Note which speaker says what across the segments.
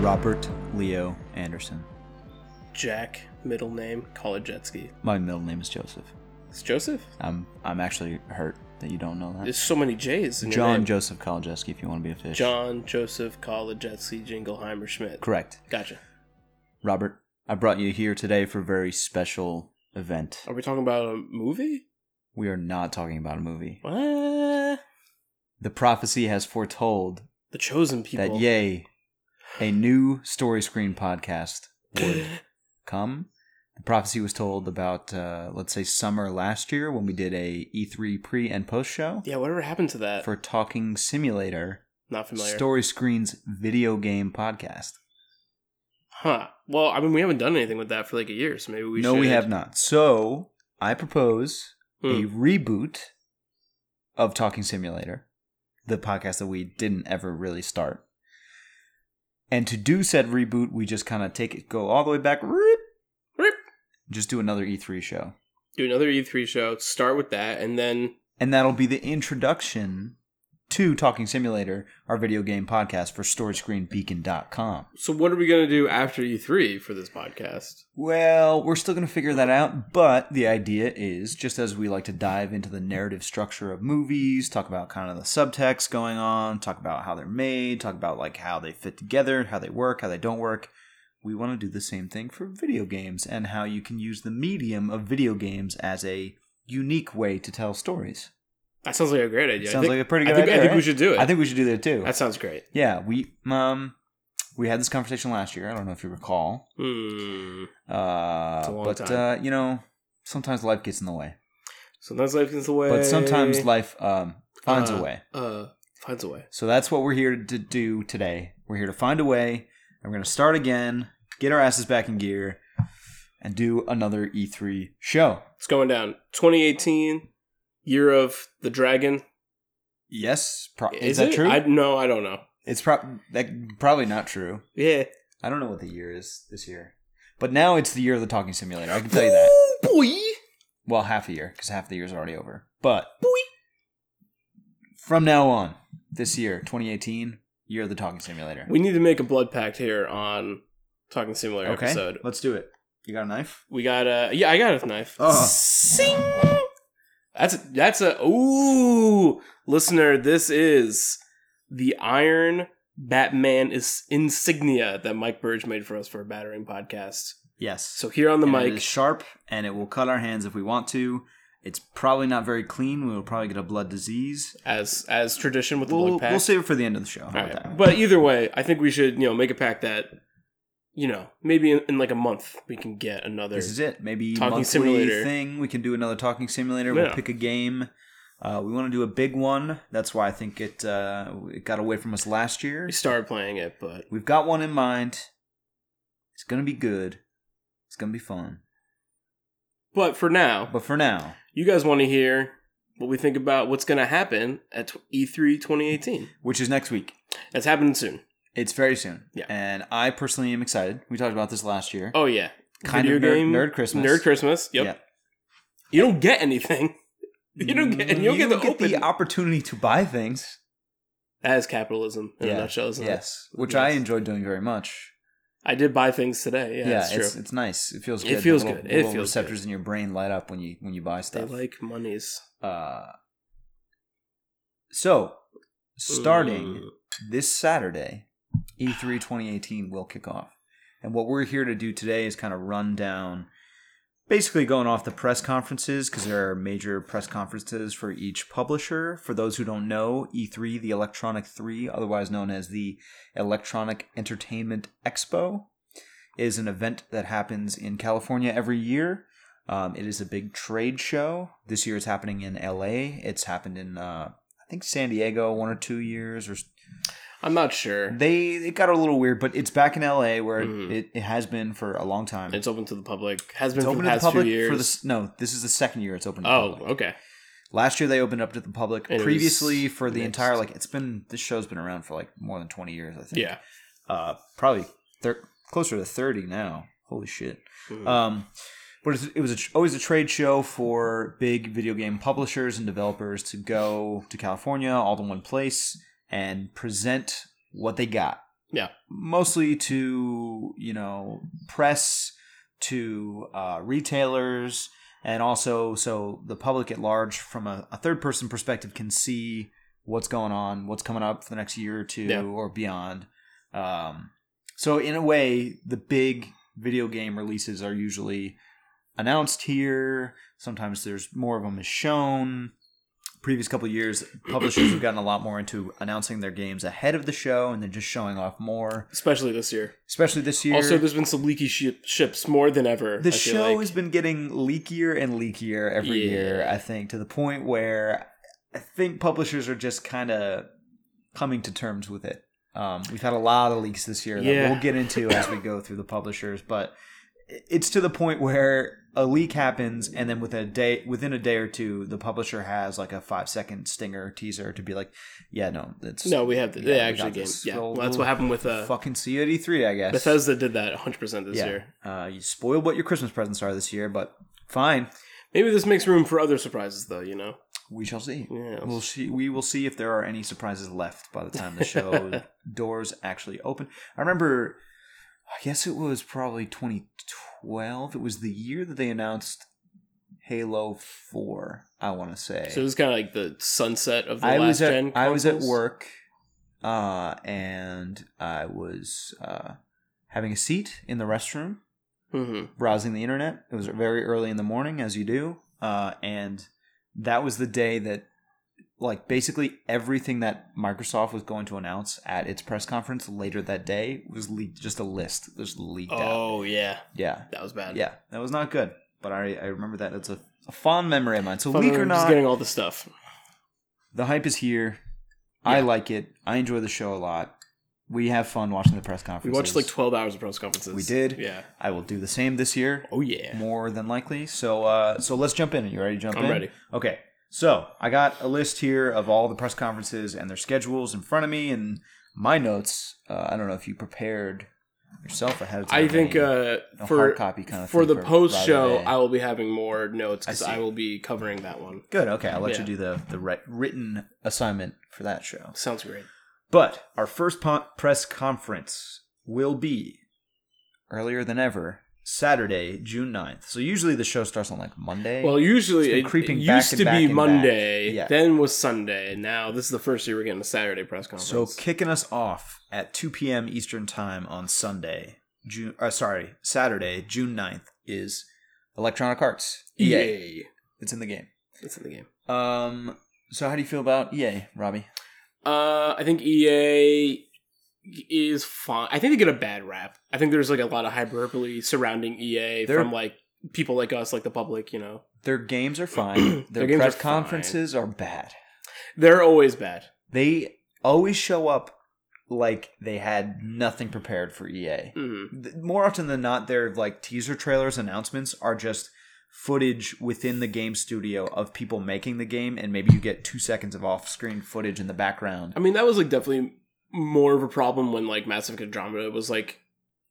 Speaker 1: Robert Leo Anderson.
Speaker 2: Jack, middle name, Kolajetsky.
Speaker 1: My middle name is Joseph.
Speaker 2: It's Joseph?
Speaker 1: I'm I'm actually hurt that you don't know that.
Speaker 2: There's so many J's in your
Speaker 1: John
Speaker 2: name.
Speaker 1: Joseph Kalajeski, if you want to be a fish.
Speaker 2: John Joseph Kolajetsky Jingleheimer Schmidt.
Speaker 1: Correct.
Speaker 2: Gotcha.
Speaker 1: Robert, I brought you here today for a very special event.
Speaker 2: Are we talking about a movie?
Speaker 1: We are not talking about a movie.
Speaker 2: What?
Speaker 1: The prophecy has foretold
Speaker 2: The Chosen People.
Speaker 1: that, yay, a new story screen podcast would come. The prophecy was told about, uh, let's say, summer last year when we did a E3 pre and post show
Speaker 2: yeah, whatever happened to that?
Speaker 1: for Talking Simulator,
Speaker 2: Not familiar.
Speaker 1: Story Screen's video game podcast.
Speaker 2: huh. Well, I mean, we haven't done anything with that for like a year, so maybe we
Speaker 1: no,
Speaker 2: should.
Speaker 1: we have not. So I propose a
Speaker 2: Hmm.
Speaker 1: reboot of Talking Simulator, the podcast that we didn't ever really start. And to do said reboot, we just kind of take it, go all the way back, rip,
Speaker 2: Rip.
Speaker 1: just do another E3 show.
Speaker 2: Do another E3 show, start with that, and then
Speaker 1: And that'll be the introduction to Talking Simulator, our video game podcast for StoryScreenBeacon.com.
Speaker 2: So what are we gonna do after E3 for this podcast?
Speaker 1: Well, we're still going to figure that out, but the idea is just as we like to dive into the narrative structure of movies, talk about kind of the subtext going on, talk about how they're made, talk about like how they fit together, how they work, how they don't work. We want to do the same thing for video games and how you can use the medium of video games as a unique way to tell stories.
Speaker 2: That sounds like a great idea. I
Speaker 1: Sounds
Speaker 2: think-
Speaker 1: like a pretty
Speaker 2: I
Speaker 1: good
Speaker 2: think,
Speaker 1: idea.
Speaker 2: I think we
Speaker 1: right?
Speaker 2: should do it.
Speaker 1: I think we should do that too.
Speaker 2: that sounds great.
Speaker 1: yeah, we um we had this conversation last year. I don't know if you recall.
Speaker 2: Hmm.
Speaker 1: Uh,
Speaker 2: It's a long
Speaker 1: but
Speaker 2: time.
Speaker 1: uh, you know, sometimes life gets in the way.
Speaker 2: Sometimes life gets away,
Speaker 1: But sometimes life um, finds a way.
Speaker 2: uh finds a way.
Speaker 1: So that's what we're here to do today. We're here to find a way. And we're gonna start again, get our asses back in gear, and do another E3 show.
Speaker 2: It's going down. 2018, year of the dragon.
Speaker 1: Yes, pro- is,
Speaker 2: Is
Speaker 1: that
Speaker 2: it?
Speaker 1: true?
Speaker 2: I no, I don't know.
Speaker 1: It's prob that, probably not true.
Speaker 2: Yeah.
Speaker 1: I don't know what the year is this year, but now it's the year of the talking simulator. I can tell you that.
Speaker 2: boy.
Speaker 1: Well, half a year because half the year's already over. But from now on, this year, 2018, year of the talking simulator.
Speaker 2: We need to make a blood pact here on Talking Similar
Speaker 1: okay,
Speaker 2: episode.
Speaker 1: let's do it. You got a knife?
Speaker 2: We got a yeah, I got a knife.
Speaker 1: Oh.
Speaker 2: Sing. That's a, that's a ooh listener. This is the Iron Batman is insignia that Mike Burge made for us for a battering podcast.
Speaker 1: Yes.
Speaker 2: So here on the
Speaker 1: And it
Speaker 2: mic,
Speaker 1: is sharp, and it will cut our hands if we want to. It's probably not very clean. We will probably get a blood disease.
Speaker 2: as as tradition with the
Speaker 1: We'll,
Speaker 2: blood pack.
Speaker 1: we'll save it for the end of the show. How
Speaker 2: All
Speaker 1: about
Speaker 2: right.
Speaker 1: that?
Speaker 2: But either way, I think we should you know make a pact that you know maybe in, in like a month we can get another.
Speaker 1: this is it. Maybe
Speaker 2: Talking
Speaker 1: monthly
Speaker 2: simulator.
Speaker 1: thing. We can do another talking simulator. We'll
Speaker 2: Yeah.
Speaker 1: pick a game. Uh, we want to do a big one. That's why I think it uh, it got away from us last year.
Speaker 2: We started playing it, but
Speaker 1: We've got one in mind. It's gonna be good. It's gonna be fun.
Speaker 2: but for now,
Speaker 1: But for now,
Speaker 2: you guys want to hear what we think about what's going to happen at tw- E E3 2018.
Speaker 1: which is next week,
Speaker 2: That's happening soon.
Speaker 1: it's very soon.
Speaker 2: Yeah.
Speaker 1: And I personally am excited. We talked about this last year.
Speaker 2: Oh yeah,
Speaker 1: Kind of nerd- nerd Christmas.
Speaker 2: Nerd Christmas. Yep.
Speaker 1: Yeah.
Speaker 2: You don't get anything. You don't get. You don't get the open.
Speaker 1: the opportunity to buy things.
Speaker 2: that is capitalism in
Speaker 1: Yeah.
Speaker 2: a nutshell. Isn't it?
Speaker 1: Yes, which
Speaker 2: Yes.
Speaker 1: I enjoy doing very much.
Speaker 2: I did buy things today. Yeah, that's
Speaker 1: it's
Speaker 2: true.
Speaker 1: it's nice. It feels
Speaker 2: It
Speaker 1: good. The
Speaker 2: feels
Speaker 1: little-
Speaker 2: good.
Speaker 1: the
Speaker 2: It
Speaker 1: little
Speaker 2: feels
Speaker 1: receptors in your brain light up when you when you buy
Speaker 2: They
Speaker 1: stuff.
Speaker 2: like monies.
Speaker 1: uh, so starting
Speaker 2: Mm.
Speaker 1: this Saturday, E E3 2018 will kick off. And what we're here to do today is kind of run down basically going off the press conferences because there are major press conferences for each publisher. For those who don't know, E3, the Electronic 3, otherwise known as the Electronic Entertainment Expo, is an event that happens in California every year. Um, it is a big trade show. This year it's happening in LA. It's happened in, uh, I think, San Diego one or two years or
Speaker 2: I'm not sure.
Speaker 1: they it got a little weird, but it's back in LA where it-
Speaker 2: Mhm.
Speaker 1: it, it has been for a long time.
Speaker 2: It's open to the public. Has been
Speaker 1: It's
Speaker 2: for the past few years.
Speaker 1: for the s- no. This is the second year it's open. To
Speaker 2: oh,
Speaker 1: the public.
Speaker 2: okay.
Speaker 1: Last year they opened up to the public.
Speaker 2: And it
Speaker 1: Previously
Speaker 2: was
Speaker 1: for the
Speaker 2: mixed.
Speaker 1: entire like it's been this show's been around for like more than twenty years. I think.
Speaker 2: Yeah.
Speaker 1: Uh, probably thir- closer to thirty now. Holy shit.
Speaker 2: Mhm.
Speaker 1: Um, but it's- it was a, tr- always a trade show for big video game publishers and developers to go to California all in one place and present what they got
Speaker 2: Yeah.
Speaker 1: mostly to you know press to uh, retailers and also so the public at large from a, a third person perspective can see what's going on what's coming up for the next year or two
Speaker 2: Yeah.
Speaker 1: or beyond um, so in a way the big video game releases are usually announced here sometimes there's more of them is shown previous couple years publishers have gotten a lot more into announcing their games ahead of the show and then just showing off more
Speaker 2: especially this year.
Speaker 1: especially this year
Speaker 2: Also, there's been some leaky ship, ships more than ever.
Speaker 1: the
Speaker 2: I feel
Speaker 1: show
Speaker 2: like.
Speaker 1: has been getting leakier and leakier every
Speaker 2: Yeah.
Speaker 1: year, I think, to the point where I think publishers are just kind of coming to terms with it. Um, we've had a lot of leaks this year that
Speaker 2: Yeah.
Speaker 1: we'll get into as we go through the publishers, but it's to the point where a leak happens, and then with a day, within a day or two, the publisher has like a five second stinger teaser to be like, "Yeah, no, it's
Speaker 2: no, we have the,
Speaker 1: Yeah,
Speaker 2: the
Speaker 1: we
Speaker 2: actual
Speaker 1: got
Speaker 2: game.
Speaker 1: this.
Speaker 2: Yeah,
Speaker 1: We'll-
Speaker 2: well, that's what happened with uh,
Speaker 1: fucking see you at E3, I guess."
Speaker 2: Bethesda. Did that 100 percent this
Speaker 1: yeah,
Speaker 2: year.
Speaker 1: Uh, you spoiled what your Christmas presents are this year, but fine.
Speaker 2: Maybe this makes room for other surprises, though. You know,
Speaker 1: We shall see.
Speaker 2: Yes.
Speaker 1: We'll see. We will see if there are any surprises left by the time the show doors actually open. I remember, I guess it was probably 2012. It was the year that they announced Halo Four. I want to say.
Speaker 2: so it was kind of like the sunset of the
Speaker 1: I
Speaker 2: last
Speaker 1: was
Speaker 2: gen.
Speaker 1: at I was at
Speaker 2: consoles.
Speaker 1: work, uh, and I was uh, having a seat in the restroom,
Speaker 2: Mhm.
Speaker 1: browsing the internet. It was very early in the morning, as you do, uh, and that was the day that, like, basically everything that Microsoft was going to announce at its press conference later that day was leaked. Just a list, just leaked out.
Speaker 2: Oh yeah,
Speaker 1: Yeah,
Speaker 2: that was bad.
Speaker 1: yeah, that was not good. But I, I remember that. That's a, a fond memory of mine. So
Speaker 2: Fun
Speaker 1: leak or
Speaker 2: remember just
Speaker 1: not,
Speaker 2: getting all the stuff.
Speaker 1: the hype is here. I
Speaker 2: Yeah.
Speaker 1: like it. I enjoy the show a lot. We have fun watching the press
Speaker 2: We
Speaker 1: conferences.
Speaker 2: watched like 12 hours of press conferences.
Speaker 1: We did.
Speaker 2: Yeah.
Speaker 1: I will do the same this year.
Speaker 2: Oh yeah.
Speaker 1: more than likely. So uh, so let's jump in. You ready to jump
Speaker 2: I'm
Speaker 1: in?
Speaker 2: ready.
Speaker 1: Okay. So I got a list here of all the press conferences and their schedules in front of me and my notes. Uh, I don't know if you prepared yourself ahead of time.
Speaker 2: I think
Speaker 1: any-
Speaker 2: uh,
Speaker 1: a
Speaker 2: for
Speaker 1: hard copy kind of
Speaker 2: for
Speaker 1: thing
Speaker 2: the
Speaker 1: for
Speaker 2: post
Speaker 1: Friday
Speaker 2: show,
Speaker 1: day.
Speaker 2: I will be having more notes because
Speaker 1: I see.
Speaker 2: I, will be covering that one.
Speaker 1: good. Okay, I'll let
Speaker 2: yeah.
Speaker 1: you do the the writ- written assignment for that show.
Speaker 2: Sounds great.
Speaker 1: But our first po- press conference will be earlier than ever. Saturday, June 9th. So usually the show starts on like Monday.
Speaker 2: Well, usually
Speaker 1: It's been
Speaker 2: it,
Speaker 1: creeping
Speaker 2: it
Speaker 1: back
Speaker 2: used
Speaker 1: and
Speaker 2: to
Speaker 1: back
Speaker 2: be
Speaker 1: and back.
Speaker 2: Monday,
Speaker 1: Yeah.
Speaker 2: then was Sunday, and now this is the first year we're getting a Saturday press
Speaker 1: So
Speaker 2: conference.
Speaker 1: kicking us off at 2 p.m. Eastern Time on Sunday, June, uh, sorry, Saturday, June 9th is Electronic Arts. EA.
Speaker 2: EA.
Speaker 1: It's in the game.
Speaker 2: That's E in the game.
Speaker 1: Um, so how do you feel about EA, Robbie?
Speaker 2: Uh, I think EA is fine. I think they get a bad rap. I think there's like a lot of hyperbole surrounding EA
Speaker 1: They're-
Speaker 2: from like people like us, like the public. You know,
Speaker 1: Their games are fine. Their,
Speaker 2: Their games
Speaker 1: press
Speaker 2: are fine.
Speaker 1: conferences are bad.
Speaker 2: they're always bad.
Speaker 1: They always show up like they had nothing prepared for E EA.
Speaker 2: Mm.
Speaker 1: th- more often than not, their like teaser trailers announcements are just footage within the game studio of people making the game, and maybe you get two seconds of off-screen footage in the background.
Speaker 2: I mean, that was like definitely more of a problem when like Mass Effect Andromeda was like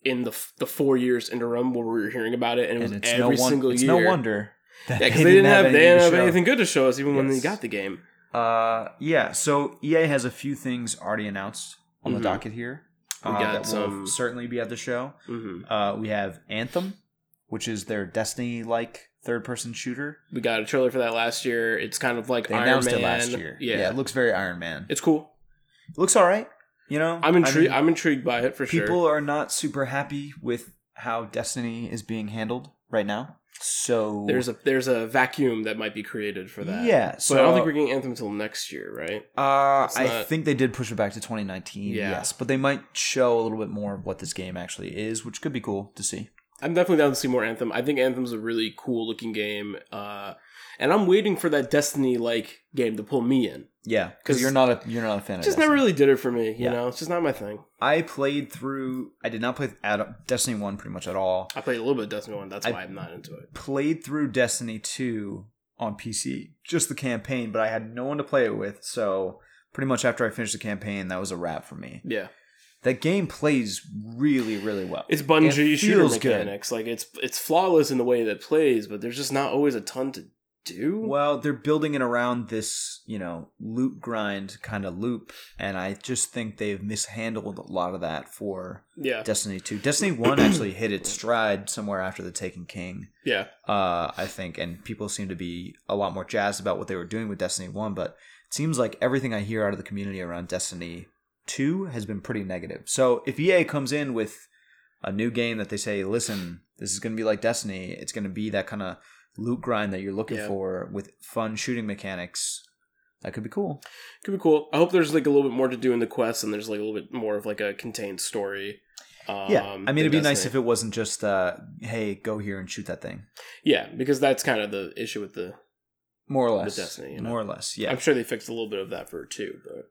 Speaker 2: in the f- the four years interim where we were hearing about it, and it was
Speaker 1: And it's no
Speaker 2: every
Speaker 1: one,
Speaker 2: single
Speaker 1: it's
Speaker 2: year.
Speaker 1: no wonder that
Speaker 2: Yeah, because they, didn't have, they didn't have
Speaker 1: to show.
Speaker 2: anything good to show us, even when they
Speaker 1: Yes.
Speaker 2: got the game.
Speaker 1: Uh, yeah. So EA has a few things already announced on
Speaker 2: Mhm.
Speaker 1: the docket here.
Speaker 2: We
Speaker 1: uh,
Speaker 2: got
Speaker 1: that
Speaker 2: some-
Speaker 1: will certainly be at the show.
Speaker 2: hmm
Speaker 1: Uh, we have Anthem, which is their Destiny-like third-person shooter.
Speaker 2: We got a trailer for that last year. It's kind of like
Speaker 1: They
Speaker 2: Iron
Speaker 1: announced
Speaker 2: Man.
Speaker 1: it last year.
Speaker 2: Yeah,
Speaker 1: it looks very Iron Man.
Speaker 2: it's cool.
Speaker 1: looks all right. You know,
Speaker 2: I'm intrigued.
Speaker 1: I mean,
Speaker 2: I'm intrigued by it for
Speaker 1: people
Speaker 2: sure.
Speaker 1: are not super happy with how Destiny is being handled right now. So
Speaker 2: There's a there's a vacuum that might be created for that.
Speaker 1: yeah.
Speaker 2: but
Speaker 1: So
Speaker 2: I don't think we're getting Anthem until next year, right?
Speaker 1: Uh,
Speaker 2: it's
Speaker 1: I
Speaker 2: not-
Speaker 1: think they did push it back to 2019.
Speaker 2: Yeah.
Speaker 1: Yes, but they might show a little bit more of what this game actually is, which could be cool to see.
Speaker 2: I'm definitely down to see more Anthem. I think Anthem's a really cool looking game, uh, and I'm waiting for that Destiny like game to pull me in.
Speaker 1: Yeah,
Speaker 2: 'Cause
Speaker 1: because you're not a you're not a fan of
Speaker 2: Just
Speaker 1: Destiny.
Speaker 2: never really did it for me. You
Speaker 1: Yeah.
Speaker 2: know, it's just not my thing.
Speaker 1: I played through. I did not play at Destiny one pretty much at all.
Speaker 2: I played a little bit of Destiny one. That's
Speaker 1: I-
Speaker 2: why I'm not into it.
Speaker 1: played through Destiny 2 on PC, just the campaign, but I had no one to play it with. So pretty much after I finished the campaign, that was a wrap for me.
Speaker 2: Yeah.
Speaker 1: That game plays really, really well.
Speaker 2: It's Bungie
Speaker 1: It
Speaker 2: shooter
Speaker 1: feels good.
Speaker 2: mechanics. Like it's it's flawless in the way that it plays, but there's just not always a ton to do?
Speaker 1: Well, they're building it around this, you know, loot grind kind of loop, and I just think they've mishandled a lot of that for
Speaker 2: yeah,
Speaker 1: Destiny 2. Destiny 1 actually hit its stride somewhere after the Taken King,
Speaker 2: yeah,
Speaker 1: uh, I think, and people seem to be a lot more jazzed about what they were doing with Destiny 1, but it seems like everything I hear out of the community around Destiny 2 has been pretty negative. So if EA comes in with a new game that they say, listen, this is going to be like Destiny, it's going to be that kind of loot grind that you're looking
Speaker 2: Yeah.
Speaker 1: for with fun shooting mechanics, that could be cool.
Speaker 2: could be cool. I hope there's like a little bit more to do in the quest, and there's like a little bit more of like a contained story. Um,
Speaker 1: yeah. I mean, it'd be nice if it wasn't just, uh, hey, go here and shoot that thing.
Speaker 2: yeah, because that's kind of the issue with the.
Speaker 1: More or less.
Speaker 2: Destiny, you know.
Speaker 1: More or less, yeah.
Speaker 2: I'm sure they fixed a little bit of that for two, but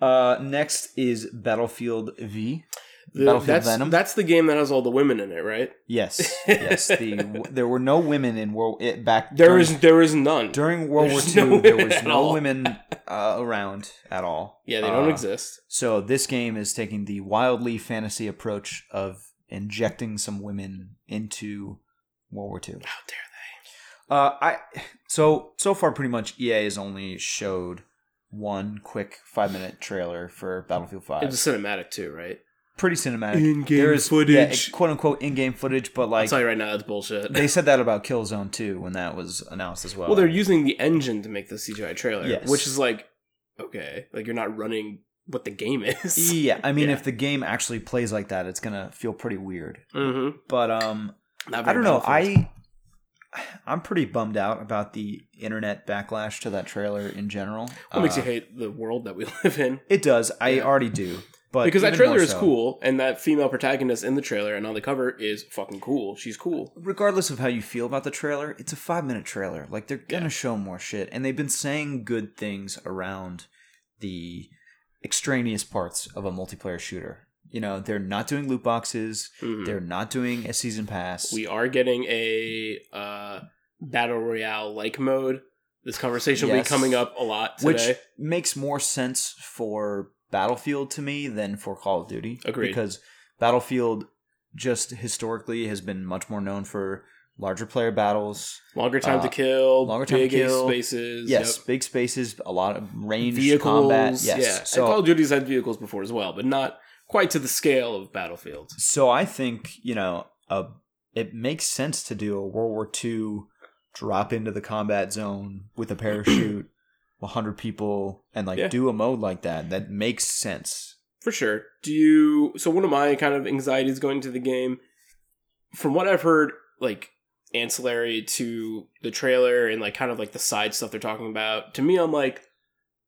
Speaker 1: Uh, next is Battlefield V.
Speaker 2: the,
Speaker 1: Battlefield
Speaker 2: that's
Speaker 1: Venom?
Speaker 2: that's the game that has all the women in it, right?
Speaker 1: Yes, yes. The there were no women in world it, back.
Speaker 2: There
Speaker 1: during,
Speaker 2: is there is none.
Speaker 1: during World War
Speaker 2: there's
Speaker 1: II.
Speaker 2: no
Speaker 1: there
Speaker 2: women
Speaker 1: was
Speaker 2: at
Speaker 1: no
Speaker 2: all.
Speaker 1: women uh, around at all.
Speaker 2: yeah, they don't
Speaker 1: Uh,
Speaker 2: exist.
Speaker 1: So this game is taking the wildly fantasy approach of injecting some women into World War II.
Speaker 2: How dare
Speaker 1: Uh, I so so far pretty much EA has only showed one quick five minute trailer for Battlefield Five.
Speaker 2: they? It's a cinematic too, right?
Speaker 1: pretty cinematic.
Speaker 2: In-game footage.
Speaker 1: quote unquote in game footage, but
Speaker 2: I'll
Speaker 1: like
Speaker 2: tell you right now, that's bullshit.
Speaker 1: they said that about Killzone 2 when that was announced as well.
Speaker 2: well, they're using the engine to make the CGI trailer,
Speaker 1: Yes.
Speaker 2: which is like okay, like you're not running what the game is.
Speaker 1: yeah, I mean,
Speaker 2: Yeah.
Speaker 1: if the game actually plays like that, it's gonna feel pretty weird.
Speaker 2: mm-hmm.
Speaker 1: But um, I don't know. I I'm pretty bummed out about the internet backlash to that trailer in general.
Speaker 2: What makes you
Speaker 1: Uh,
Speaker 2: hate the world that we live in?
Speaker 1: It does. I
Speaker 2: Yeah.
Speaker 1: already do. But
Speaker 2: because that
Speaker 1: even
Speaker 2: trailer
Speaker 1: more
Speaker 2: is
Speaker 1: so.
Speaker 2: cool, and that female protagonist in the trailer and on the cover is fucking cool. She's cool.
Speaker 1: Regardless of how you feel about the trailer, it's a five minute trailer. Like they're gonna
Speaker 2: Yeah.
Speaker 1: show more shit, and they've been saying good things around the extraneous parts of a multiplayer shooter. You know, they're not doing loot boxes.
Speaker 2: Mhm.
Speaker 1: They're not doing a season pass.
Speaker 2: We are getting a uh, battle royale like mode. This conversation will be
Speaker 1: Yes.
Speaker 2: coming up a lot
Speaker 1: which
Speaker 2: today.
Speaker 1: makes more sense for Battlefield to me than for Call of Duty.
Speaker 2: Agreed.
Speaker 1: Because Battlefield just historically has been much more known for larger player battles.
Speaker 2: longer time
Speaker 1: uh,
Speaker 2: to kill,
Speaker 1: longer
Speaker 2: longer
Speaker 1: time to
Speaker 2: big to
Speaker 1: kill.
Speaker 2: spaces.
Speaker 1: Yes,
Speaker 2: yep.
Speaker 1: big spaces, a lot of range
Speaker 2: vehicles.
Speaker 1: combat. Yes.
Speaker 2: Yeah, And Call
Speaker 1: So
Speaker 2: of Duty's had vehicles before as well, but not quite to the scale of Battlefield.
Speaker 1: so I think, you know, a, it makes sense to do a World War II drop into the combat zone with a parachute, 100 people and like
Speaker 2: Yeah.
Speaker 1: do a mode like that. That makes sense.
Speaker 2: For sure. Do you so one of my kind of anxieties going to the game, from what I've heard, like ancillary to the trailer and like kind of like the side stuff they're talking about, to me I'm like,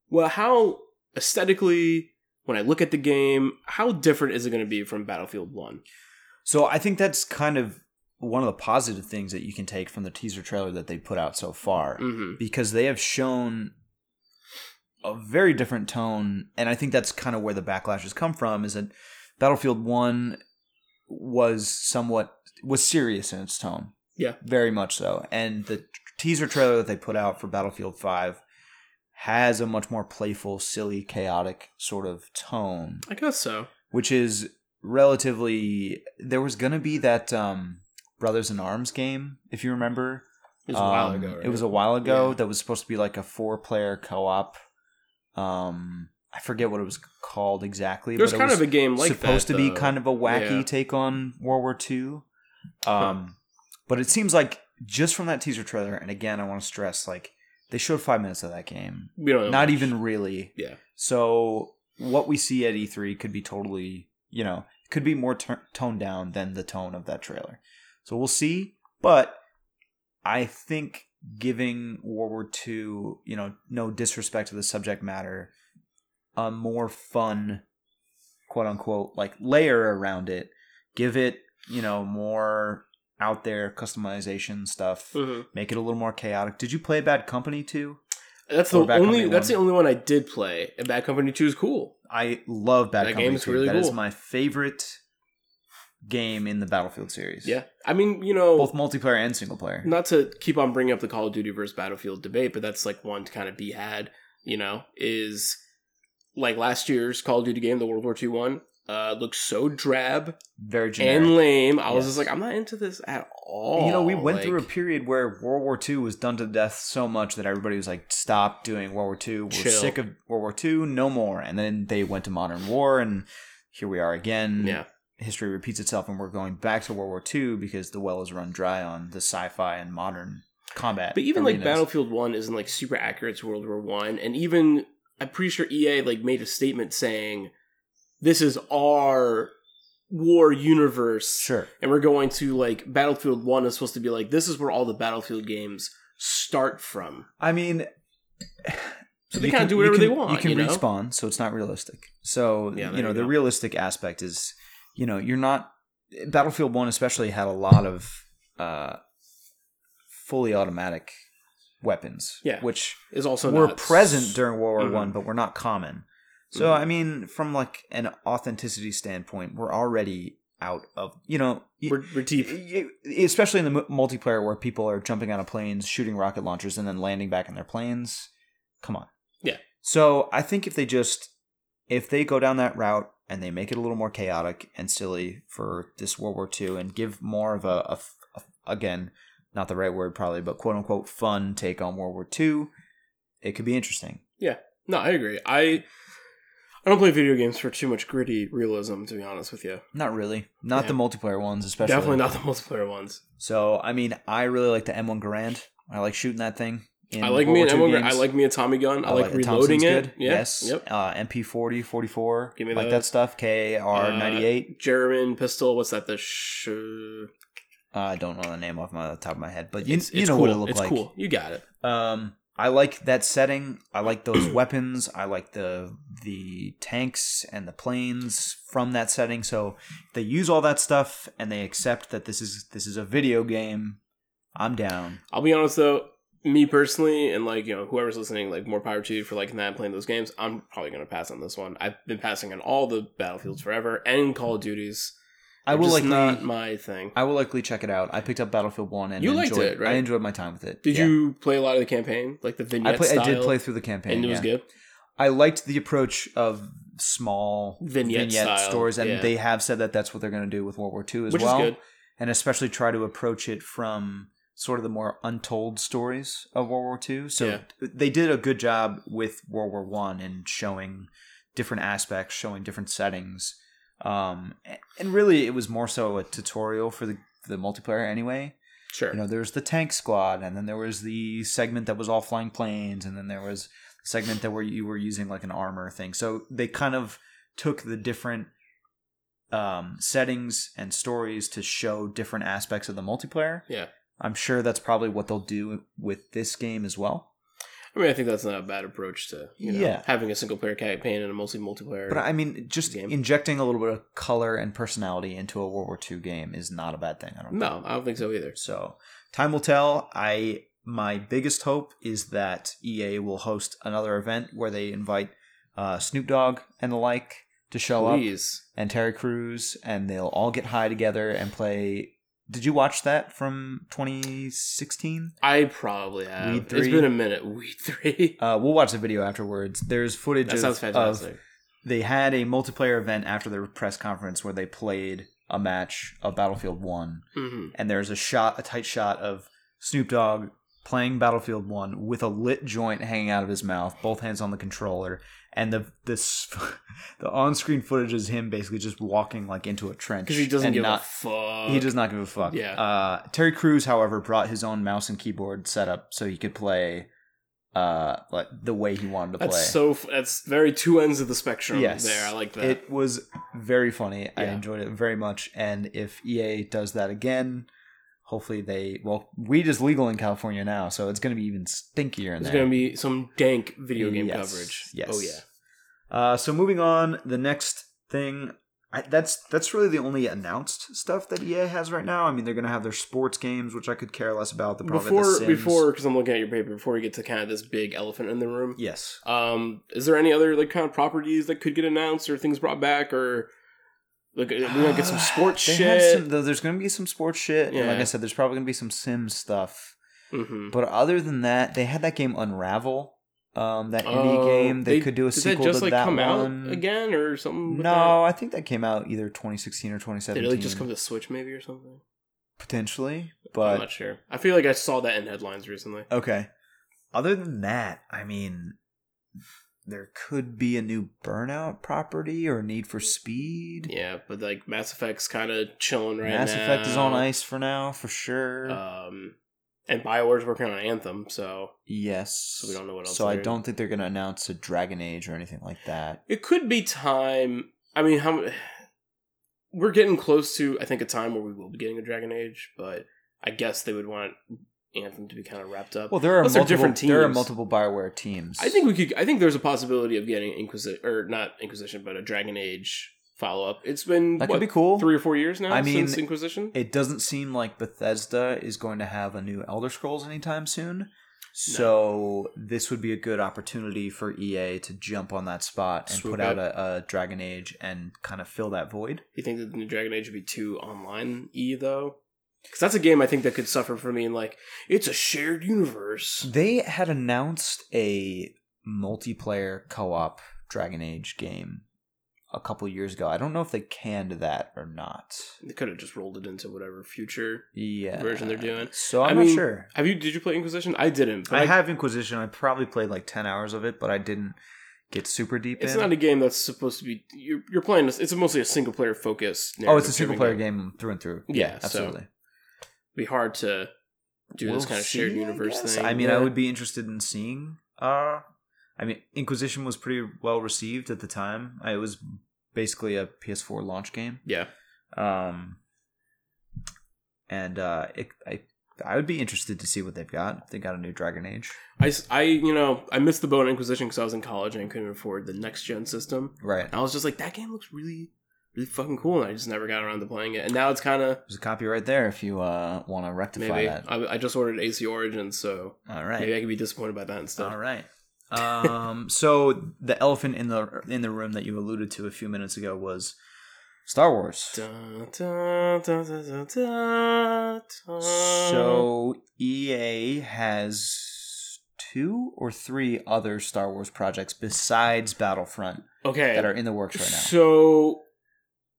Speaker 2: well, how aesthetically when I look at the game, how different is it gonna be from Battlefield One?
Speaker 1: So I think that's kind of one of the positive things that you can take from the teaser trailer that they put out so far
Speaker 2: Mm-hmm.
Speaker 1: because they have shown a very different tone and I think that's kind of where the backlash has come from is that Battlefield 1 was somewhat was serious in its tone.
Speaker 2: Yeah.
Speaker 1: Very much so. And the teaser trailer that they put out for Battlefield 5 has a much more playful, silly, chaotic sort of tone
Speaker 2: I guess so.
Speaker 1: which is relatively there was gonna be that um brothers in arms game if you remember
Speaker 2: It was a while
Speaker 1: Um,
Speaker 2: ago. Right?
Speaker 1: it was a while ago
Speaker 2: Yeah.
Speaker 1: that was supposed to be like a four player co-op um i forget what it was called exactly
Speaker 2: there's
Speaker 1: but
Speaker 2: kind
Speaker 1: it
Speaker 2: of a
Speaker 1: was
Speaker 2: game like
Speaker 1: supposed to be kind of a wacky
Speaker 2: Yeah.
Speaker 1: take on world war ii um but it seems like just from that teaser trailer and again i want to stress like they showed five minutes of that game
Speaker 2: we don't know
Speaker 1: not
Speaker 2: much.
Speaker 1: even really.
Speaker 2: Yeah.
Speaker 1: So what we see at E3 could be totally, you know, could be more tur toned down than the tone of that trailer. So we'll see. But I think giving World War II, you know, no disrespect to the subject matter, a more fun, quote unquote, like layer around it, give it, you know, more out there customization stuff,
Speaker 2: Mhm.
Speaker 1: make it a little more chaotic. Did you play Bad Company too?
Speaker 2: That's
Speaker 1: Or
Speaker 2: the
Speaker 1: Bad
Speaker 2: only.
Speaker 1: Company
Speaker 2: That's
Speaker 1: one.
Speaker 2: the only one I did play. And Bad Company Two is cool.
Speaker 1: I love Bad
Speaker 2: That
Speaker 1: Company.
Speaker 2: game's
Speaker 1: 2.
Speaker 2: really
Speaker 1: That is
Speaker 2: cool.
Speaker 1: my favorite game in the Battlefield series.
Speaker 2: Yeah, Oh. I mean, you know,
Speaker 1: both multiplayer and single player.
Speaker 2: not to keep on bringing up the Call of Duty versus Battlefield debate, but that's like one to kind of be had, you know, is like last year's Call of Duty game, the World War II one. uh, looked so drab
Speaker 1: Very generic.
Speaker 2: and lame. I was
Speaker 1: Yes.
Speaker 2: just like, I'm not into this at
Speaker 1: And,
Speaker 2: all.
Speaker 1: you know, we went through a
Speaker 2: Oh, Like,
Speaker 1: period where World War II was done to death so much that everybody was like, "Stop doing World War II. We're
Speaker 2: Chill.
Speaker 1: sick of World War II. No more." And then they went to modern war, and here we are again.
Speaker 2: yeah,
Speaker 1: history repeats itself, and we're going back to World War II because the well is run dry on the sci-fi and modern combat.
Speaker 2: but even like
Speaker 1: arenas.
Speaker 2: Battlefield One isn't like super accurate to World War One, and even I'm pretty sure EA like made a statement saying this is our war universe,
Speaker 1: sure,
Speaker 2: and we're going to like Battlefield One is supposed to be like this is where all the Battlefield games start from.
Speaker 1: I mean.
Speaker 2: So they
Speaker 1: you
Speaker 2: kinda
Speaker 1: can-
Speaker 2: do whatever
Speaker 1: you
Speaker 2: they
Speaker 1: can-
Speaker 2: want,
Speaker 1: You can
Speaker 2: you know?
Speaker 1: respawn, so it's not realistic. So
Speaker 2: Yeah, there
Speaker 1: you know
Speaker 2: you
Speaker 1: the
Speaker 2: go.
Speaker 1: realistic aspect is, you know, you're not Battlefield One especially had a lot of uh, fully automatic weapons,
Speaker 2: Yeah.
Speaker 1: which
Speaker 2: Is also
Speaker 1: were
Speaker 2: nuts.
Speaker 1: present during World War
Speaker 2: Mhm.
Speaker 1: One, but were not common. So
Speaker 2: Mhm.
Speaker 1: I mean, from like an authenticity standpoint, we're already out of you know. y-
Speaker 2: We're, we're deep.
Speaker 1: y- Especially in the mu- multiplayer where people are jumping out of planes, shooting rocket launchers, and then landing back in their planes. Come on.
Speaker 2: Yeah.
Speaker 1: So I think if they just if they go down that route and they make it a little more chaotic and silly for this World War II and give more of a, a f- a- again not the right word probably but quote unquote fun take on World War II, it could be interesting.
Speaker 2: No, I agree. I I don't play video games for too much gritty realism, to be honest with you.
Speaker 1: Not really, not
Speaker 2: Yeah.
Speaker 1: the multiplayer ones especially.
Speaker 2: Definitely not the multiplayer ones.
Speaker 1: So I mean, I really like the M1 Garand. I like shooting that thing. in
Speaker 2: I like
Speaker 1: World
Speaker 2: me an
Speaker 1: War II
Speaker 2: M1, I
Speaker 1: games.
Speaker 2: like me a Tommy gun. I, like
Speaker 1: the
Speaker 2: reloading
Speaker 1: Thompson's
Speaker 2: it.
Speaker 1: good.
Speaker 2: Yeah.
Speaker 1: Yes.
Speaker 2: Yep.
Speaker 1: Uh, MP40, 44.
Speaker 2: Give me Uh,
Speaker 1: like that
Speaker 2: those.
Speaker 1: stuff. KR98.
Speaker 2: German pistol. What's that? The sh-
Speaker 1: Uh, I don't know the name off my the top of my head, but you,
Speaker 2: it's,
Speaker 1: you
Speaker 2: it's
Speaker 1: know
Speaker 2: cool.
Speaker 1: what it looked
Speaker 2: it's
Speaker 1: like.
Speaker 2: cool. You got it.
Speaker 1: Um, I like that setting. I like those weapons. I like the the tanks and the planes from that setting. So they use all that stuff and they accept that this is this is a video game. I'm down.
Speaker 2: I'll be honest though, me personally, and like you know whoever's listening, like more power to you for liking that and playing those games. I'm probably gonna pass on this one. I've been passing on all the battlefields forever and Call of Duties.
Speaker 1: I will
Speaker 2: Just
Speaker 1: likely
Speaker 2: not my thing.
Speaker 1: I will likely check it out. I picked up Battlefield One and
Speaker 2: You liked
Speaker 1: enjoyed,
Speaker 2: it,
Speaker 1: I
Speaker 2: right?
Speaker 1: enjoyed my time with it.
Speaker 2: Did
Speaker 1: Yeah.
Speaker 2: you play a lot of the campaign, like the vignette
Speaker 1: I play,
Speaker 2: style?
Speaker 1: I did play through the campaign.
Speaker 2: and it was
Speaker 1: yeah.
Speaker 2: good.
Speaker 1: I liked the approach of small
Speaker 2: Vignette style,
Speaker 1: stores, and
Speaker 2: yeah.
Speaker 1: they have said that that's what they're going to do with World War II as
Speaker 2: Which is
Speaker 1: well,
Speaker 2: good.
Speaker 1: and especially try to approach it from sort of the more untold stories of World War II. So
Speaker 2: Yeah.
Speaker 1: they did a good job with World War One and showing different aspects, showing different settings, um, a- and really it was more so a tutorial for the for the multiplayer anyway.
Speaker 2: Sure.
Speaker 1: You know, there was the tank squad, and then there was the segment that was all flying planes, and then there was a segment that where you were using like an armor thing. So they kind of took the different um, settings and stories to show different aspects of the multiplayer.
Speaker 2: Yeah.
Speaker 1: I'm sure that's probably what they'll do with this game as well.
Speaker 2: I mean, I think that's not a bad approach to you know,
Speaker 1: Yeah.
Speaker 2: having a single player campaign and a mostly multiplayer.
Speaker 1: But I mean, just
Speaker 2: Game.
Speaker 1: injecting a little bit of color and personality into a World War II game is not a bad thing. I don't think.
Speaker 2: no, I don't think so either.
Speaker 1: So time will tell. I my biggest hope is that EA will host another event where they invite uh, Snoop Dogg and the like to show up,
Speaker 2: Please,
Speaker 1: and Terry Crews, and they'll all get high together and play. Did you watch that from 2016?
Speaker 2: I probably have.
Speaker 1: Weed
Speaker 2: It's
Speaker 1: three.
Speaker 2: been a minute. Weed three.
Speaker 1: Uh, we'll watch the video afterwards. There's footage
Speaker 2: that
Speaker 1: of-
Speaker 2: sounds
Speaker 1: of
Speaker 2: fantastic.
Speaker 1: they had a multiplayer event after their press conference where they played a match of Battlefield 1
Speaker 2: hmm
Speaker 1: and there's a shot, a tight shot of Snoop Dogg playing Battlefield One with a lit joint hanging out of his mouth, both hands on the controller, and the this the on screen footage is him basically just walking like into a trench
Speaker 2: Because he doesn't
Speaker 1: and
Speaker 2: give
Speaker 1: not-
Speaker 2: a fuck.
Speaker 1: he does not give a fuck.
Speaker 2: Yeah.
Speaker 1: Uh, Terry Crews, however, brought his own mouse and keyboard setup so he could play, uh, like the way he wanted to
Speaker 2: That's
Speaker 1: play.
Speaker 2: so. f- That's very two ends of the spectrum.
Speaker 1: Yes.
Speaker 2: There, I like that.
Speaker 1: It was very funny. I
Speaker 2: Yeah.
Speaker 1: enjoyed it very much. And if EA does that again, hopefully they. Well, weed is legal in California now, so it's going to be even stinkier in
Speaker 2: There's
Speaker 1: there.
Speaker 2: gonna be some dank video game
Speaker 1: Yes.
Speaker 2: coverage.
Speaker 1: Yes.
Speaker 2: Oh yeah.
Speaker 1: Uh, so moving on, the next thing. I, that's that's really the only announced stuff that EA has right now. I mean, they're going to have their sports games, which I could care less about. The probably the
Speaker 2: Before,
Speaker 1: Sims.
Speaker 2: before, because I'm looking at your paper. Before we get to kind of this big elephant in the room.
Speaker 1: yes,
Speaker 2: Um, is there any other like kind of properties that could get announced or things brought back or like uh, we gonna get some sports
Speaker 1: Uh, They have
Speaker 2: shit?
Speaker 1: some- though there's going to be some sports shit, and like
Speaker 2: Yeah.
Speaker 1: I said, there's probably going to be some Sims stuff.
Speaker 2: Mhm.
Speaker 1: But other than that, they had that game Unravel. um, that indie game. They, could do a
Speaker 2: Oh, did
Speaker 1: sequel
Speaker 2: that just
Speaker 1: to
Speaker 2: like
Speaker 1: that
Speaker 2: come
Speaker 1: one.
Speaker 2: out again or something? with
Speaker 1: No, I think that came out either 2016 or
Speaker 2: that?
Speaker 1: 2017.
Speaker 2: did it like just come to Switch maybe or something?
Speaker 1: potentially,
Speaker 2: I'm
Speaker 1: but
Speaker 2: not sure. I feel like I saw that in headlines recently.
Speaker 1: okay. Other than that, I mean, there could be a new Burnout property or Need for Speed.
Speaker 2: Yeah, but like Mass Effect's kind of chilling right
Speaker 1: Mass
Speaker 2: now.
Speaker 1: Effect is on ice for now, for sure.
Speaker 2: Um, and Bioware's working on Anthem, so
Speaker 1: yes.
Speaker 2: so we don't know what else
Speaker 1: So I
Speaker 2: they're-
Speaker 1: don't think they're going to announce a Dragon Age or anything like that.
Speaker 2: It could be time. I mean, how mu- we're getting close to I think a time where we will be getting a Dragon Age, but I guess they would want Anthem to be kind of wrapped up.
Speaker 1: Well, there are
Speaker 2: Unless they're
Speaker 1: multiple,
Speaker 2: different
Speaker 1: There are
Speaker 2: teams.
Speaker 1: multiple Bioware teams.
Speaker 2: I think we could. I think there's a possibility of getting Inquisition or not Inquisition, but a Dragon Age follow up. It's been
Speaker 1: that
Speaker 2: what,
Speaker 1: could be cool.
Speaker 2: three or four years now
Speaker 1: I mean,
Speaker 2: since Inquisition.
Speaker 1: It doesn't seem like Bethesda is going to have a new Elder Scrolls anytime soon. So this would be a good opportunity for EA to jump on that spot and
Speaker 2: Swoop
Speaker 1: put out a, a Dragon Age and kind of fill that void.
Speaker 2: You think that the new Dragon Age would be too online e though? Because that's a game I think that could suffer from being like it's a shared universe.
Speaker 1: They had announced a multiplayer co-op Dragon Age game a couple years ago. I don't know if they canned that or not.
Speaker 2: They could have just rolled it into whatever future
Speaker 1: Yeah,
Speaker 2: Version they're doing.
Speaker 1: So I'm
Speaker 2: I
Speaker 1: not
Speaker 2: mean,
Speaker 1: sure.
Speaker 2: Have you? Did you play Inquisition? I didn't. But
Speaker 1: I have Inquisition. I probably played like ten hours of it, but I didn't get super deep.
Speaker 2: It's
Speaker 1: in.
Speaker 2: not a game that's supposed to be. You're, you're playing. this- It's mostly a single player focus.
Speaker 1: Oh, it's a single player game. through and through.
Speaker 2: Yeah, so
Speaker 1: absolutely.
Speaker 2: Be hard to do
Speaker 1: We'll
Speaker 2: this kind of
Speaker 1: see,
Speaker 2: shared
Speaker 1: I
Speaker 2: universe
Speaker 1: guess.
Speaker 2: thing.
Speaker 1: I mean, I
Speaker 2: Yeah.
Speaker 1: would be interested in seeing. Uh, I mean, Inquisition was pretty well received at the time. It was basically a PS4 launch game.
Speaker 2: Yeah,
Speaker 1: Um, and uh, it, I I would be interested to see what they've got. If they got a new Dragon Age,
Speaker 2: I, s- I, you know, I missed the boat on Inquisition because I was in college and I couldn't afford the next gen system.
Speaker 1: right?
Speaker 2: And I was just like, that game looks really, really fucking cool, and I just never got around to playing it. And now it's kind of
Speaker 1: There's a copy right there if you uh, want to rectify
Speaker 2: maybe
Speaker 1: that.
Speaker 2: I, I just ordered AC Origins, so
Speaker 1: All right.
Speaker 2: maybe I could be disappointed by that instead.
Speaker 1: All right. Um, so the elephant in the in the room that you alluded to a few minutes ago was Star Wars.
Speaker 2: Dun, dun, dun, dun, dun, dun, dun.
Speaker 1: So EA has two or three other Star Wars projects besides Battlefront
Speaker 2: okay,
Speaker 1: that are in the works right now.
Speaker 2: So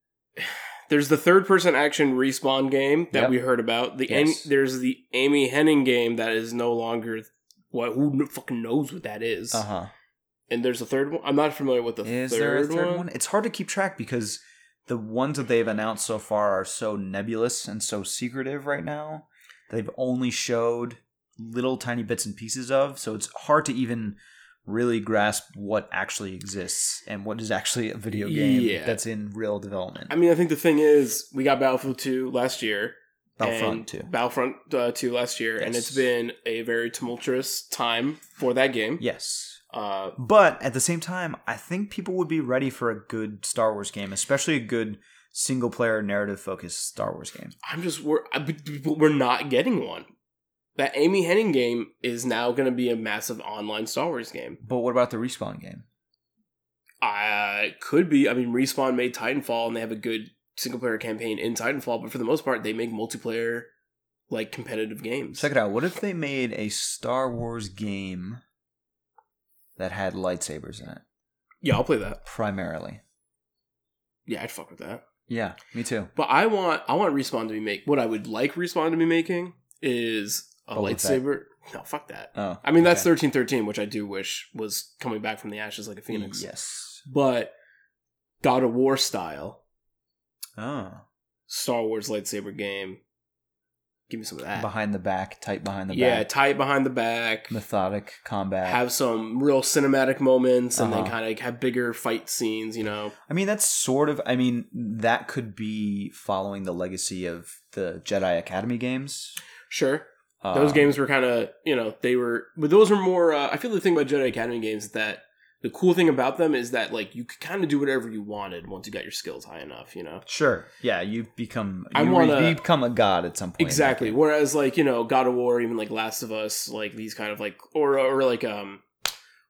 Speaker 2: there's the third person action respawn game that
Speaker 1: Yep.
Speaker 2: we heard about. The
Speaker 1: Yes.
Speaker 2: Am- there's the Amy Henning game that is no longer what who kn- fucking knows what that is.
Speaker 1: Uh huh.
Speaker 2: And there's a third one. I'm not familiar with the
Speaker 1: Is
Speaker 2: third,
Speaker 1: there a third one?
Speaker 2: one.
Speaker 1: It's hard to keep track because the ones that they've announced so far are so nebulous and so secretive right now. They've only showed little tiny bits and pieces of, so it's hard to even really grasp what actually exists and what is actually a video game
Speaker 2: Yeah.
Speaker 1: that's in real development.
Speaker 2: I mean, I think the thing is, we got Battlefield 2 last year.
Speaker 1: Battlefront
Speaker 2: and-
Speaker 1: too.
Speaker 2: Battlefront uh, 2 last year, and
Speaker 1: Yes.
Speaker 2: it's been a very tumultuous time for that game.
Speaker 1: Yes.
Speaker 2: Uh,
Speaker 1: But at the same time, I think people would be ready for a good Star Wars game, especially a good single player narrative focused Star Wars game.
Speaker 2: I'm just we're I- but- but we're not getting one. That Amy Henning game is now going to be a massive online Star Wars game.
Speaker 1: But what about the respawn game?
Speaker 2: Uh, it could be. I mean, Respawn made Titanfall, and they have a good single player campaign in Titanfall. But for the most part, they make multiplayer like competitive games.
Speaker 1: Check it out. What if they made a Star Wars game that had lightsabers in it,
Speaker 2: Yeah, I'll play that.
Speaker 1: primarily?
Speaker 2: Yeah, I'd fuck with that.
Speaker 1: Yeah, me too.
Speaker 2: But I want I want Respawn to be make. What I would like Respawn to be making is a
Speaker 1: Boba Fett.
Speaker 2: lightsaber. No, fuck that.
Speaker 1: Oh,
Speaker 2: I mean, that's
Speaker 1: okay.
Speaker 2: thirteen thirteen, which I do wish was coming back from the ashes like a phoenix.
Speaker 1: Yes.
Speaker 2: but God of War style
Speaker 1: Oh,
Speaker 2: Star Wars lightsaber game. Give me some of that.
Speaker 1: behind the back, tight behind the
Speaker 2: Ah. yeah,
Speaker 1: back,
Speaker 2: tie it behind the back.
Speaker 1: methodic combat.
Speaker 2: Have some real cinematic moments, and
Speaker 1: Uh-huh.
Speaker 2: then kind of have bigger fight scenes. You know,
Speaker 1: I mean, that's sort of. I mean, that could be following the legacy of the Jedi Academy games.
Speaker 2: sure. Those
Speaker 1: Um,
Speaker 2: games were kind of you know they were, but those are more. Uh, I feel the thing about Jedi Academy games is that the cool thing about them is that like you could kind of do whatever you wanted once you got your skills high enough. You know,
Speaker 1: Sure. Yeah, you become. You
Speaker 2: I wanna-
Speaker 1: re- you become a god at some point.
Speaker 2: Exactly. Whereas like, you know, God of War, even like Last of Us, like these kind of like or or like um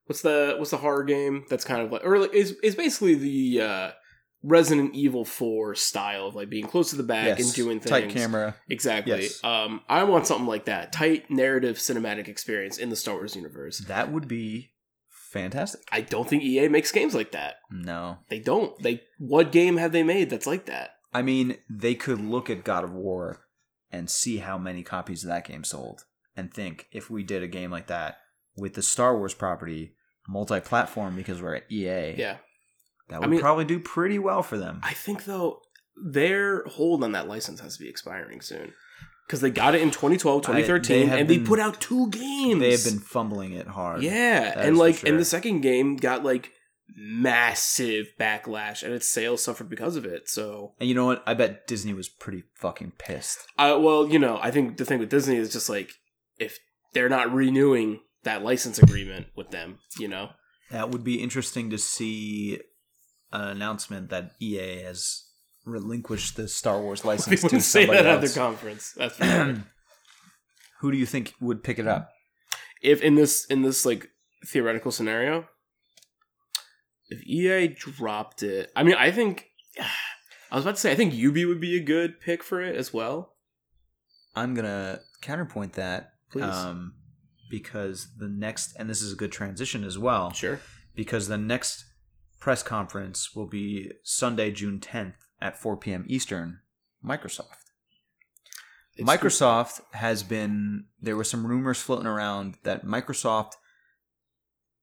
Speaker 2: what's the what's the horror game that's kind of like or like, is is basically the uh Resident Evil 4 style of like being close to the back and doing things.
Speaker 1: tight camera.
Speaker 2: Exactly.
Speaker 1: Yes.
Speaker 2: Um I want something like that. Tight narrative cinematic experience in the Star Wars universe.
Speaker 1: That would be fantastic.
Speaker 2: I don't think EA makes games like that.
Speaker 1: No.
Speaker 2: They don't. They what game have they made that's like that?
Speaker 1: I mean, they could look at God of War and see how many copies of that game sold and think if we did a game like that with the Star Wars property, multi platform because we're at EA,
Speaker 2: Yeah.
Speaker 1: that
Speaker 2: I
Speaker 1: would
Speaker 2: mean-
Speaker 1: probably do pretty well for them.
Speaker 2: I think though their hold on that license has to be expiring soon. Cuz they got it in 2012,
Speaker 1: I- they
Speaker 2: 2013
Speaker 1: have
Speaker 2: and
Speaker 1: been-
Speaker 2: they put out two games.
Speaker 1: they have been fumbling it hard.
Speaker 2: Yeah,
Speaker 1: That is
Speaker 2: and
Speaker 1: for
Speaker 2: like and
Speaker 1: sure.
Speaker 2: the second game got like massive backlash and its sales suffered because of it. So
Speaker 1: And you know what? I bet Disney was pretty fucking pissed.
Speaker 2: I well, you know, I think the thing with Disney is just like if they're not renewing that license agreement with them, you know.
Speaker 1: That would be interesting to see an announcement that EA has relinquished the Star Wars license to
Speaker 2: wouldn't say that
Speaker 1: somebody
Speaker 2: at their
Speaker 1: else.
Speaker 2: conference. That's for sure.
Speaker 1: Who do you think would pick it up?
Speaker 2: if in this in this like theoretical scenario, if EA dropped it, I mean, I think I was about to say I think UB would be a good pick for it as well.
Speaker 1: I'm gonna counterpoint that,
Speaker 2: Please.
Speaker 1: um, because the next, and this is a good transition as well,
Speaker 2: Sure.
Speaker 1: because the next press conference will be Sunday, June 10th at 4 p.m. Eastern. Microsoft.
Speaker 2: It's-
Speaker 1: Microsoft has been there were some rumors floating around that Microsoft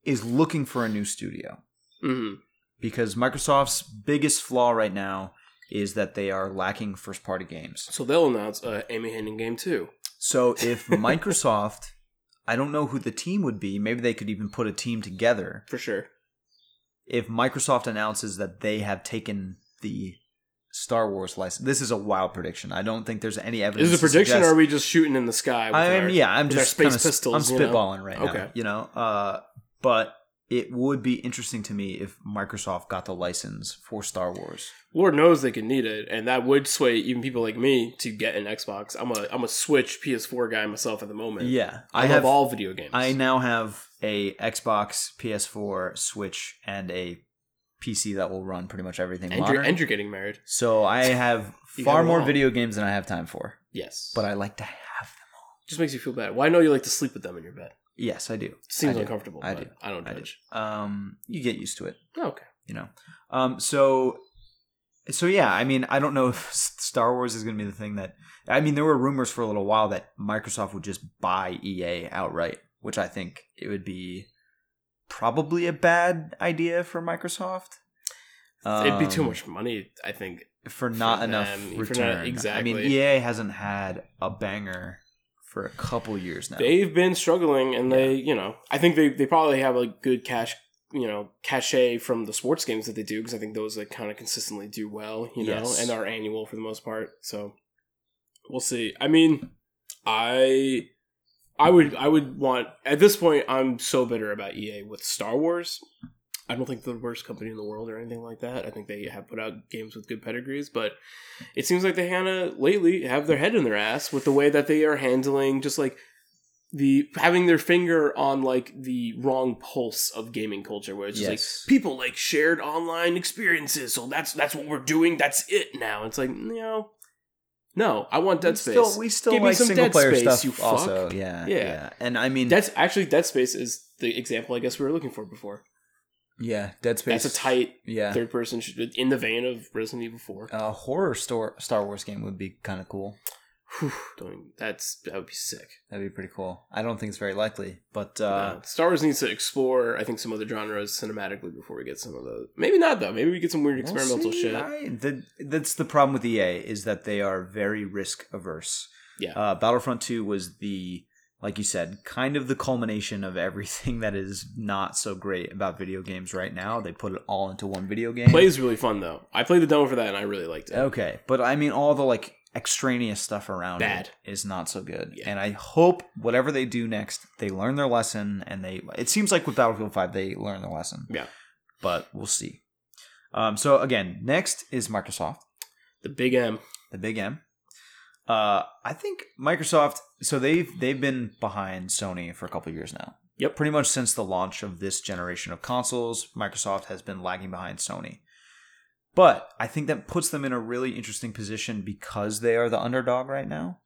Speaker 1: is looking for a new studio
Speaker 2: Mhm.
Speaker 1: because Microsoft's biggest flaw right now is that they are lacking first party games.
Speaker 2: So they'll announce uh, Amy Henning game too.
Speaker 1: So if Microsoft, I don't know who the team would be, maybe they could even put a team together.
Speaker 2: for sure.
Speaker 1: If Microsoft announces that they have taken the Star Wars license, this is a wild prediction. I don't think there's any evidence.
Speaker 2: Is it a
Speaker 1: to
Speaker 2: prediction
Speaker 1: suggest-
Speaker 2: or are we just shooting in the sky? With
Speaker 1: I'm
Speaker 2: our-
Speaker 1: yeah, I'm
Speaker 2: with our
Speaker 1: just
Speaker 2: space
Speaker 1: kinda, s-
Speaker 2: pistols,
Speaker 1: I'm
Speaker 2: you know?
Speaker 1: spitballing right now.
Speaker 2: Okay.
Speaker 1: You know, uh, but it would be interesting to me if Microsoft got the license for Star Wars.
Speaker 2: Lord knows they could need it, and that would sway even people like me to get an Xbox. I'm a I'm a Switch PS4 guy myself at the moment.
Speaker 1: Yeah,
Speaker 2: I,
Speaker 1: I
Speaker 2: love
Speaker 1: have.
Speaker 2: all video games.
Speaker 1: I now have a Xbox, PS4, Switch, and a PC that will run pretty much everything
Speaker 2: and you're,
Speaker 1: modern.
Speaker 2: and you're getting married.
Speaker 1: so I have
Speaker 2: You
Speaker 1: far
Speaker 2: got it
Speaker 1: more
Speaker 2: all.
Speaker 1: video games than I have time for,
Speaker 2: Yes,
Speaker 1: but I like to have them.
Speaker 2: just makes you feel bad. Well, I know you like to sleep with them in your bed.
Speaker 1: Yes, I do. I
Speaker 2: Seems
Speaker 1: do.
Speaker 2: uncomfortable.
Speaker 1: I
Speaker 2: I but
Speaker 1: do.
Speaker 2: I don't
Speaker 1: I do.
Speaker 2: judge.
Speaker 1: Um, you get used to it.
Speaker 2: Oh, okay.
Speaker 1: you know. Um, so, so yeah, I mean, I don't know if Star Wars is going to be the thing that. I mean, there were rumors for a little while that Microsoft would just buy EA outright, which I think it would be probably a bad idea for Microsoft.
Speaker 2: It'd be too
Speaker 1: Um,
Speaker 2: much money, I think.
Speaker 1: for not
Speaker 2: for
Speaker 1: enough
Speaker 2: them, for not-
Speaker 1: return. I mean,
Speaker 2: exactly.
Speaker 1: EA hasn't had a banger for a couple years now.
Speaker 2: They've been struggling, and they, you know, I think they, they probably have a good cash, you know, cachet from the sports games that they do because I think those like kind of consistently do well, you know,
Speaker 1: Yes.
Speaker 2: and are annual for the most part. So we'll see. I mean, I I would I would want at this point I'm so bitter about EA with Star Wars. I don't think they're the worst company in the world or anything like that. I think they have put out games with good pedigrees, but it seems like they kinda lately have their head in their ass with the way that they are handling just like the having their finger on like the wrong pulse of gaming culture where it's just
Speaker 1: Yes.
Speaker 2: like people like shared online experiences, so that's that's what we're doing, that's it now. It's like, no. No, I want Dead
Speaker 1: we
Speaker 2: Space.
Speaker 1: Still, we still
Speaker 2: Give me
Speaker 1: like
Speaker 2: some
Speaker 1: single
Speaker 2: Dead
Speaker 1: player
Speaker 2: Space,
Speaker 1: stuff.
Speaker 2: you fuck.
Speaker 1: also, yeah,
Speaker 2: Yeah.
Speaker 1: yeah, and I mean,
Speaker 2: That's actually Dead Space is the example I guess we were looking for before.
Speaker 1: yeah, Dead Space.
Speaker 2: That's a tight
Speaker 1: yeah.
Speaker 2: third person sh- in the vein of Resident Evil Four.
Speaker 1: a horror store, Star Wars game would be kind of cool.
Speaker 2: Whew, don't even- that's that would be sick.
Speaker 1: That'd be pretty cool. I don't think it's very likely, but uh,
Speaker 2: Uh, Star Wars needs to explore, I think, some other genres cinematically before we get some of those. Maybe not though. Maybe we get some weird
Speaker 1: we'll
Speaker 2: experimental
Speaker 1: see.
Speaker 2: shit.
Speaker 1: I- the- that's the problem with EA is that they are very risk averse.
Speaker 2: Yeah.
Speaker 1: Uh, Battlefront Two was the, like you said, kind of the culmination of everything that is not so great about video games right now. They put it all into one video game.
Speaker 2: Play is really fun though. I played the demo for that and I really liked it.
Speaker 1: Okay, but I mean, all the like extraneous stuff around
Speaker 2: Bad.
Speaker 1: it is not so good.
Speaker 2: Yeah.
Speaker 1: And I hope whatever they do next, they learn their lesson. And they, it seems like with Battlefield Five, they learn their lesson.
Speaker 2: Yeah.
Speaker 1: but we'll see. Um, so again, next is Microsoft,
Speaker 2: The Big M.
Speaker 1: the big M. Uh, I think Microsoft. So they've they've been behind Sony for a couple of years now.
Speaker 2: Yep.
Speaker 1: Pretty much since the launch of this generation of consoles, Microsoft has been lagging behind Sony. But I think that puts them in a really interesting position because they are the underdog right now.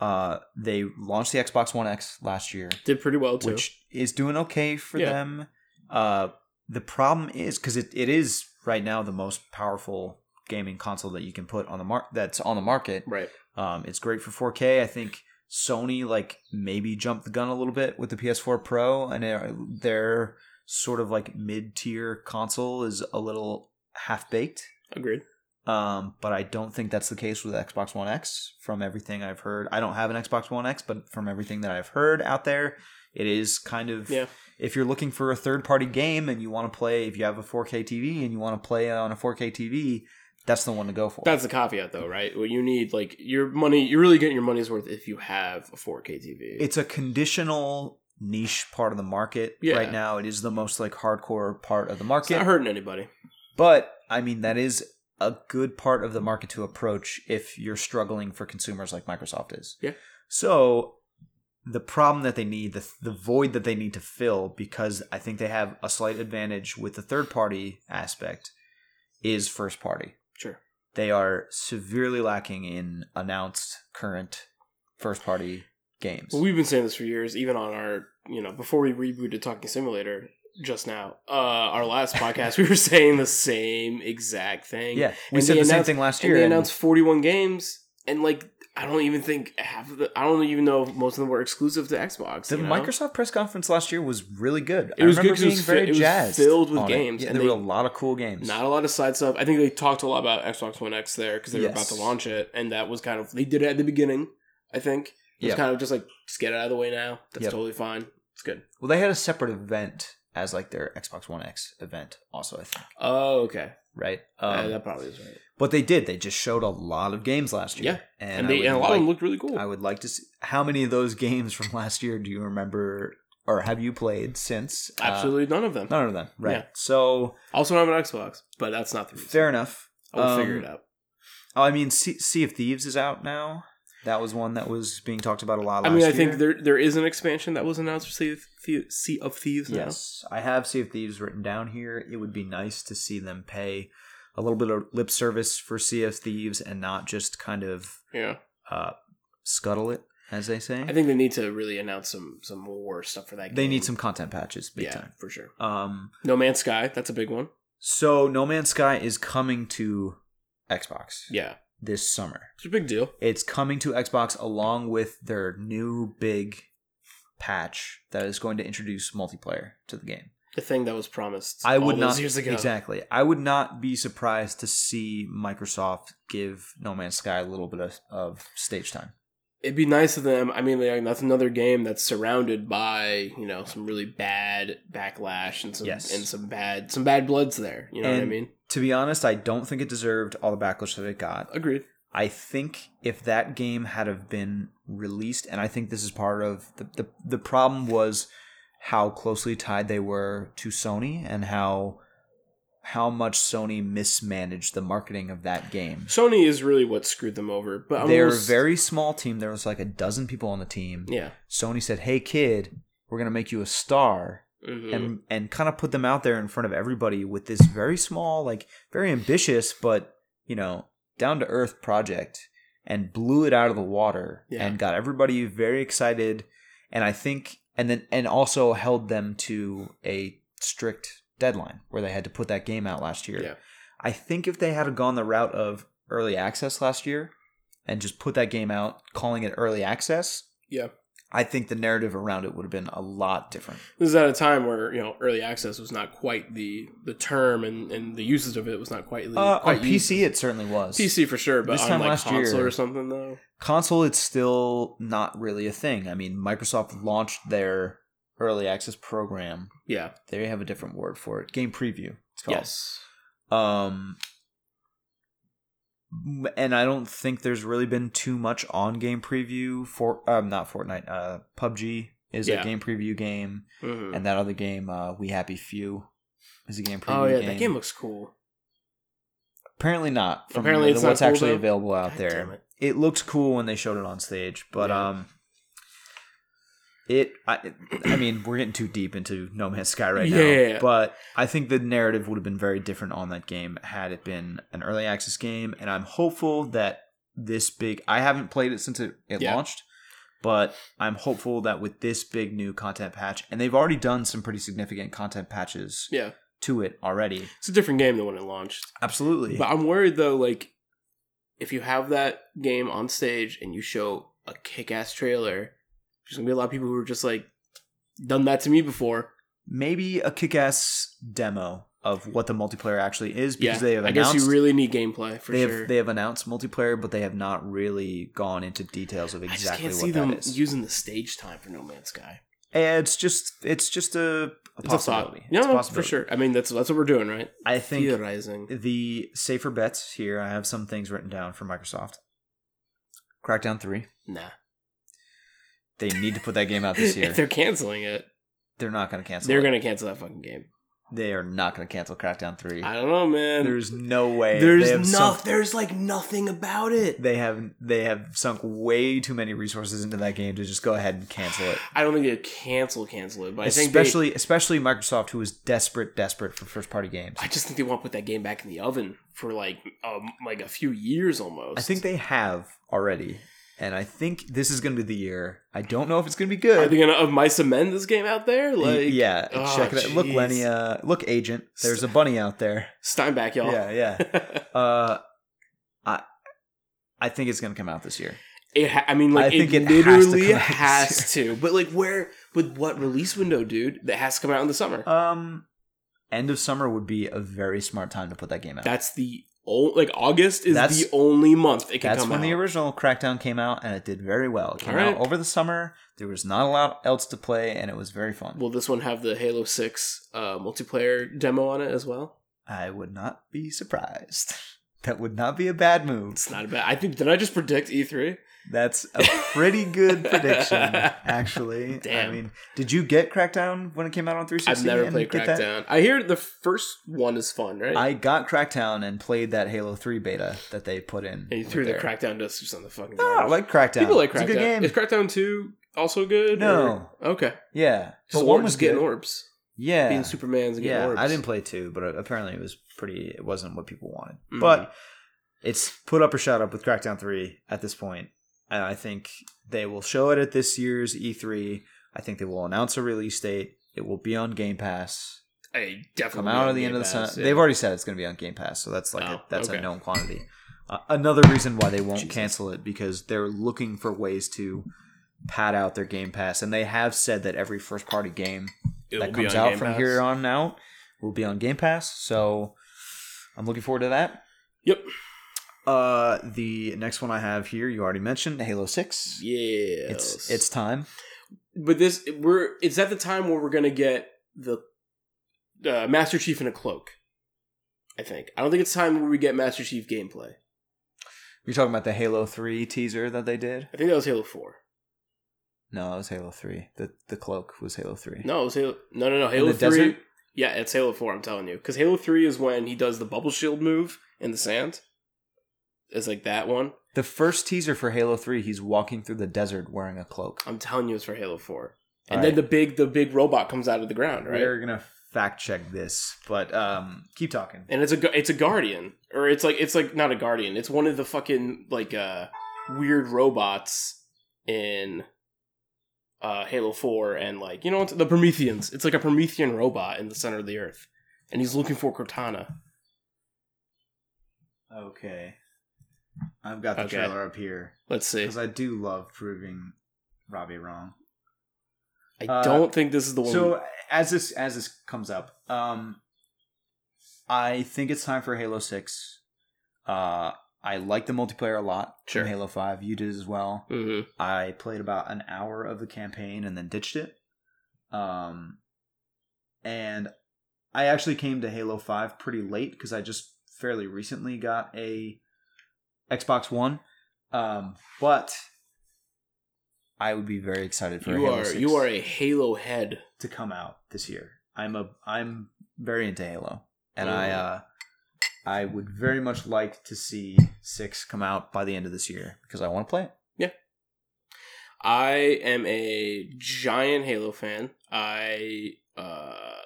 Speaker 1: Uh, they launched the Xbox One X last year,
Speaker 2: Did pretty well too.
Speaker 1: which is doing okay for
Speaker 2: Yeah.
Speaker 1: them. Uh, the problem is because it, it is right now the most powerful gaming console that you can put on the market that's on the market.
Speaker 2: Right.
Speaker 1: Um, it's great for 4K. I think Sony like maybe jumped the gun a little bit with the PS4 Pro, and their, their sort of like mid tier console is a little half baked.
Speaker 2: Agreed.
Speaker 1: Um, but I don't think that's the case with Xbox One X. From everything I've heard, I don't have an Xbox One X, but from everything that I've heard out there, it is kind of
Speaker 2: Yeah.
Speaker 1: if you're looking for a third party game and you want to play, if you have a 4K TV and you want to play on a 4K TV, that's the one to go for.
Speaker 2: That's the caveat, though, right? Well, you need like your money. You're really getting your money's worth if you have a 4K TV.
Speaker 1: it's a conditional niche part of the market
Speaker 2: Yeah.
Speaker 1: right now. It is the most like hardcore part of the
Speaker 2: It's
Speaker 1: market.
Speaker 2: not hurting anybody.
Speaker 1: But I mean, that is a good part of the market to approach if you're struggling for consumers like Microsoft is.
Speaker 2: Yeah.
Speaker 1: So the problem that they need, the, the void that they need to fill, because I think they have a slight advantage with the third party aspect, is first party.
Speaker 2: Sure.
Speaker 1: They are severely lacking in announced current first party games.
Speaker 2: Well, we've been saying this for years, even on our, you know, before we rebooted Talking Simulator just now, uh, our last podcast, we were saying the same exact thing.
Speaker 1: yeah, we
Speaker 2: and
Speaker 1: said
Speaker 2: they
Speaker 1: the same
Speaker 2: announced-
Speaker 1: thing last
Speaker 2: And
Speaker 1: year.
Speaker 2: they
Speaker 1: and-
Speaker 2: announced 41 games, and like, I don't even think half of the, I don't even know if most of them were exclusive to Xbox.
Speaker 1: The
Speaker 2: you know?
Speaker 1: Microsoft press conference last year was really good.
Speaker 2: It was
Speaker 1: I
Speaker 2: good
Speaker 1: remember
Speaker 2: 'cause it
Speaker 1: being
Speaker 2: was fi-
Speaker 1: very
Speaker 2: it was
Speaker 1: jazzed
Speaker 2: filled with
Speaker 1: on it.
Speaker 2: games,
Speaker 1: Yeah,
Speaker 2: and
Speaker 1: there
Speaker 2: they-
Speaker 1: were a lot of cool games.
Speaker 2: Not a lot of side stuff. I think they talked a lot about Xbox One X there because they were
Speaker 1: Yes.
Speaker 2: about to launch it, and that was kind of they did it at the beginning. I think it was
Speaker 1: Yeah.
Speaker 2: kind of just like just get it out of the way now. That's
Speaker 1: Yep.
Speaker 2: totally fine. It's good.
Speaker 1: well, they had a separate event as like their Xbox One X event, also I think,
Speaker 2: Oh, okay.
Speaker 1: right?
Speaker 2: Uh,
Speaker 1: Um,
Speaker 2: that probably is right.
Speaker 1: but they did. They just showed a lot of games last year.
Speaker 2: Yeah.
Speaker 1: and,
Speaker 2: And,
Speaker 1: I
Speaker 2: they,
Speaker 1: would
Speaker 2: and a lot of them
Speaker 1: like-
Speaker 2: looked really cool.
Speaker 1: I would like to see how many of those games from last year do you remember or have you played since? Uh,
Speaker 2: Absolutely none of them.
Speaker 1: none of them. Right.
Speaker 2: Yeah.
Speaker 1: So
Speaker 2: Also, not an Xbox, but that's not the reason.
Speaker 1: fair enough.
Speaker 2: I will figure
Speaker 1: Um,
Speaker 2: it out.
Speaker 1: Oh, I mean, sea, sea of Thieves is out now. That was one that was being talked about a lot.
Speaker 2: I
Speaker 1: Last
Speaker 2: mean, I
Speaker 1: year.
Speaker 2: think there there is an expansion that was announced for Sea of, Thie- sea of Thieves. Now.
Speaker 1: Yes, I have Sea of Thieves written down here. It would be nice to see them pay a little bit of lip service for Sea of Thieves and not just kind of
Speaker 2: Yeah.
Speaker 1: uh, scuttle it, as they say.
Speaker 2: I think they need to really announce some some more stuff for that.
Speaker 1: they
Speaker 2: game.
Speaker 1: need some content patches, big
Speaker 2: yeah
Speaker 1: time.
Speaker 2: for sure.
Speaker 1: Um,
Speaker 2: No Man's Sky. That's a big one.
Speaker 1: so No Man's Sky is coming to Xbox
Speaker 2: Yeah.
Speaker 1: this summer.
Speaker 2: It's a big deal.
Speaker 1: It's coming to Xbox along with their new big patch that is going to introduce multiplayer to the game.
Speaker 2: The thing that was promised.
Speaker 1: I would
Speaker 2: all
Speaker 1: not
Speaker 2: those years ago.
Speaker 1: exactly. I would not be surprised to see Microsoft give No Man's Sky a little bit of, of stage time.
Speaker 2: It'd be nice of them. I mean, like, that's another game that's surrounded by you know some really bad backlash and some
Speaker 1: Yes.
Speaker 2: and some bad some bad bloods there. You know what I
Speaker 1: And-
Speaker 2: mean?
Speaker 1: To be honest, I don't think it deserved all the backlash that it got.
Speaker 2: Agreed.
Speaker 1: I think if that game had have been released, and I think this is part of the the, the problem was how closely tied they were to Sony and how how much Sony mismanaged the marketing of that game.
Speaker 2: Sony is really what screwed them over. But I'm
Speaker 1: They're a
Speaker 2: almost-
Speaker 1: very small team. There was like a dozen people on the team.
Speaker 2: yeah.
Speaker 1: Sony said, "Hey kid, we're gonna make you a star,"
Speaker 2: Mhm.
Speaker 1: and and kind of put them out there in front of everybody with this very small, like very ambitious, but you know, down to earth project, and blew it out of the water
Speaker 2: Yeah.
Speaker 1: and got everybody very excited, and I think, and then and also held them to a strict deadline where they had to put that game out last year.
Speaker 2: Yeah.
Speaker 1: I think if they had gone the route of early access last year and just put that game out, calling it early access,
Speaker 2: yeah.
Speaker 1: I think the narrative around it would have been a lot different.
Speaker 2: This is at a time where you know early access was not quite the the term and and the usage of it was not quite, the,
Speaker 1: Uh, on
Speaker 2: quite used.
Speaker 1: PC, it certainly was.
Speaker 2: PC for sure, but
Speaker 1: This
Speaker 2: on
Speaker 1: time
Speaker 2: like
Speaker 1: last
Speaker 2: console
Speaker 1: year-
Speaker 2: or something though.
Speaker 1: Console, it's still not really a thing. I mean, Microsoft launched their early access program.
Speaker 2: Yeah.
Speaker 1: They have a different word for it. Game preview. It's called.
Speaker 2: Yes.
Speaker 1: Um, and I don't think there's really been too much on game preview for um not Fortnite. Uh, PUBG is
Speaker 2: Yeah.
Speaker 1: a game preview game,
Speaker 2: Mhm.
Speaker 1: and that other game, uh, We Happy Few, is a game preview.
Speaker 2: Oh yeah,
Speaker 1: game.
Speaker 2: that game looks cool.
Speaker 1: Apparently not. From
Speaker 2: Apparently
Speaker 1: Apparently,
Speaker 2: it's not
Speaker 1: what's
Speaker 2: cool,
Speaker 1: actually
Speaker 2: though.
Speaker 1: available out
Speaker 2: God damn
Speaker 1: there.
Speaker 2: it.
Speaker 1: It. looked cool when they showed it on stage, but
Speaker 2: Yeah.
Speaker 1: um, it. I, I mean, we're getting too deep into No Man's Sky right now.
Speaker 2: Yeah.
Speaker 1: But I think the narrative would have been very different on that game had it been an early access game, and I'm hopeful that this big. I haven't played it since it, it
Speaker 2: Yeah.
Speaker 1: launched, But I'm hopeful that with this big new content patch, and they've already done some pretty significant content patches
Speaker 2: Yeah.
Speaker 1: to it already.
Speaker 2: It's a different game than when it launched.
Speaker 1: Absolutely.
Speaker 2: But I'm worried though, like if you have that game on stage and you show a kick ass trailer, there's gonna be a lot of people who are just like done that to me before.
Speaker 1: Maybe a kick ass demo of what the multiplayer actually is because
Speaker 2: yeah,
Speaker 1: they have
Speaker 2: I
Speaker 1: announced
Speaker 2: guess you really need gameplay for
Speaker 1: they
Speaker 2: sure.
Speaker 1: have they have announced multiplayer, but they have not really gone into details of
Speaker 2: I just
Speaker 1: exactly
Speaker 2: can't
Speaker 1: what
Speaker 2: see
Speaker 1: that
Speaker 2: them
Speaker 1: is.
Speaker 2: using the stage time for No Man's Sky.
Speaker 1: it's just it's just a, a
Speaker 2: It's a thought.
Speaker 1: possibility.
Speaker 2: No,
Speaker 1: It's a
Speaker 2: no, for
Speaker 1: possibility.
Speaker 2: sure. I mean, that's that's what we're doing, right?
Speaker 1: I think
Speaker 2: Theorizing.
Speaker 1: the safer bets here. I have some things written down for Microsoft. Crackdown three.
Speaker 2: Nah.
Speaker 1: They need to put that game out this year.
Speaker 2: if they're canceling it,
Speaker 1: They're not going to cancel.
Speaker 2: they're
Speaker 1: it.
Speaker 2: gonna cancel that fucking game.
Speaker 1: They are not going to cancel Crackdown three.
Speaker 2: I don't know, man.
Speaker 1: There's no way.
Speaker 2: there's
Speaker 1: They
Speaker 2: no,
Speaker 1: have sunk-
Speaker 2: there's like nothing about it.
Speaker 1: they have they have sunk way too many resources into that game to just go ahead and cancel it.
Speaker 2: I don't think they cancel cancel it, but I think they,
Speaker 1: especially especially Microsoft, who is desperate, desperate for first party games.
Speaker 2: I just think they want to put that game back in the oven for like um, like a few years almost.
Speaker 1: I think they have already, and I think this is going to be the year. I don't know if it's going to be
Speaker 2: are
Speaker 1: good.
Speaker 2: they gonna of my cement this game out there? Like
Speaker 1: yeah,
Speaker 2: oh,
Speaker 1: check it out. Look,
Speaker 2: jeez.
Speaker 1: Lenia. Look, Agent. There's a bunny out there.
Speaker 2: Steinback, y'all.
Speaker 1: Yeah, yeah. Uh, I I think it's going to come out this year.
Speaker 2: it ha- I mean, like
Speaker 1: I think
Speaker 2: it,
Speaker 1: it has to
Speaker 2: literally
Speaker 1: come out
Speaker 2: has,
Speaker 1: this
Speaker 2: to, but like where? With what release window, dude? That has to come out in the summer.
Speaker 1: Um, end of summer would be a very smart time to put that game out.
Speaker 2: That's the only like August is
Speaker 1: That's-
Speaker 2: the only month it can
Speaker 1: That's
Speaker 2: come
Speaker 1: when
Speaker 2: out.
Speaker 1: the original Crackdown came out, and it did very well. It came
Speaker 2: All right.
Speaker 1: out over the summer. There was not a lot else to play, and it was very fun.
Speaker 2: Will this one have the Halo Six uh, multiplayer demo on it as well?
Speaker 1: I would not be surprised. That would not be a bad move.
Speaker 2: It's not a bad. I think did I just predict E three?
Speaker 1: That's a pretty good prediction, actually.
Speaker 2: Damn.
Speaker 1: I mean, did you get Crackdown when it came out on 360?
Speaker 2: I've never
Speaker 1: and
Speaker 2: played
Speaker 1: get that?
Speaker 2: Crackdown. I hear the first one is fun, right?
Speaker 1: I got Crackdown and played that Halo 3 beta that they put in.
Speaker 2: and you
Speaker 1: with
Speaker 2: threw the
Speaker 1: their-
Speaker 2: Crackdown dust on the fucking.
Speaker 1: No, I
Speaker 2: garbage.
Speaker 1: like Crackdown.
Speaker 2: people like
Speaker 1: It's
Speaker 2: Crackdown.
Speaker 1: a good game.
Speaker 2: Is Crackdown two also good?
Speaker 1: No.
Speaker 2: or- okay.
Speaker 1: yeah.
Speaker 2: So
Speaker 1: But one was
Speaker 2: getting
Speaker 1: good.
Speaker 2: orbs,
Speaker 1: Yeah.
Speaker 2: being Superman's and getting
Speaker 1: yeah,
Speaker 2: orbs.
Speaker 1: I didn't play two, but uh, apparently it was pretty. It wasn't what people wanted,
Speaker 2: Mhm.
Speaker 1: but it's put up or shut up with Crackdown three at this point. And I think they will show it at this year's E3. I think they will announce a release date. It will be on Game Pass.
Speaker 2: I definitely
Speaker 1: Come out
Speaker 2: on
Speaker 1: at the
Speaker 2: Game
Speaker 1: end of the
Speaker 2: Pass,
Speaker 1: summer.
Speaker 2: yeah.
Speaker 1: They've already said it's going to be on Game Pass, so that's like a,
Speaker 2: Oh,
Speaker 1: that's
Speaker 2: okay.
Speaker 1: a known quantity. Uh, another reason why they won't
Speaker 2: Jesus.
Speaker 1: cancel it because they're looking for ways to pad out their Game Pass, and they have said that every first party game
Speaker 2: It
Speaker 1: that
Speaker 2: will be
Speaker 1: comes
Speaker 2: on
Speaker 1: out
Speaker 2: Game
Speaker 1: from
Speaker 2: Pass.
Speaker 1: here on out will be on Game Pass. So I'm looking forward to that.
Speaker 2: Yep.
Speaker 1: Uh, the next one I have here, you already mentioned Halo Six.
Speaker 2: Yeah.
Speaker 1: It's it's time.
Speaker 2: but this we're it's at the time where we're gonna get the uh, Master Chief in a cloak. I think. I don't think it's time where we get Master Chief gameplay.
Speaker 1: You're talking about the Halo Three teaser that they did.
Speaker 2: I think that was Halo Four.
Speaker 1: No, it was Halo Three. The the cloak was Halo Three.
Speaker 2: No, it was Halo. No, no, no. Halo
Speaker 1: the
Speaker 2: Three.
Speaker 1: desert?
Speaker 2: Yeah, it's Halo Four. I'm telling you, because Halo Three is when he does the bubble shield move in the sand. It's like that one.
Speaker 1: The first teaser for Halo Three, he's walking through the desert wearing a cloak.
Speaker 2: I'm telling you, it's for Halo Four. And
Speaker 1: All
Speaker 2: then
Speaker 1: right.
Speaker 2: the big, the big robot comes out of the ground, right?
Speaker 1: We're gonna fact check this, but um, keep talking.
Speaker 2: And it's a, gu- it's a guardian, or it's like, it's like not a guardian. It's one of the fucking like uh weird robots in uh Halo Four, and like you know it's the Prometheans. It's like a Promethean robot in the center of the earth, and he's looking for Cortana.
Speaker 1: Okay, I've got the
Speaker 2: Okay.
Speaker 1: trailer up here
Speaker 2: Let's see.
Speaker 1: because I do love proving Robbie wrong.
Speaker 2: I
Speaker 1: Uh,
Speaker 2: don't think this is the one.
Speaker 1: So as this as this comes up, um, I think it's time for Halo Six. Uh, I like the multiplayer a lot.
Speaker 2: Sure.
Speaker 1: In Halo Five, you did as well.
Speaker 2: Mhm.
Speaker 1: I played about an hour of the campaign and then ditched it. Um, and I actually came to Halo Five pretty late because I just fairly recently got a Xbox One. Um, but I would be very excited for
Speaker 2: You
Speaker 1: Halo
Speaker 2: are
Speaker 1: 6
Speaker 2: you are a Halo head.
Speaker 1: to come out this year. I'm a I'm very into Halo, and I
Speaker 2: Mm.
Speaker 1: uh, I would very much like to see six come out by the end of this year because I want to play it.
Speaker 2: I am a giant Halo fan. I uh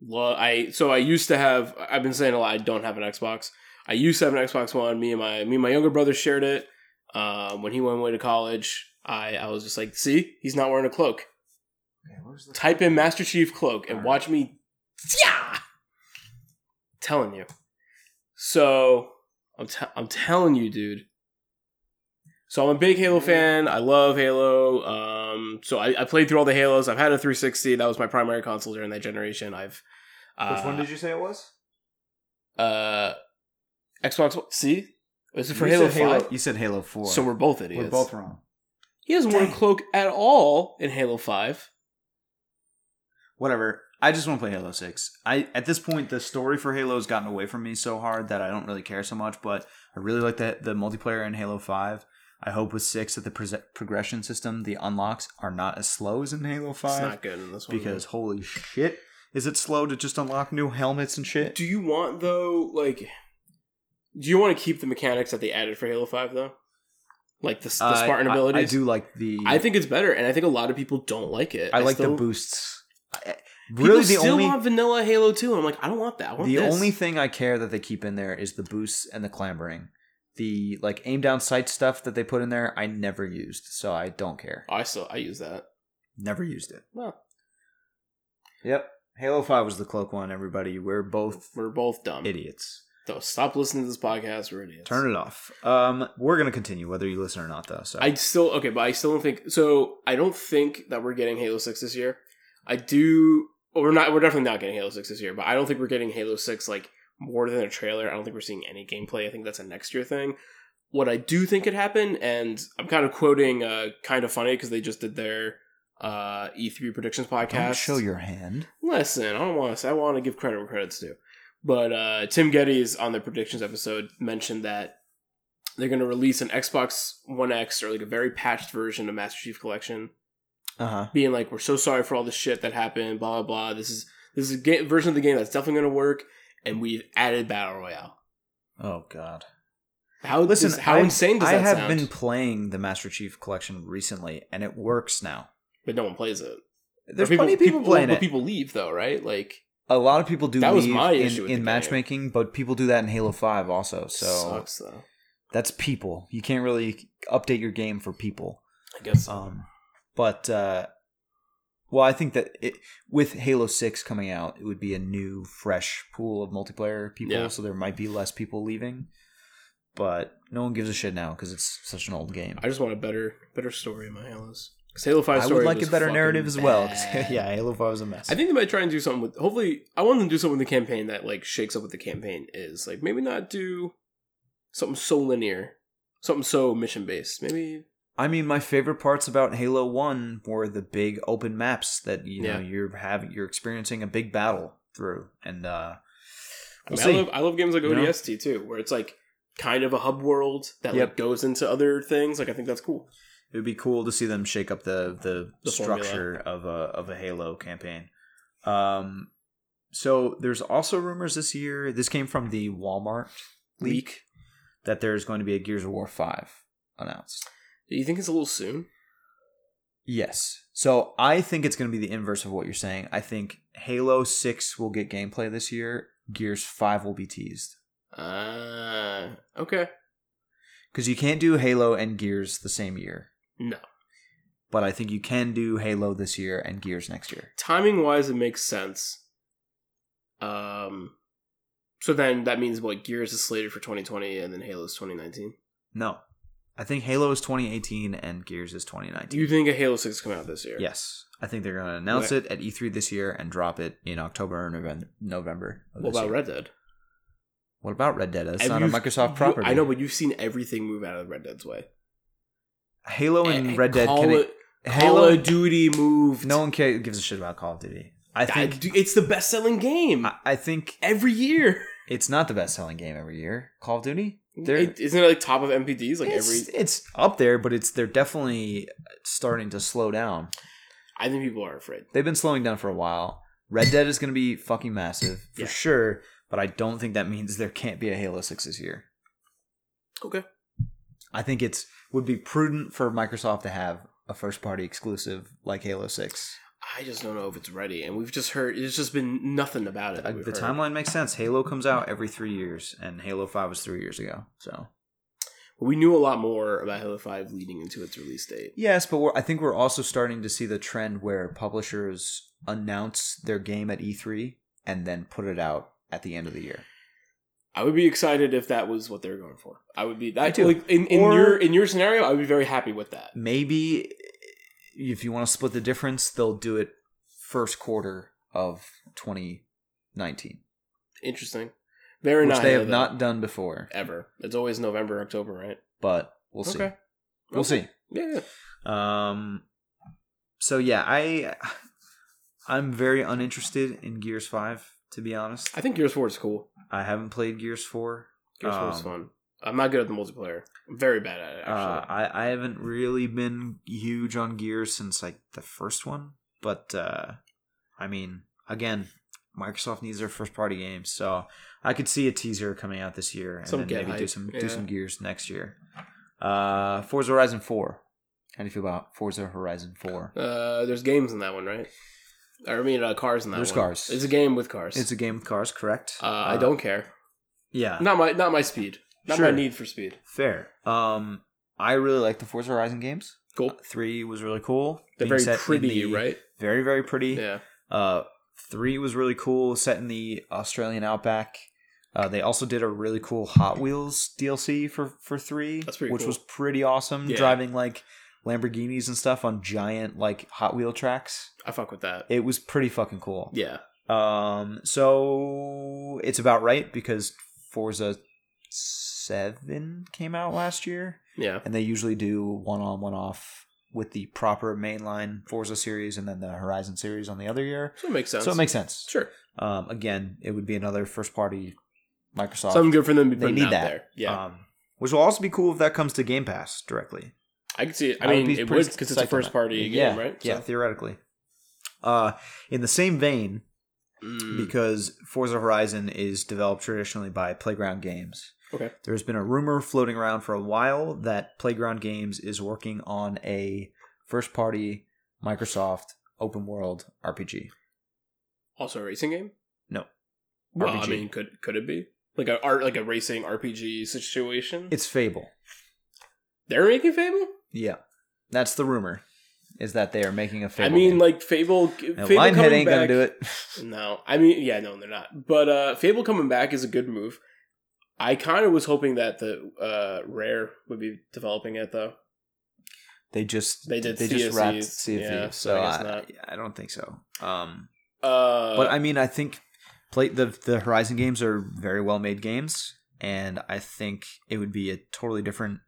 Speaker 2: love I so I used to have I've been saying a lot I don't have an Xbox. I used to have an Xbox One. Me and my me and my younger brother shared it um, when he went away to college. I I was just like, see, he's not wearing a cloak.
Speaker 1: Okay, where's the-
Speaker 2: Type in Master Chief cloak and watch me. Yeah, telling you. So I'm t- I'm telling you, dude. So I'm a big
Speaker 1: Mm-hmm.
Speaker 2: Halo fan. I love Halo. Um, so I, I played through all the Halos. I've had a 360. That was my primary console during that generation. I've uh,
Speaker 1: Which one did you say it was?
Speaker 2: uh Xbox. One- See, is it for
Speaker 1: you
Speaker 2: Halo
Speaker 1: said
Speaker 2: Five?
Speaker 1: You said Halo Four.
Speaker 2: So we're both
Speaker 1: We're
Speaker 2: idiots.
Speaker 1: both wrong.
Speaker 2: He doesn't wear a
Speaker 1: Dang.
Speaker 2: cloak at all in Halo Five.
Speaker 1: Whatever. I just want to play Halo Six. I at this point the story for Halo has gotten away from me so hard that I don't really care so much. But I really like the the multiplayer in Halo Five. I hope with six that the prese- progression system, the unlocks, are not as slow as in Halo
Speaker 2: It's
Speaker 1: Five.
Speaker 2: not good in this one
Speaker 1: because holy shit, is it slow to just unlock new helmets and shit?
Speaker 2: Do you want though, like, do you want to keep the mechanics that they added for Halo Five though, like the, the
Speaker 1: I-
Speaker 2: Spartan
Speaker 1: Uh, I- I,
Speaker 2: abilities?
Speaker 1: do like the.
Speaker 2: I think it's better, and I think a lot of people don't like it.
Speaker 1: I like
Speaker 2: still-
Speaker 1: the boosts. I-
Speaker 2: People
Speaker 1: Really, the
Speaker 2: still
Speaker 1: only
Speaker 2: want vanilla Halo Two, and I'm like, I don't want that. I want
Speaker 1: the
Speaker 2: this.
Speaker 1: only thing I care that they keep in there is the boosts and the clambering. The like aim down sight stuff that they put in there, I never used, so I don't care.
Speaker 2: I still I use that.
Speaker 1: Never used it.
Speaker 2: Well,
Speaker 1: Yep. Halo Five was the cloak one. Everybody, we're both
Speaker 2: we're both dumb.
Speaker 1: idiots.
Speaker 2: So stop listening to this podcast. We're idiots.
Speaker 1: Turn it off. Um, we're gonna continue whether you listen or not, though. So
Speaker 2: I still okay, but I still don't think so. I don't think that we're getting Halo Six this year. I do. Or we're not. We're definitely not getting Halo Six this year. But I don't think we're getting Halo Six like more than a trailer. I don't think we're seeing any gameplay. I think that's a next year thing. What I do think could happen, and I'm kind of quoting, uh, kind of funny because they just did their uh, E3 predictions podcast.
Speaker 1: don't show your hand.
Speaker 2: Listen, I don't want to. I want to give credit where credits due. But uh, Tim Geddes on the predictions episode mentioned that they're going to release an Xbox One X or like a very patched version of Master Chief Collection,
Speaker 1: Uh huh.
Speaker 2: being like, "We're so sorry for all the shit that happened." Blah blah blah. This is this is a ga- version of the game that's definitely going to work, and we've added battle royale.
Speaker 1: Oh God.
Speaker 2: How
Speaker 1: Listen,
Speaker 2: listen? how
Speaker 1: I've-
Speaker 2: insane does
Speaker 1: I
Speaker 2: that
Speaker 1: have
Speaker 2: sound?
Speaker 1: been playing the Master Chief Collection recently, and it works now.
Speaker 2: but no one plays it.
Speaker 1: There's
Speaker 2: Or
Speaker 1: plenty of people, playing
Speaker 2: but
Speaker 1: it.
Speaker 2: People leave though, right? Like
Speaker 1: a lot of people do
Speaker 2: That was
Speaker 1: leave
Speaker 2: my
Speaker 1: in,
Speaker 2: issue with
Speaker 1: in
Speaker 2: the
Speaker 1: matchmaking, but people do that in Halo Five also. So
Speaker 2: sucks though.
Speaker 1: that's people. You can't really update your game for people.
Speaker 2: I guess
Speaker 1: Um, but uh, well, I think that it, with Halo Six coming out, it would be a new, fresh pool of multiplayer people.
Speaker 2: Yeah.
Speaker 1: So there might be less people leaving, but no one gives a shit now because it's such an old game.
Speaker 2: I just want a better better story in my Halos. 'Cause Halo Five
Speaker 1: I
Speaker 2: story
Speaker 1: would like
Speaker 2: was
Speaker 1: a better
Speaker 2: fucking
Speaker 1: narrative as well. 'cause-
Speaker 2: bad.
Speaker 1: yeah, Halo Five was a mess.
Speaker 2: I think they might try and do something with. Hopefully, I want them to do something with the campaign that like shakes up what the campaign is. Like maybe not do something so linear, something so mission based. Maybe
Speaker 1: I mean, my favorite parts about Halo One were the big open maps that you know
Speaker 2: Yeah.
Speaker 1: you're having, you're experiencing a big battle through, and uh,
Speaker 2: I,
Speaker 1: we'll
Speaker 2: mean, I
Speaker 1: see.
Speaker 2: love I love games like
Speaker 1: You know?
Speaker 2: ODST too, where it's like kind of a hub world that
Speaker 1: Yep.
Speaker 2: like goes into other things. Like I think that's cool.
Speaker 1: it would be cool to see them shake up the the,
Speaker 2: The formula.
Speaker 1: structure of a of a Halo campaign. Um, so there's also rumors this year. This came from the Walmart leak
Speaker 2: Leak.
Speaker 1: that there's going to be a Gears of War Five announced.
Speaker 2: Do you think it's a little soon?
Speaker 1: Yes. So I think it's going to be the inverse of what you're saying. I think Halo Six will get gameplay this year. Gears Five will be teased.
Speaker 2: Uh okay.
Speaker 1: Because you can't do Halo and Gears the same year.
Speaker 2: No.
Speaker 1: But I think you can do Halo this year and Gears next year.
Speaker 2: timing wise it makes sense um so then that means what gears is slated for 2020 and then halo's 2019
Speaker 1: No. I think Halo is 2018 and Gears is
Speaker 2: do
Speaker 1: 2019.
Speaker 2: you think a halo 6 is coming out this year
Speaker 1: Yes. I think they're going to announce it at E3 this year and drop it in October or November. November of
Speaker 2: what
Speaker 1: this
Speaker 2: about
Speaker 1: year.
Speaker 2: red dead
Speaker 1: What about Red Dead? It's
Speaker 2: Have
Speaker 1: not a
Speaker 2: you-
Speaker 1: Microsoft
Speaker 2: you-
Speaker 1: property.
Speaker 2: i know but you've seen everything move out of red dead's way
Speaker 1: Halo Oh, and
Speaker 2: Eh,
Speaker 1: Red Dead.
Speaker 2: call
Speaker 1: Can
Speaker 2: it, call
Speaker 1: Halo.
Speaker 2: of duty moved
Speaker 1: No one ca- gives a shit about Call of Duty. I
Speaker 2: I
Speaker 1: think.
Speaker 2: do- it's the best selling game
Speaker 1: I, I think
Speaker 2: every year
Speaker 1: it's not the best selling game every year. Call of Duty. They're-
Speaker 2: is isn't it like top of mpds like every
Speaker 1: it's, it's up there, but it's they're definitely starting to slow down.
Speaker 2: i think people are afraid
Speaker 1: They've been slowing down for a while. Red Dead is going to be fucking massive for
Speaker 2: Yeah.
Speaker 1: sure, but I don't think that means there can't be a Halo Six this year.
Speaker 2: okay
Speaker 1: I think it's would be prudent for Microsoft to have a first party exclusive like Halo Six.
Speaker 2: i just don't know if it's ready and we've just heard it's just been nothing about it
Speaker 1: Uh,
Speaker 2: that we've
Speaker 1: the
Speaker 2: heard.
Speaker 1: timeline makes sense. Halo comes out every three years, and Halo Five was three years ago. So
Speaker 2: But we knew a lot more about Halo 5 leading into its release date.
Speaker 1: Yes, but we're, I think we're also starting to see the trend where publishers announce their game at E3 and then put it out at the end of the year.
Speaker 2: I would be excited if that was what they were going for. I would be
Speaker 1: I
Speaker 2: that
Speaker 1: do.
Speaker 2: like in, in
Speaker 1: Or-
Speaker 2: your in your scenario, I would be very happy with that.
Speaker 1: Maybe if you want to split the difference, they'll do it first quarter of 2019,
Speaker 2: Interesting. Very
Speaker 1: which
Speaker 2: nice.
Speaker 1: they have not done before.
Speaker 2: ever. It's always November, October, right?
Speaker 1: But we'll see.
Speaker 2: Okay.
Speaker 1: We'll see.
Speaker 2: Yeah. yeah.
Speaker 1: Um, so yeah, I I'm very uninterested in Gears Five. To be honest,
Speaker 2: I think Gears 4 is cool.
Speaker 1: I haven't played Gears Four.
Speaker 2: Gears 4 is
Speaker 1: Um,
Speaker 2: fun. I'm not good at the multiplayer. I'm very bad at it,
Speaker 1: Uh,
Speaker 2: actually.
Speaker 1: I I haven't really been huge on Gears since like the first one, but uh, I mean, again, Microsoft needs their first party games, so I could see a teaser coming out this year, and
Speaker 2: Some
Speaker 1: then
Speaker 2: get
Speaker 1: maybe do
Speaker 2: hype,
Speaker 1: some
Speaker 2: yeah.
Speaker 1: do some Gears next year. Uh, Forza Horizon Four. How do you feel about Forza Horizon Four?
Speaker 2: uh, there's games in that one, right? Or, I mean, uh, cars in that
Speaker 1: There's
Speaker 2: one.
Speaker 1: cars.
Speaker 2: It's a game with cars.
Speaker 1: It's a game with cars, correct?
Speaker 2: uh, I don't care.
Speaker 1: Yeah,
Speaker 2: Not my not my speed. Not
Speaker 1: Sure.
Speaker 2: my need for speed.
Speaker 1: fair. Um, I really like the Forza Horizon games. Uh,
Speaker 2: Cool.
Speaker 1: Three was really cool.
Speaker 2: They're
Speaker 1: Being set
Speaker 2: very
Speaker 1: in
Speaker 2: pretty,
Speaker 1: the-
Speaker 2: right?
Speaker 1: Very very pretty.
Speaker 2: Yeah.
Speaker 1: Uh, three was really cool, set in the Australian outback. Uh, they also did a really cool Hot Wheels DLC for for three,
Speaker 2: That's pretty
Speaker 1: which
Speaker 2: cool.
Speaker 1: was pretty awesome.
Speaker 2: Yeah.
Speaker 1: Driving like Lamborghinis and stuff on giant like Hot Wheel tracks,
Speaker 2: I fuck with that.
Speaker 1: it was pretty fucking cool.
Speaker 2: Yeah.
Speaker 1: Um, so it's about right because Forza Seven came out last year,
Speaker 2: Yeah.
Speaker 1: and they usually do one on one off with the proper mainline Forza series and then the Horizon series on the other year.
Speaker 2: So it makes sense.
Speaker 1: So it makes sense.
Speaker 2: sure.
Speaker 1: Um, again, it would be another first party Microsoft.
Speaker 2: Something good for them to be
Speaker 1: They
Speaker 2: putting
Speaker 1: need
Speaker 2: out
Speaker 1: that.
Speaker 2: there. Yeah.
Speaker 1: Um, which will also be cool if that comes to Game Pass directly.
Speaker 2: I can see it. I,
Speaker 1: would
Speaker 2: mean,
Speaker 1: be
Speaker 2: it
Speaker 1: pretty
Speaker 2: would because
Speaker 1: psyched
Speaker 2: it's a
Speaker 1: on
Speaker 2: first
Speaker 1: that.
Speaker 2: party
Speaker 1: yeah,
Speaker 2: game, right?
Speaker 1: Yeah,
Speaker 2: So-
Speaker 1: theoretically. Uh, in the same vein,
Speaker 2: Mm.
Speaker 1: because Forza Horizon is developed traditionally by Playground Games.
Speaker 2: Okay.
Speaker 1: There's been a rumor floating around for a while that Playground Games is working on a first party Microsoft open world RPG.
Speaker 2: also a racing game.
Speaker 1: No.
Speaker 2: Well, I
Speaker 1: RPG.
Speaker 2: mean, could could it be like a art like a racing RPG situation?
Speaker 1: It's Fable.
Speaker 2: They're making Fable.
Speaker 1: Yeah, that's the rumor. Is that they are making a Fable?
Speaker 2: I mean,
Speaker 1: game.
Speaker 2: like Fable.
Speaker 1: Now,
Speaker 2: Fable
Speaker 1: Lionhead
Speaker 2: coming
Speaker 1: ain't gonna
Speaker 2: back-
Speaker 1: do it.
Speaker 2: No, I mean, yeah, no, they're not. But uh Fable coming back is a good move. I kind of was hoping that the uh Rare would be developing it though.
Speaker 1: They just
Speaker 2: They did
Speaker 1: they
Speaker 2: Sea
Speaker 1: just
Speaker 2: of
Speaker 1: wrapped
Speaker 2: Thieves.
Speaker 1: Sea of
Speaker 2: Yeah,
Speaker 1: Thieves,
Speaker 2: so
Speaker 1: so
Speaker 2: I guess
Speaker 1: I,
Speaker 2: not.
Speaker 1: I don't think so. Um,
Speaker 2: Uh,
Speaker 1: but I mean, I think play the the Horizon games are very well made games, and I think it would be a totally different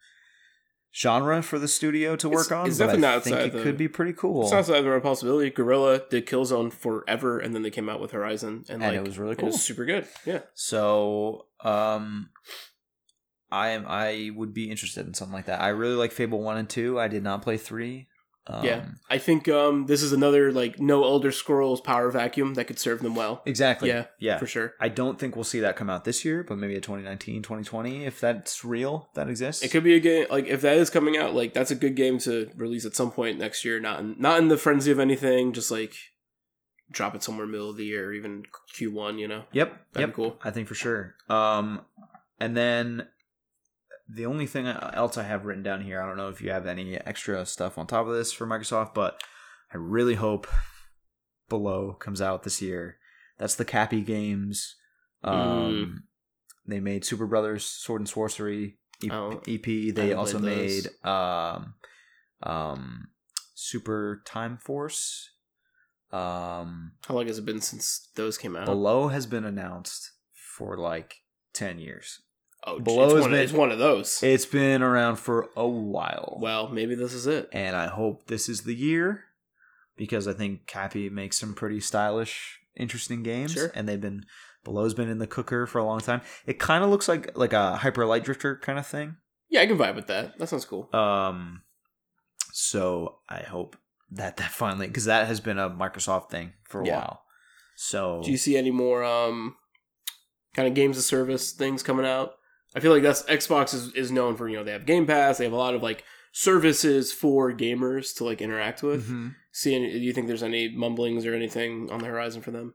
Speaker 1: genre for the studio to work
Speaker 2: It's-
Speaker 1: on.
Speaker 2: it's
Speaker 1: but
Speaker 2: definitely
Speaker 1: I
Speaker 2: not
Speaker 1: think
Speaker 2: outside
Speaker 1: it
Speaker 2: the-
Speaker 1: could be pretty cool,
Speaker 2: It sounds like a possibility. Gorilla did Killzone forever, and then they came out with Horizon, and,
Speaker 1: and
Speaker 2: like
Speaker 1: it was really
Speaker 2: it
Speaker 1: cool.
Speaker 2: was super good. Yeah,
Speaker 1: So, um, I am I would be interested in something like that. I really like Fable one and two. I did not play three. Um,
Speaker 2: Yeah. I think um, this is another like no Elder Scrolls power vacuum that could serve them well
Speaker 1: exactly.
Speaker 2: Yeah,
Speaker 1: yeah.
Speaker 2: for sure.
Speaker 1: I don't think we'll see that come out this year, but maybe at 2019, 2020, if that's real, that exists.
Speaker 2: It could be a game like if that is coming out, like that's a good game to release at some point next year. Not in, not in the frenzy of anything, just like drop it somewhere middle of the year, even Q one. You know,
Speaker 1: Yep.
Speaker 2: that'd
Speaker 1: yep.
Speaker 2: be cool.
Speaker 1: I think for sure. Um, and then the only thing else I have written down here, I don't know if you have any extra stuff on top of this for Microsoft, but I really hope Below comes out this year. That's the Cappy games.
Speaker 2: Mm.
Speaker 1: Um, They made Super Brothers Sword and Sorcery E-
Speaker 2: Oh,
Speaker 1: EP. They
Speaker 2: I
Speaker 1: also
Speaker 2: played
Speaker 1: made um, um, Super Time Force. Um,
Speaker 2: How long has it been since those came out?
Speaker 1: Below has been announced for like 10 years.
Speaker 2: oh, gee,
Speaker 1: Below
Speaker 2: it's,
Speaker 1: has
Speaker 2: one of,
Speaker 1: been-
Speaker 2: it's one of those.
Speaker 1: It's been around for a while.
Speaker 2: well, maybe this is it.
Speaker 1: and I hope this is the year because I think Cappy makes some pretty stylish, interesting games.
Speaker 2: Sure.
Speaker 1: And they've been, Below's been in the cooker for a long time. It kind of looks like like a Hyper Light Drifter kind of thing.
Speaker 2: Yeah, I can vibe with that. That sounds cool.
Speaker 1: Um, so I hope that that finally, because that has been a Microsoft thing for a
Speaker 2: Yeah.
Speaker 1: while. So
Speaker 2: Do you see any more um kind of games of service things coming out? I feel like that's Xbox is, is known for, you know, they have Game Pass, they have a lot of like services for gamers to like interact with.
Speaker 1: Mhm.
Speaker 2: See any, do you think there's any mumblings or anything on the horizon for them?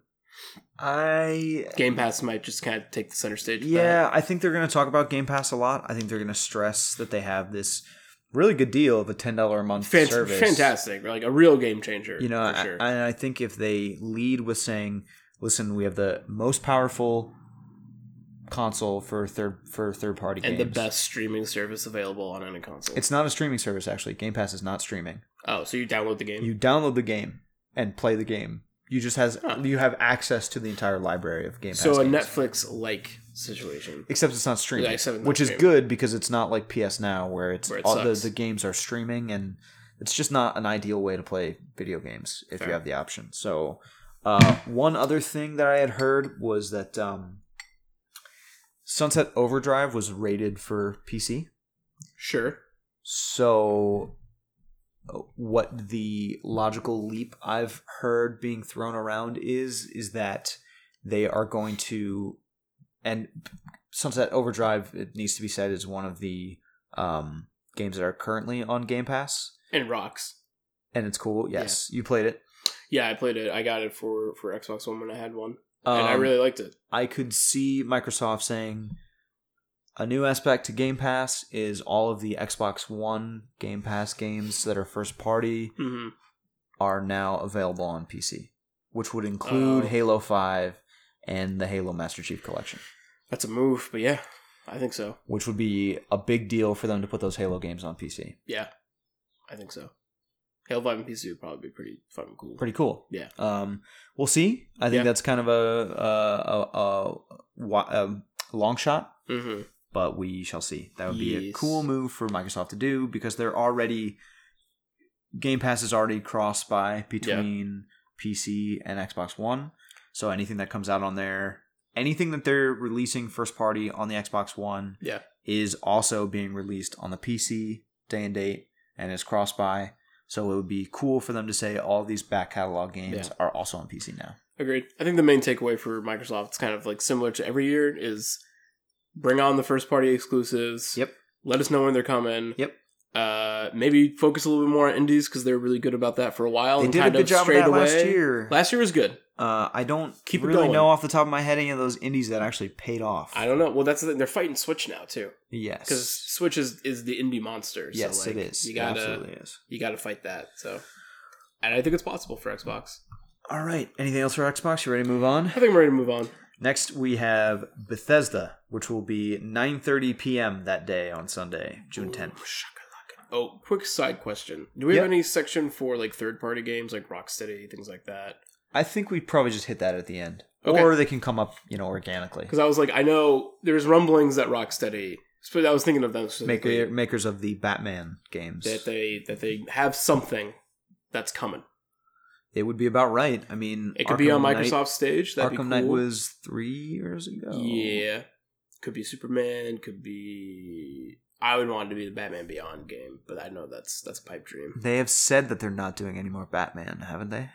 Speaker 1: I
Speaker 2: Game Pass might just kind of take the center stage. for that.
Speaker 1: yeah, I think they're going to talk about Game Pass a lot. I think they're going to stress that they have this really good deal of a ten dollar a month
Speaker 2: Fant-
Speaker 1: service.
Speaker 2: fantastic, like a real game changer.
Speaker 1: You know,
Speaker 2: for
Speaker 1: I-
Speaker 2: sure.
Speaker 1: and I think if they lead with saying, "Listen, we have the most powerful console for third for third party
Speaker 2: and
Speaker 1: games
Speaker 2: the best streaming service available on any console.
Speaker 1: It's not a streaming service actually. Game Pass is not streaming.
Speaker 2: oh, so you download the game.
Speaker 1: You download the game and play the game. You just has
Speaker 2: Huh.
Speaker 1: you have access to the entire library of Game Pass.
Speaker 2: so a
Speaker 1: games.
Speaker 2: Netflix like situation.
Speaker 1: except it's not streaming,
Speaker 2: Yeah, except it's not
Speaker 1: which is
Speaker 2: streaming.
Speaker 1: good because it's not like PS Now where it's
Speaker 2: Where it
Speaker 1: all the,
Speaker 2: sucks.
Speaker 1: the games are streaming and it's just not an ideal way to play video games if
Speaker 2: Fair.
Speaker 1: you have the option. So uh, one other thing that I had heard was that um, Sunset Overdrive was rated for PC.
Speaker 2: Sure.
Speaker 1: So uh, what the logical leap I've heard being thrown around is is that they are going to and Sunset Overdrive it needs to be said is one of the um, games that are currently on Game Pass
Speaker 2: And rocks.
Speaker 1: and it's cool. Yes, you played it.
Speaker 2: Yeah, I played it. I got it for for Xbox One when I had one, and I
Speaker 1: Um,
Speaker 2: really liked it.
Speaker 1: I could see Microsoft saying a new aspect to Game Pass is all of the Xbox One Game Pass games that are first party
Speaker 2: hmm
Speaker 1: are now available on PC, which would include
Speaker 2: Oh.
Speaker 1: Halo 5 and the Halo Master Chief Collection,
Speaker 2: That's a move, but yeah, I think so.
Speaker 1: which would be a big deal for them to put those Halo games on PC.
Speaker 2: Yeah, I think so. Halo Five and PC would probably be pretty fucking cool.
Speaker 1: Pretty cool.
Speaker 2: Yeah.
Speaker 1: Um, we'll see. I think
Speaker 2: Yeah.
Speaker 1: that's kind of a, a, a, a, wa- a long shot,
Speaker 2: hmm
Speaker 1: but we shall see. That would be a
Speaker 2: Yes.
Speaker 1: cool move for Microsoft to do because they're already Game Pass is already crossed by between PC and Xbox One. So anything that comes out on there, anything that they're releasing first party on the Xbox One,
Speaker 2: Yeah.
Speaker 1: is also being released on the PC day and date and is crossed by. So it would be cool for them to say all these back catalog games
Speaker 2: Yeah.
Speaker 1: are also on PC now.
Speaker 2: Agreed. I think the main takeaway for Microsoft is kind of like similar to every year is bring on the first party exclusives.
Speaker 1: Yep.
Speaker 2: Let us know when they're coming.
Speaker 1: Yep.
Speaker 2: Uh, maybe focus a little bit more on indies because they were really good about that for a while.
Speaker 1: They
Speaker 2: and
Speaker 1: did a
Speaker 2: kind
Speaker 1: good
Speaker 2: of
Speaker 1: job of
Speaker 2: strayed
Speaker 1: that last
Speaker 2: away.
Speaker 1: year.
Speaker 2: Last year was good.
Speaker 1: Uh, I don't
Speaker 2: Keep it
Speaker 1: really
Speaker 2: going.
Speaker 1: know off the top of my head any of those indies that actually paid off.
Speaker 2: I don't know. Well, that's the thing. They're fighting Switch now too
Speaker 1: yes,
Speaker 2: because Switch is is the indie monster.
Speaker 1: yes,
Speaker 2: so, like,
Speaker 1: it is.
Speaker 2: You gotta
Speaker 1: it absolutely is.
Speaker 2: you gotta fight that. So, and I think it's possible for Xbox.
Speaker 1: All right. Anything else for Xbox? You ready to move on?
Speaker 2: I think we're ready to move on.
Speaker 1: Next, we have Bethesda, which will be 9:30 p.m. that day on Sunday, June 10th.
Speaker 2: Ooh, shakalaka. Oh, quick side question. Do we have
Speaker 1: Yep.
Speaker 2: any section for like third party games like Rocksteady, things like that?
Speaker 1: I think we probably just hit that at the end,
Speaker 2: Okay.
Speaker 1: or they can come up, you know, organically.
Speaker 2: Because I was like, I know there's rumblings that Rocksteady, so I was thinking of them specifically,
Speaker 1: Maker, makers of the Batman games.
Speaker 2: that they that they have something that's coming.
Speaker 1: it would be about right. I mean,
Speaker 2: It could be on
Speaker 1: Arkham
Speaker 2: Microsoft
Speaker 1: Knight-
Speaker 2: stage. That'd
Speaker 1: Arkham
Speaker 2: be cool.
Speaker 1: Knight was three years ago.
Speaker 2: Yeah, could be Superman. Could be. I would want it to be the Batman Beyond game, but I know that's that's a pipe dream.
Speaker 1: They have said that they're not doing any more Batman, haven't they?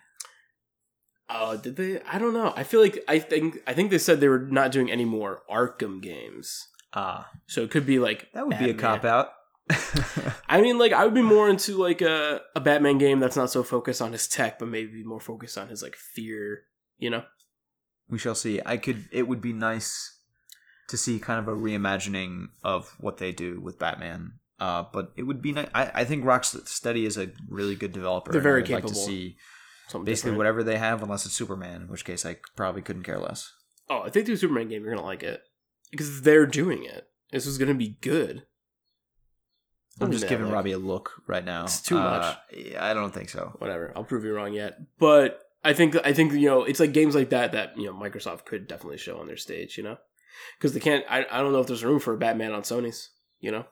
Speaker 2: Oh, did they? I don't know. I feel like I think I think they said they were not doing any more Arkham games.
Speaker 1: Ah,
Speaker 2: So it could be like
Speaker 1: that would be a
Speaker 2: Batman.
Speaker 1: cop out.
Speaker 2: I mean, like I would be more into like a a Batman game that's not so focused on his tech, but maybe more focused on his like fear. You know?
Speaker 1: we shall see. I could. It would be nice to see kind of a reimagining of what they do with Batman. Uh, but it would be nice. I, I think Rocksteady is a really good developer.
Speaker 2: They're very
Speaker 1: and I'd Like
Speaker 2: capable.
Speaker 1: to see
Speaker 2: Something
Speaker 1: basically
Speaker 2: different.
Speaker 1: whatever they have, unless it's Superman, in which case I probably couldn't care less.
Speaker 2: Oh, if they do a Superman game, you're gonna like it because they're doing it. This is gonna be good.
Speaker 1: I'm just
Speaker 2: Yeah,
Speaker 1: giving
Speaker 2: like-
Speaker 1: Robbie a look right now. Uh,
Speaker 2: It's too much.
Speaker 1: yeah, I don't think so.
Speaker 2: Whatever. I'll prove you wrong yet, but I think I think you know it's like games like that that you know Microsoft could definitely show on their stage. You know, because they can't. I I don't know if there's room for a Batman on Sony's. You know,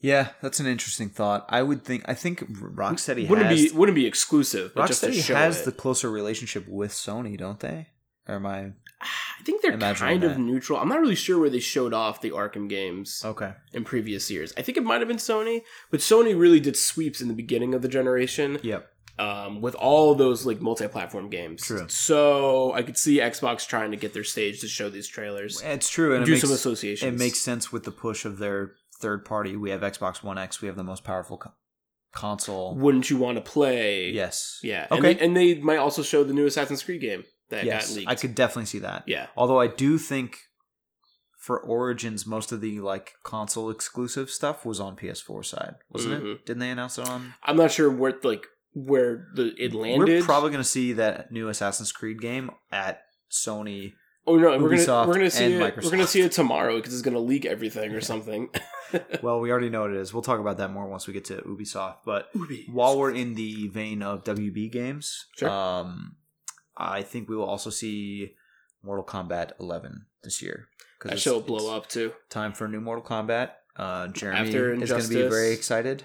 Speaker 1: Yeah, that's an interesting thought. I would think. I think Rocksteady
Speaker 2: wouldn't
Speaker 1: has
Speaker 2: be wouldn't be exclusive. But just to
Speaker 1: Rocksteady
Speaker 2: show
Speaker 1: has
Speaker 2: it.
Speaker 1: the closer relationship with Sony, don't they? Or am I
Speaker 2: I think they're
Speaker 1: Imagine
Speaker 2: kind of
Speaker 1: that. Oh.
Speaker 2: neutral. I'm not really sure where they showed off the Arkham games
Speaker 1: okay?
Speaker 2: in previous years. I think it might have been Sony, but Sony really did sweeps in the beginning of the generation
Speaker 1: Yep.
Speaker 2: um, with all those like multi-platform games.
Speaker 1: True.
Speaker 2: So I could see Xbox trying to get their stage to show these trailers,
Speaker 1: It's true, and
Speaker 2: do
Speaker 1: it
Speaker 2: some
Speaker 1: makes,
Speaker 2: associations.
Speaker 1: it makes sense with the push of their third party. We have Xbox One X. We have the most powerful co- console.
Speaker 2: Wouldn't you want to play?
Speaker 1: Yes.
Speaker 2: Yeah.
Speaker 1: Okay.
Speaker 2: And they, and they might also show the new Assassin's Creed game that
Speaker 1: yes.
Speaker 2: got leaked.
Speaker 1: I could definitely see that.
Speaker 2: Yeah.
Speaker 1: Although I do think for Origins, most of the like console exclusive stuff was on PS4 side, wasn't it?
Speaker 2: Mhm.
Speaker 1: Didn't they announce it on?
Speaker 2: I'm not sure where like where the it landed.
Speaker 1: We're probably going to see that new Assassin's Creed game at Sony.
Speaker 2: Oh no, we're
Speaker 1: Ubisoft
Speaker 2: gonna we're gonna see
Speaker 1: and
Speaker 2: it,
Speaker 1: Microsoft.
Speaker 2: we're gonna see it tomorrow because it's gonna leak everything
Speaker 1: Yeah.
Speaker 2: or something.
Speaker 1: Well, we already know what it is. We'll talk about that more once we get to Ubisoft. But while we're in the vein of WB games,
Speaker 2: Sure.
Speaker 1: um, I think we will also see Mortal Kombat 11 this year. 'Cause
Speaker 2: that
Speaker 1: it's-
Speaker 2: show will
Speaker 1: it's
Speaker 2: blow up too.
Speaker 1: Time for new Mortal Kombat. Uh, Jeremy
Speaker 2: After
Speaker 1: is going to be
Speaker 2: Injustice.
Speaker 1: very excited.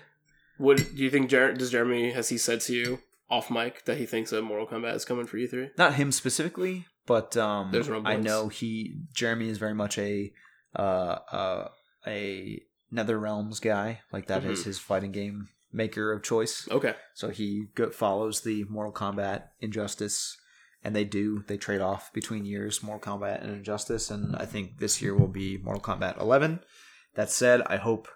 Speaker 2: What do you think? Jer- does Jeremy has he said to you off mic that he thinks that Mortal Kombat is coming for you three?
Speaker 1: Not him specifically, but um,
Speaker 2: There's
Speaker 1: I
Speaker 2: rumblings.
Speaker 1: know he Jeremy is very much a uh, uh, a Nether Realms guy. Like that is
Speaker 2: Mhm.
Speaker 1: his fighting game maker of choice.
Speaker 2: Okay,
Speaker 1: So he go- follows the Mortal Kombat Injustice, and they do they trade off between years Mortal Kombat and Injustice, and I think this year will be Mortal Kombat 11. That said, I hope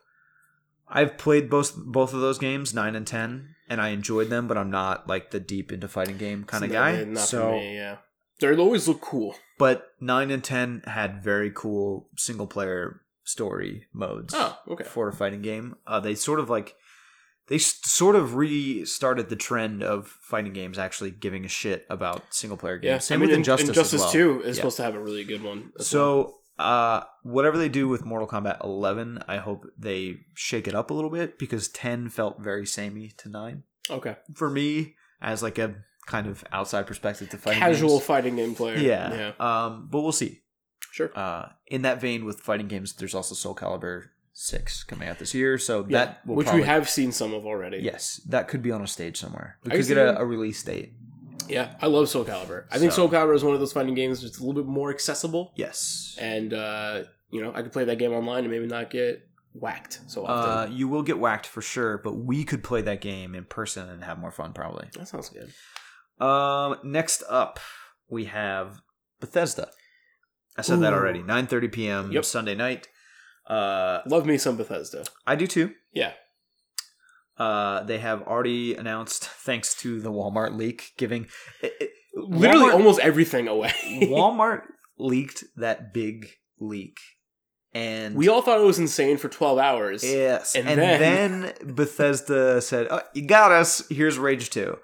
Speaker 1: I've played both both of those games nine and ten, and I enjoyed them, but I'm not like the deep into fighting game kind of
Speaker 2: So
Speaker 1: guy.
Speaker 2: not for
Speaker 1: so,
Speaker 2: me, yeah, they always look cool.
Speaker 1: but nine and ten had very cool single player story modes
Speaker 2: Oh, okay.
Speaker 1: for a fighting game. Uh, they sort of like they s- sort of restarted the trend of fighting games actually giving a shit about single player games.
Speaker 2: Yeah,
Speaker 1: Same
Speaker 2: I mean,
Speaker 1: with
Speaker 2: In-
Speaker 1: Injustice, as
Speaker 2: Injustice
Speaker 1: well.
Speaker 2: Two is
Speaker 1: Yeah.
Speaker 2: supposed to have a really good one. as well.
Speaker 1: So uh, whatever they do with Mortal Kombat 11, I hope they shake it up a little bit because 10 felt very samey to 9
Speaker 2: okay,
Speaker 1: for me as like a kind of outside perspective to fighting
Speaker 2: casual
Speaker 1: games.
Speaker 2: fighting game player.
Speaker 1: yeah.
Speaker 2: yeah,
Speaker 1: Um, but we'll see.
Speaker 2: sure.
Speaker 1: Uh, in that vein, with fighting games, there's also Soul Calibur six coming out this year, so
Speaker 2: Yeah,
Speaker 1: that will
Speaker 2: which
Speaker 1: probably
Speaker 2: we have seen some of already.
Speaker 1: Yes, that could be on a stage somewhere. We
Speaker 2: I
Speaker 1: could
Speaker 2: used
Speaker 1: get
Speaker 2: to
Speaker 1: a,
Speaker 2: do-
Speaker 1: a release date.
Speaker 2: Yeah, I love Soul Calibur. I think
Speaker 1: So-
Speaker 2: Soul Calibur is one of those fighting games that's a little bit more accessible,
Speaker 1: Yes.
Speaker 2: and uh, you know I could play that game online and maybe not get whacked so
Speaker 1: Uh,
Speaker 2: often.
Speaker 1: you will get whacked for sure, but we could play that game in person and have more fun probably.
Speaker 2: that sounds good.
Speaker 1: Um, next up, we have Bethesda. I said that
Speaker 2: Ooh.
Speaker 1: already. 9:30 p.m.
Speaker 2: Yep.
Speaker 1: Sunday night. Uh,
Speaker 2: Love me some Bethesda.
Speaker 1: I do too.
Speaker 2: Yeah.
Speaker 1: Uh, they have already announced, thanks to the Walmart leak, giving it, it-
Speaker 2: Literally
Speaker 1: Walmart-
Speaker 2: almost everything away.
Speaker 1: Walmart leaked that big leak, and
Speaker 2: we all thought it was insane for 12 hours. Yeah.
Speaker 1: Yes. And,
Speaker 2: And
Speaker 1: then,
Speaker 2: then-
Speaker 1: Bethesda said, oh, you got us. Here's Rage 2.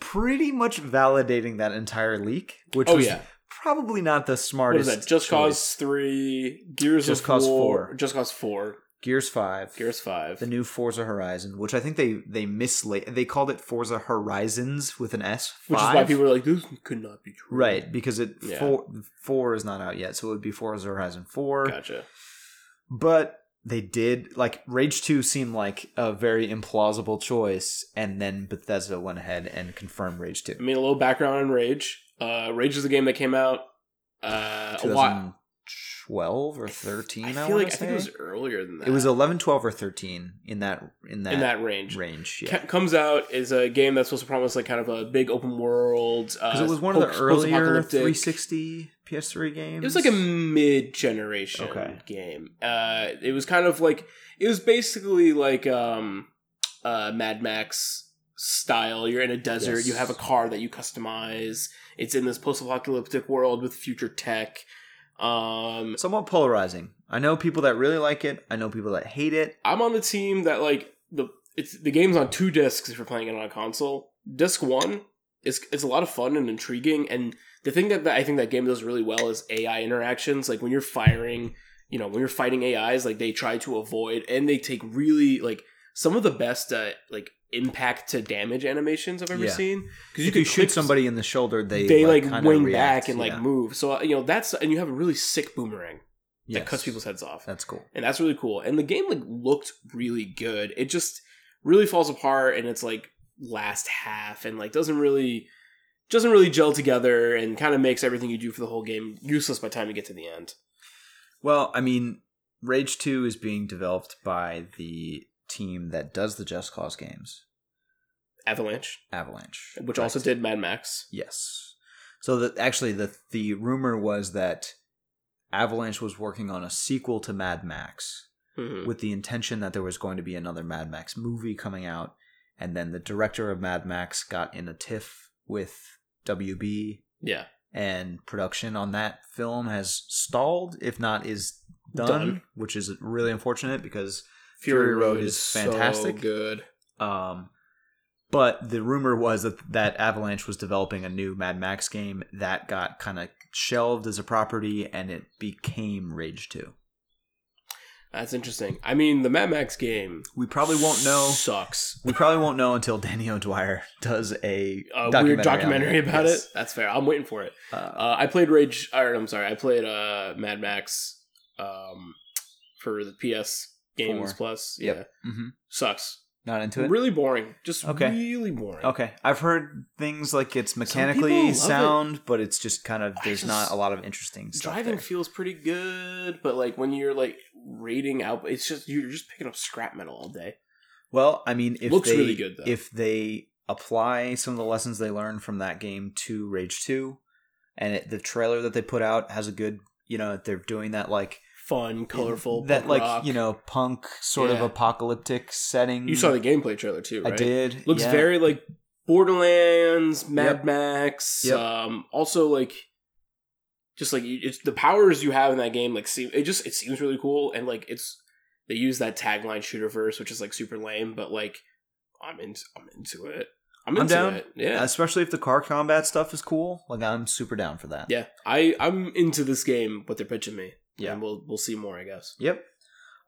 Speaker 1: Pretty much validating that entire leak, which
Speaker 2: Oh,
Speaker 1: was
Speaker 2: yeah.
Speaker 1: probably not the
Speaker 2: What
Speaker 1: smartest.
Speaker 2: is that? Just
Speaker 1: choice.
Speaker 2: Cause 3, Gears
Speaker 1: Just
Speaker 2: of
Speaker 1: Cause
Speaker 2: War,
Speaker 1: 4.
Speaker 2: Just Cause 4,
Speaker 1: Gears 5.
Speaker 2: Gears 5.
Speaker 1: The new Forza Horizon, which I think they they misla- they called it Forza Horizons with an S.
Speaker 2: which is why
Speaker 1: five.
Speaker 2: people were like, this could not be true.
Speaker 1: right because it
Speaker 2: Yeah.
Speaker 1: four four is not out yet, so it would be Forza Horizon four.
Speaker 2: Gotcha.
Speaker 1: but they did like Rage 2 seemed like a very implausible choice and then Bethesda went ahead and confirmed Rage 2.
Speaker 2: I mean, a little background on Rage. Uh, Rage is a game that came out uh, a while.
Speaker 1: 2012 or 13 I,
Speaker 2: I feel
Speaker 1: want
Speaker 2: like
Speaker 1: to
Speaker 2: I
Speaker 1: say.
Speaker 2: think it was earlier than that.
Speaker 1: it was 11 12 or 13 in that in that,
Speaker 2: in that range. uh,
Speaker 1: range yeah
Speaker 2: Ca- Comes out is a game that's supposed to promise like kind of a big open world.
Speaker 1: because
Speaker 2: Uh,
Speaker 1: it was one of the
Speaker 2: post-
Speaker 1: earlier
Speaker 2: post-apocalyptic-
Speaker 1: 360 PS3 games
Speaker 2: It was like a mid-generation
Speaker 1: Okay.
Speaker 2: game. Uh, it was kind of like it was basically like um, uh, Mad Max style. You're in a desert.
Speaker 1: Yes.
Speaker 2: You have a car that you customize. It's in this post-apocalyptic world with future tech. Um,
Speaker 1: somewhat polarizing I know people that really like it I know people that hate it
Speaker 2: I'm on the team that like the it's the game's on two discs if you're playing it on a console. Disc one is it's a lot of fun and intriguing, and the thing that, that I think that game does really well is AI interactions. Like when you're firing, you know, when you're fighting AIs, like they try to avoid and they take really like some of the best uh, like impact to damage animations I've ever
Speaker 1: Yeah.
Speaker 2: seen. Because
Speaker 1: if you shoot somebody in the shoulder they
Speaker 2: they, like,
Speaker 1: kinda
Speaker 2: wing
Speaker 1: react.
Speaker 2: back and like
Speaker 1: Yeah.
Speaker 2: move. So uh, you know that's and you have a really sick boomerang that
Speaker 1: Yes.
Speaker 2: cuts people's heads off
Speaker 1: that's cool
Speaker 2: and that's really cool. And the game like looked really good. It just really falls apart and it's like last half and like doesn't really doesn't really gel together and kind of makes everything you do for the whole game useless by the time you get to the end.
Speaker 1: Well, I mean, Rage 2 is being developed by the team that does the Just Cause games,
Speaker 2: Avalanche,
Speaker 1: Avalanche.
Speaker 2: which
Speaker 1: Right.
Speaker 2: also did Mad Max.
Speaker 1: Yes. So that actually the the rumor was that Avalanche was working on a sequel to Mad Max
Speaker 2: Mhm.
Speaker 1: Mm-hmm. with the intention that there was going to be another Mad Max movie coming out and then the director of Mad Max got in a tiff with WB,
Speaker 2: Yeah.
Speaker 1: and production on that film has stalled, if not is done,
Speaker 2: Done.
Speaker 1: which is really unfortunate because Fury Road is fantastic.
Speaker 2: So good.
Speaker 1: Um, but the rumor was that, that Avalanche was developing a new Mad Max game that got kind of shelved as a property and it became Rage 2.
Speaker 2: That's interesting. I mean, the Mad Max game
Speaker 1: We probably won't know.
Speaker 2: Sucks.
Speaker 1: We probably won't know until Danny O'Dwyer does a,
Speaker 2: A
Speaker 1: documentary
Speaker 2: weird documentary
Speaker 1: on
Speaker 2: about
Speaker 1: Yes.
Speaker 2: it. That's fair. I'm waiting for it.
Speaker 1: Uh,
Speaker 2: Uh, I played Rage. Or, I'm sorry. I played uh, Mad Max um, for the PS Games
Speaker 1: Four.
Speaker 2: Plus.
Speaker 1: Yep.
Speaker 2: Yeah,
Speaker 1: mhm.
Speaker 2: sucks.
Speaker 1: Not into it.
Speaker 2: Really boring. Just
Speaker 1: Okay.
Speaker 2: really boring.
Speaker 1: Okay, I've heard things like it's
Speaker 2: people
Speaker 1: mechanically
Speaker 2: love it.
Speaker 1: sound, but it's just kind of
Speaker 2: I
Speaker 1: there's not
Speaker 2: just-
Speaker 1: a lot of interesting stuff.
Speaker 2: Driving
Speaker 1: there.
Speaker 2: feels pretty good, but like when you're like rating out, it's just you're just picking up scrap metal all day.
Speaker 1: Well, I mean, if
Speaker 2: Looks
Speaker 1: they,
Speaker 2: really good, though.
Speaker 1: If they apply some of the lessons they learned from that game to Rage Two, and it, the trailer that they put out has a good, you know, they're doing that like
Speaker 2: Fun, colorful,
Speaker 1: that
Speaker 2: punk
Speaker 1: like
Speaker 2: rock.
Speaker 1: you know punk sort of
Speaker 2: Yeah.
Speaker 1: apocalyptic setting.
Speaker 2: You saw the gameplay trailer too, right?
Speaker 1: I did.
Speaker 2: Looks
Speaker 1: yeah.
Speaker 2: very like Borderlands, Mad
Speaker 1: Yep.
Speaker 2: Max.
Speaker 1: Yep.
Speaker 2: Um, also like just like you- it's the powers you have in that game. Like, seem it just it seems really cool, and like it's they use that tagline shooterverse, which is like super lame, but like I'm into I'm into it. I'm
Speaker 1: I'm
Speaker 2: into
Speaker 1: down.
Speaker 2: it. Yeah,
Speaker 1: especially if the car combat stuff is cool. Like I'm super down for that.
Speaker 2: yeah. I I'm into this game. What they're pitching me.
Speaker 1: Yeah.
Speaker 2: and we'll we'll see more. I guess.
Speaker 1: Yep.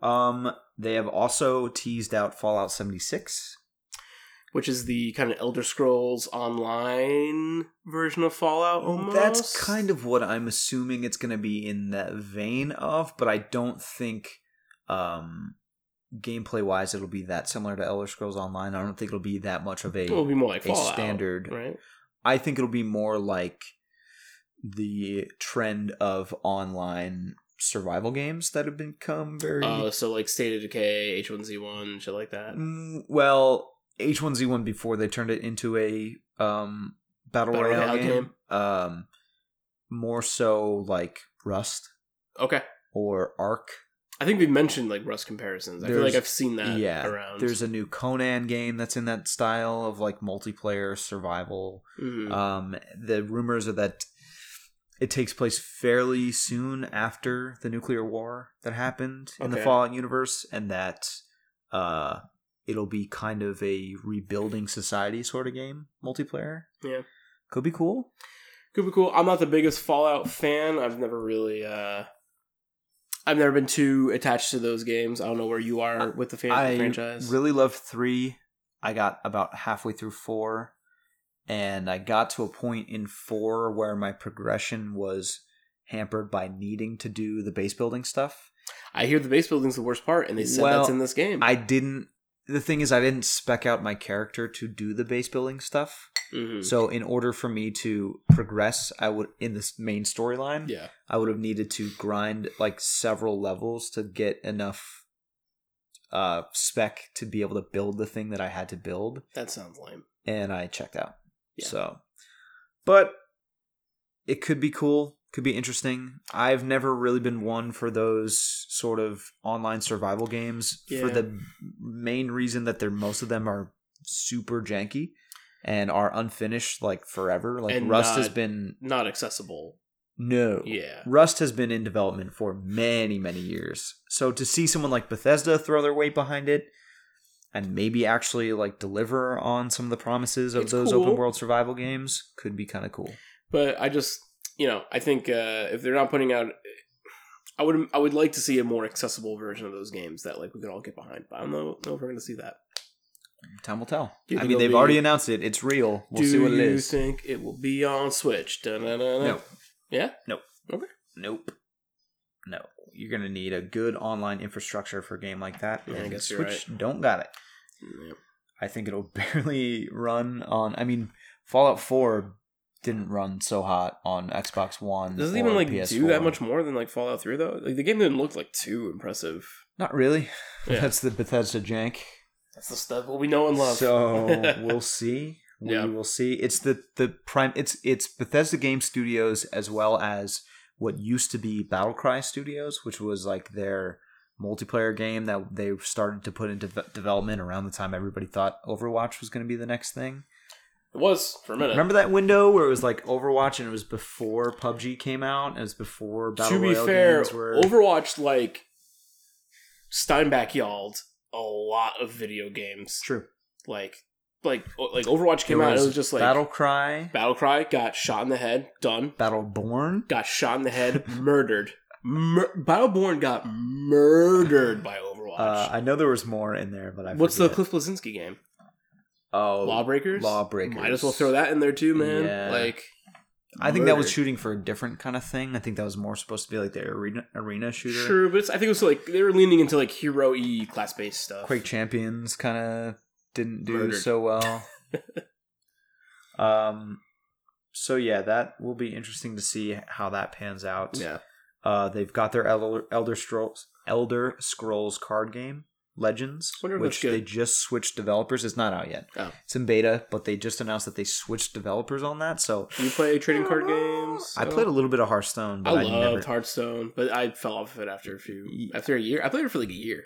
Speaker 1: Um, they have also teased out Fallout 76.
Speaker 2: Which is the kind of Elder Scrolls Online version of Fallout? Almost.
Speaker 1: That's kind of what I'm assuming it's going to be in that vein of, but I don't think um, gameplay wise it'll be that similar to Elder Scrolls Online. I don't think it'll be that much of a.
Speaker 2: it'll be more like
Speaker 1: a
Speaker 2: Fallout,
Speaker 1: standard
Speaker 2: right?
Speaker 1: I think it'll be more like the trend of online survival games that have become very.
Speaker 2: Oh, so like State of Decay, H one Z one, shit like that.
Speaker 1: Mm, well, H1Z1 before they turned it into a um, battle,
Speaker 2: Battle
Speaker 1: royale,
Speaker 2: Royale
Speaker 1: game.
Speaker 2: game.
Speaker 1: Um, more so like Rust
Speaker 2: Okay,
Speaker 1: or Ark.
Speaker 2: I think we've mentioned like Rust comparisons. I feel
Speaker 1: There's-
Speaker 2: like I've seen that
Speaker 1: yeah,
Speaker 2: around.
Speaker 1: There's a new Conan game that's in that style of like multiplayer survival.
Speaker 2: Mhm.
Speaker 1: Um, the rumors are that it takes place fairly soon after the nuclear war that happened in the
Speaker 2: Okay.
Speaker 1: Fallout universe, and that uh, it'll be kind of a rebuilding society sort of game multiplayer.
Speaker 2: Yeah.
Speaker 1: could be cool.
Speaker 2: could be cool. I'm not the biggest Fallout fan. I've never really, uh I've never been too attached to those games. I don't know where you are with the, fan-
Speaker 1: I
Speaker 2: the franchise.
Speaker 1: really love three. I got about halfway through four, and I got to a point in four where my progression was hampered by needing to do the base building stuff.
Speaker 2: I hear the base building's the worst part, and they said
Speaker 1: Well,
Speaker 2: that's in this game.
Speaker 1: I didn't. The thing is, I didn't spec out my character to do the base building stuff.
Speaker 2: Mhm.
Speaker 1: So, in order for me to progress, I would in this main storyline,
Speaker 2: yeah,
Speaker 1: I would have needed to grind like several levels to get enough uh, spec to be able to build the thing that I had to build,
Speaker 2: that sounds lame.
Speaker 1: and I checked out.
Speaker 2: Yeah.
Speaker 1: So, but it could be cool, could be interesting. I've never really been one for those sort of online survival games for
Speaker 2: Yeah.
Speaker 1: the main reason that they're most of them are super janky and are unfinished like forever. Like
Speaker 2: And
Speaker 1: Rust has
Speaker 2: not-
Speaker 1: been
Speaker 2: Not accessible.
Speaker 1: no.
Speaker 2: Yeah,
Speaker 1: Rust has been in development for many, many years. So to see someone like Bethesda throw their weight behind it and maybe actually like deliver on some of the promises of
Speaker 2: It's
Speaker 1: those
Speaker 2: cool.
Speaker 1: open world survival games could be kind of cool.
Speaker 2: but I just you know I think uh, if they're not putting out, I would I would like to see a more accessible version of those games that like we can all get behind. But I don't know, know if we're gonna see that.
Speaker 1: Time will tell.
Speaker 2: Do you
Speaker 1: I
Speaker 2: think
Speaker 1: mean, they've
Speaker 2: it'll be-
Speaker 1: already announced it. It's real. We'll
Speaker 2: Do
Speaker 1: see what it
Speaker 2: you
Speaker 1: is.
Speaker 2: think it will be on Switch? Da-na-na-na.
Speaker 1: No.
Speaker 2: Yeah?
Speaker 1: Nope.
Speaker 2: Okay.
Speaker 1: Nope. No. You're gonna need a good online infrastructure for a game like that.
Speaker 2: Yeah, I
Speaker 1: and
Speaker 2: guess you're
Speaker 1: Switch don't got it.
Speaker 2: Yep.
Speaker 1: I think it'll barely run on. I mean, Fallout Four didn't run so hot on Xbox One.
Speaker 2: Does it
Speaker 1: or
Speaker 2: even like
Speaker 1: PS4.
Speaker 2: do that much more than like Fallout Three though? Like the game didn't look like too impressive.
Speaker 1: Not really.
Speaker 2: Yeah.
Speaker 1: That's the Bethesda jank.
Speaker 2: That's the stuff what we know and love.
Speaker 1: So we'll see. We
Speaker 2: Yeah.
Speaker 1: will see. It's the the prime. It's it's Bethesda Game Studios as well as what used to be Battlecry Studios, which was like their multiplayer game that they started to put into v- development around the time everybody thought Overwatch was going to be the next thing.
Speaker 2: It was for a minute.
Speaker 1: Remember that window where it was like Overwatch and it was before PUBG came out, and it was before Battle
Speaker 2: to be
Speaker 1: Royale
Speaker 2: fair,
Speaker 1: games were
Speaker 2: Overwatch like Steinbeck yalled a lot of video games.
Speaker 1: true.
Speaker 2: Like like like Overwatch came
Speaker 1: There
Speaker 2: out. and
Speaker 1: was
Speaker 2: It was just like
Speaker 1: Battle Cry,
Speaker 2: Battle Cry got shot in the head. Done.
Speaker 1: Battleborn.
Speaker 2: Got shot in the head. murdered. Mur- Battleborn got murdered by Overwatch.
Speaker 1: Uh, I know there was more in there, but I
Speaker 2: What's the
Speaker 1: forget.
Speaker 2: Cliff Blazinski game?
Speaker 1: oh
Speaker 2: Lawbreakers.
Speaker 1: Lawbreakers?
Speaker 2: Might as well throw that in there too, man.
Speaker 1: Yeah.
Speaker 2: Like
Speaker 1: I think that was
Speaker 2: murdered.
Speaker 1: shooting for a different kind of thing. I think that was more supposed to be like the arena arena shooter,
Speaker 2: True, but it's, I think it was like they were leaning into like hero e class based stuff.
Speaker 1: Quake Champions kind of didn't do
Speaker 2: Murdered.
Speaker 1: so well. um, so yeah, that will be interesting to see how that pans out.
Speaker 2: Yeah.
Speaker 1: Uh, they've got their Elder Elder Scrolls Elder Scrolls card game Legends,
Speaker 2: Wonder if
Speaker 1: which
Speaker 2: that's good.
Speaker 1: they just switched developers. It's not out yet.
Speaker 2: Oh.
Speaker 1: It's in beta, but they just announced that they switched developers on that. So
Speaker 2: Do you play trading card games?
Speaker 1: I played a little bit of Hearthstone,
Speaker 2: I
Speaker 1: but I,
Speaker 2: loved
Speaker 1: never
Speaker 2: Hearthstone, but I fell off of it after a few
Speaker 1: Ye-
Speaker 2: after a year. I played it for like a year.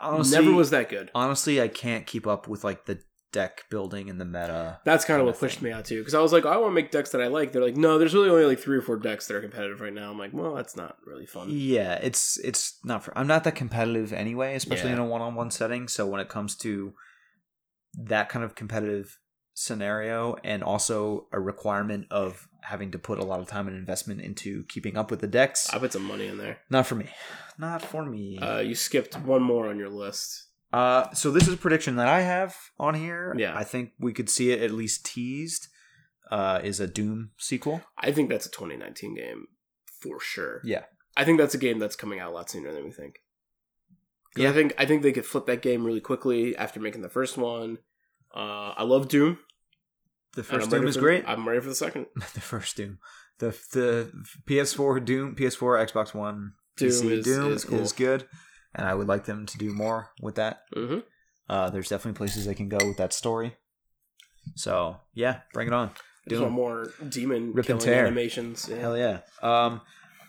Speaker 1: honestly
Speaker 2: Never was that good.
Speaker 1: honestly I can't keep up with like the deck building and the meta.
Speaker 2: That's kind of
Speaker 1: kinda
Speaker 2: what pushed
Speaker 1: thing.
Speaker 2: me out too, because I was like, I want to make decks that I like. They're like, no, there's really only like three or four decks that are competitive right now. I'm like, well, that's not really fun.
Speaker 1: Yeah, it's it's not for. I'm not that competitive anyway, especially
Speaker 2: Yeah.
Speaker 1: in a one-on-one setting. So when it comes to that kind of competitive scenario, and also a requirement of having to put a lot of time and investment into keeping up with the decks,
Speaker 2: I put some money in there.
Speaker 1: not for me, not for me.
Speaker 2: Uh, you skipped one more on your list.
Speaker 1: Uh, so this is a prediction that I have on here.
Speaker 2: Yeah.
Speaker 1: I think we could see it at least teased. Uh, is a Doom sequel.
Speaker 2: I think that's a 2019 game for sure.
Speaker 1: Yeah.
Speaker 2: I think that's a game that's coming out a lot sooner than we think. 'Cause I think I think they could flip that game really quickly after making the first one. Uh, I love Doom.
Speaker 1: The
Speaker 2: and
Speaker 1: first
Speaker 2: I'm ready
Speaker 1: Doom is
Speaker 2: for-
Speaker 1: great.
Speaker 2: I'm ready for the second.
Speaker 1: the first Doom. The the PS4 Doom, PS4, Xbox One,
Speaker 2: Doom
Speaker 1: PC
Speaker 2: is-
Speaker 1: Doom
Speaker 2: is cool.
Speaker 1: good, and I would like them to do more with that.
Speaker 2: Mm-hmm.
Speaker 1: Uh, there's definitely places they can go with that story. So yeah, bring it on.
Speaker 2: Just
Speaker 1: Doom.
Speaker 2: want more demon
Speaker 1: Rip and
Speaker 2: killing
Speaker 1: tear.
Speaker 2: animations. Yeah.
Speaker 1: Hell yeah. Um,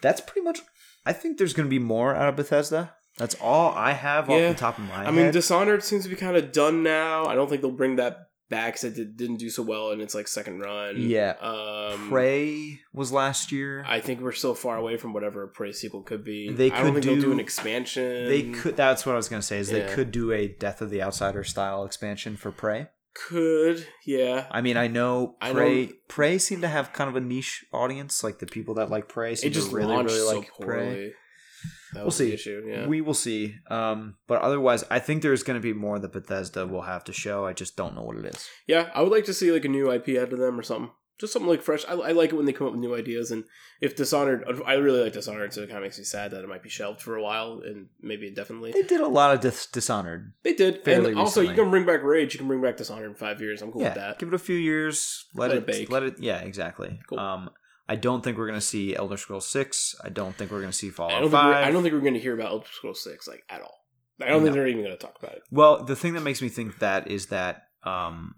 Speaker 1: that's pretty much. I think there's going to be more out of Bethesda. That's all I have
Speaker 2: Yeah.
Speaker 1: off the top of my
Speaker 2: I mean,
Speaker 1: head.
Speaker 2: Dishonored seems to be kind of done now. I don't think they'll bring that back because it did, didn't do so well in its like second run.
Speaker 1: Yeah.
Speaker 2: Um,
Speaker 1: Prey was last year.
Speaker 2: I think we're still far away from whatever a Prey sequel could be.
Speaker 1: They
Speaker 2: I don't
Speaker 1: could
Speaker 2: think they'll
Speaker 1: do-
Speaker 2: do an expansion.
Speaker 1: they could. That's what I was going to say. Is they
Speaker 2: Yeah.
Speaker 1: could do a Death of the Outsider style expansion for Prey.
Speaker 2: Could, yeah.
Speaker 1: I mean, I know
Speaker 2: I
Speaker 1: Prey.
Speaker 2: know-
Speaker 1: Prey seem to have kind of a niche audience, like the people that like Prey. Seem
Speaker 2: it just
Speaker 1: to really,
Speaker 2: launched
Speaker 1: really
Speaker 2: so
Speaker 1: like Prey.
Speaker 2: poorly. That
Speaker 1: We'll
Speaker 2: was
Speaker 1: see.
Speaker 2: the issue. Yeah.
Speaker 1: We will see. Um, but otherwise, I think there's going to be more that Bethesda will have to show. I just don't know what it is.
Speaker 2: yeah, I would like to see like a new IP out of them or something. Just something like fresh. I, I like it when they come up with new ideas. And if Dishonored, I really like Dishonored, so it kind of makes me sad that it might be shelved for a while and maybe indefinitely.
Speaker 1: They did a lot of dis- Dishonored.
Speaker 2: They did.
Speaker 1: Fairly
Speaker 2: and also, you
Speaker 1: recently.
Speaker 2: can bring back Rage. You can bring back Dishonored in five years. I'm cool
Speaker 1: yeah,
Speaker 2: with that.
Speaker 1: give it a few years. Let, it
Speaker 2: Let it bake.
Speaker 1: Let it. Yeah, exactly.
Speaker 2: Cool.
Speaker 1: Um, I don't think we're going to see Elder Scrolls Six. I don't think we're going to see
Speaker 2: I
Speaker 1: Fallout
Speaker 2: don't, think we're,
Speaker 1: Five.
Speaker 2: I don't think we're going to hear about Elder Scrolls 6 like at all. I don't
Speaker 1: No.
Speaker 2: think they're even going to talk about it.
Speaker 1: Well, the thing that makes me think that is that um,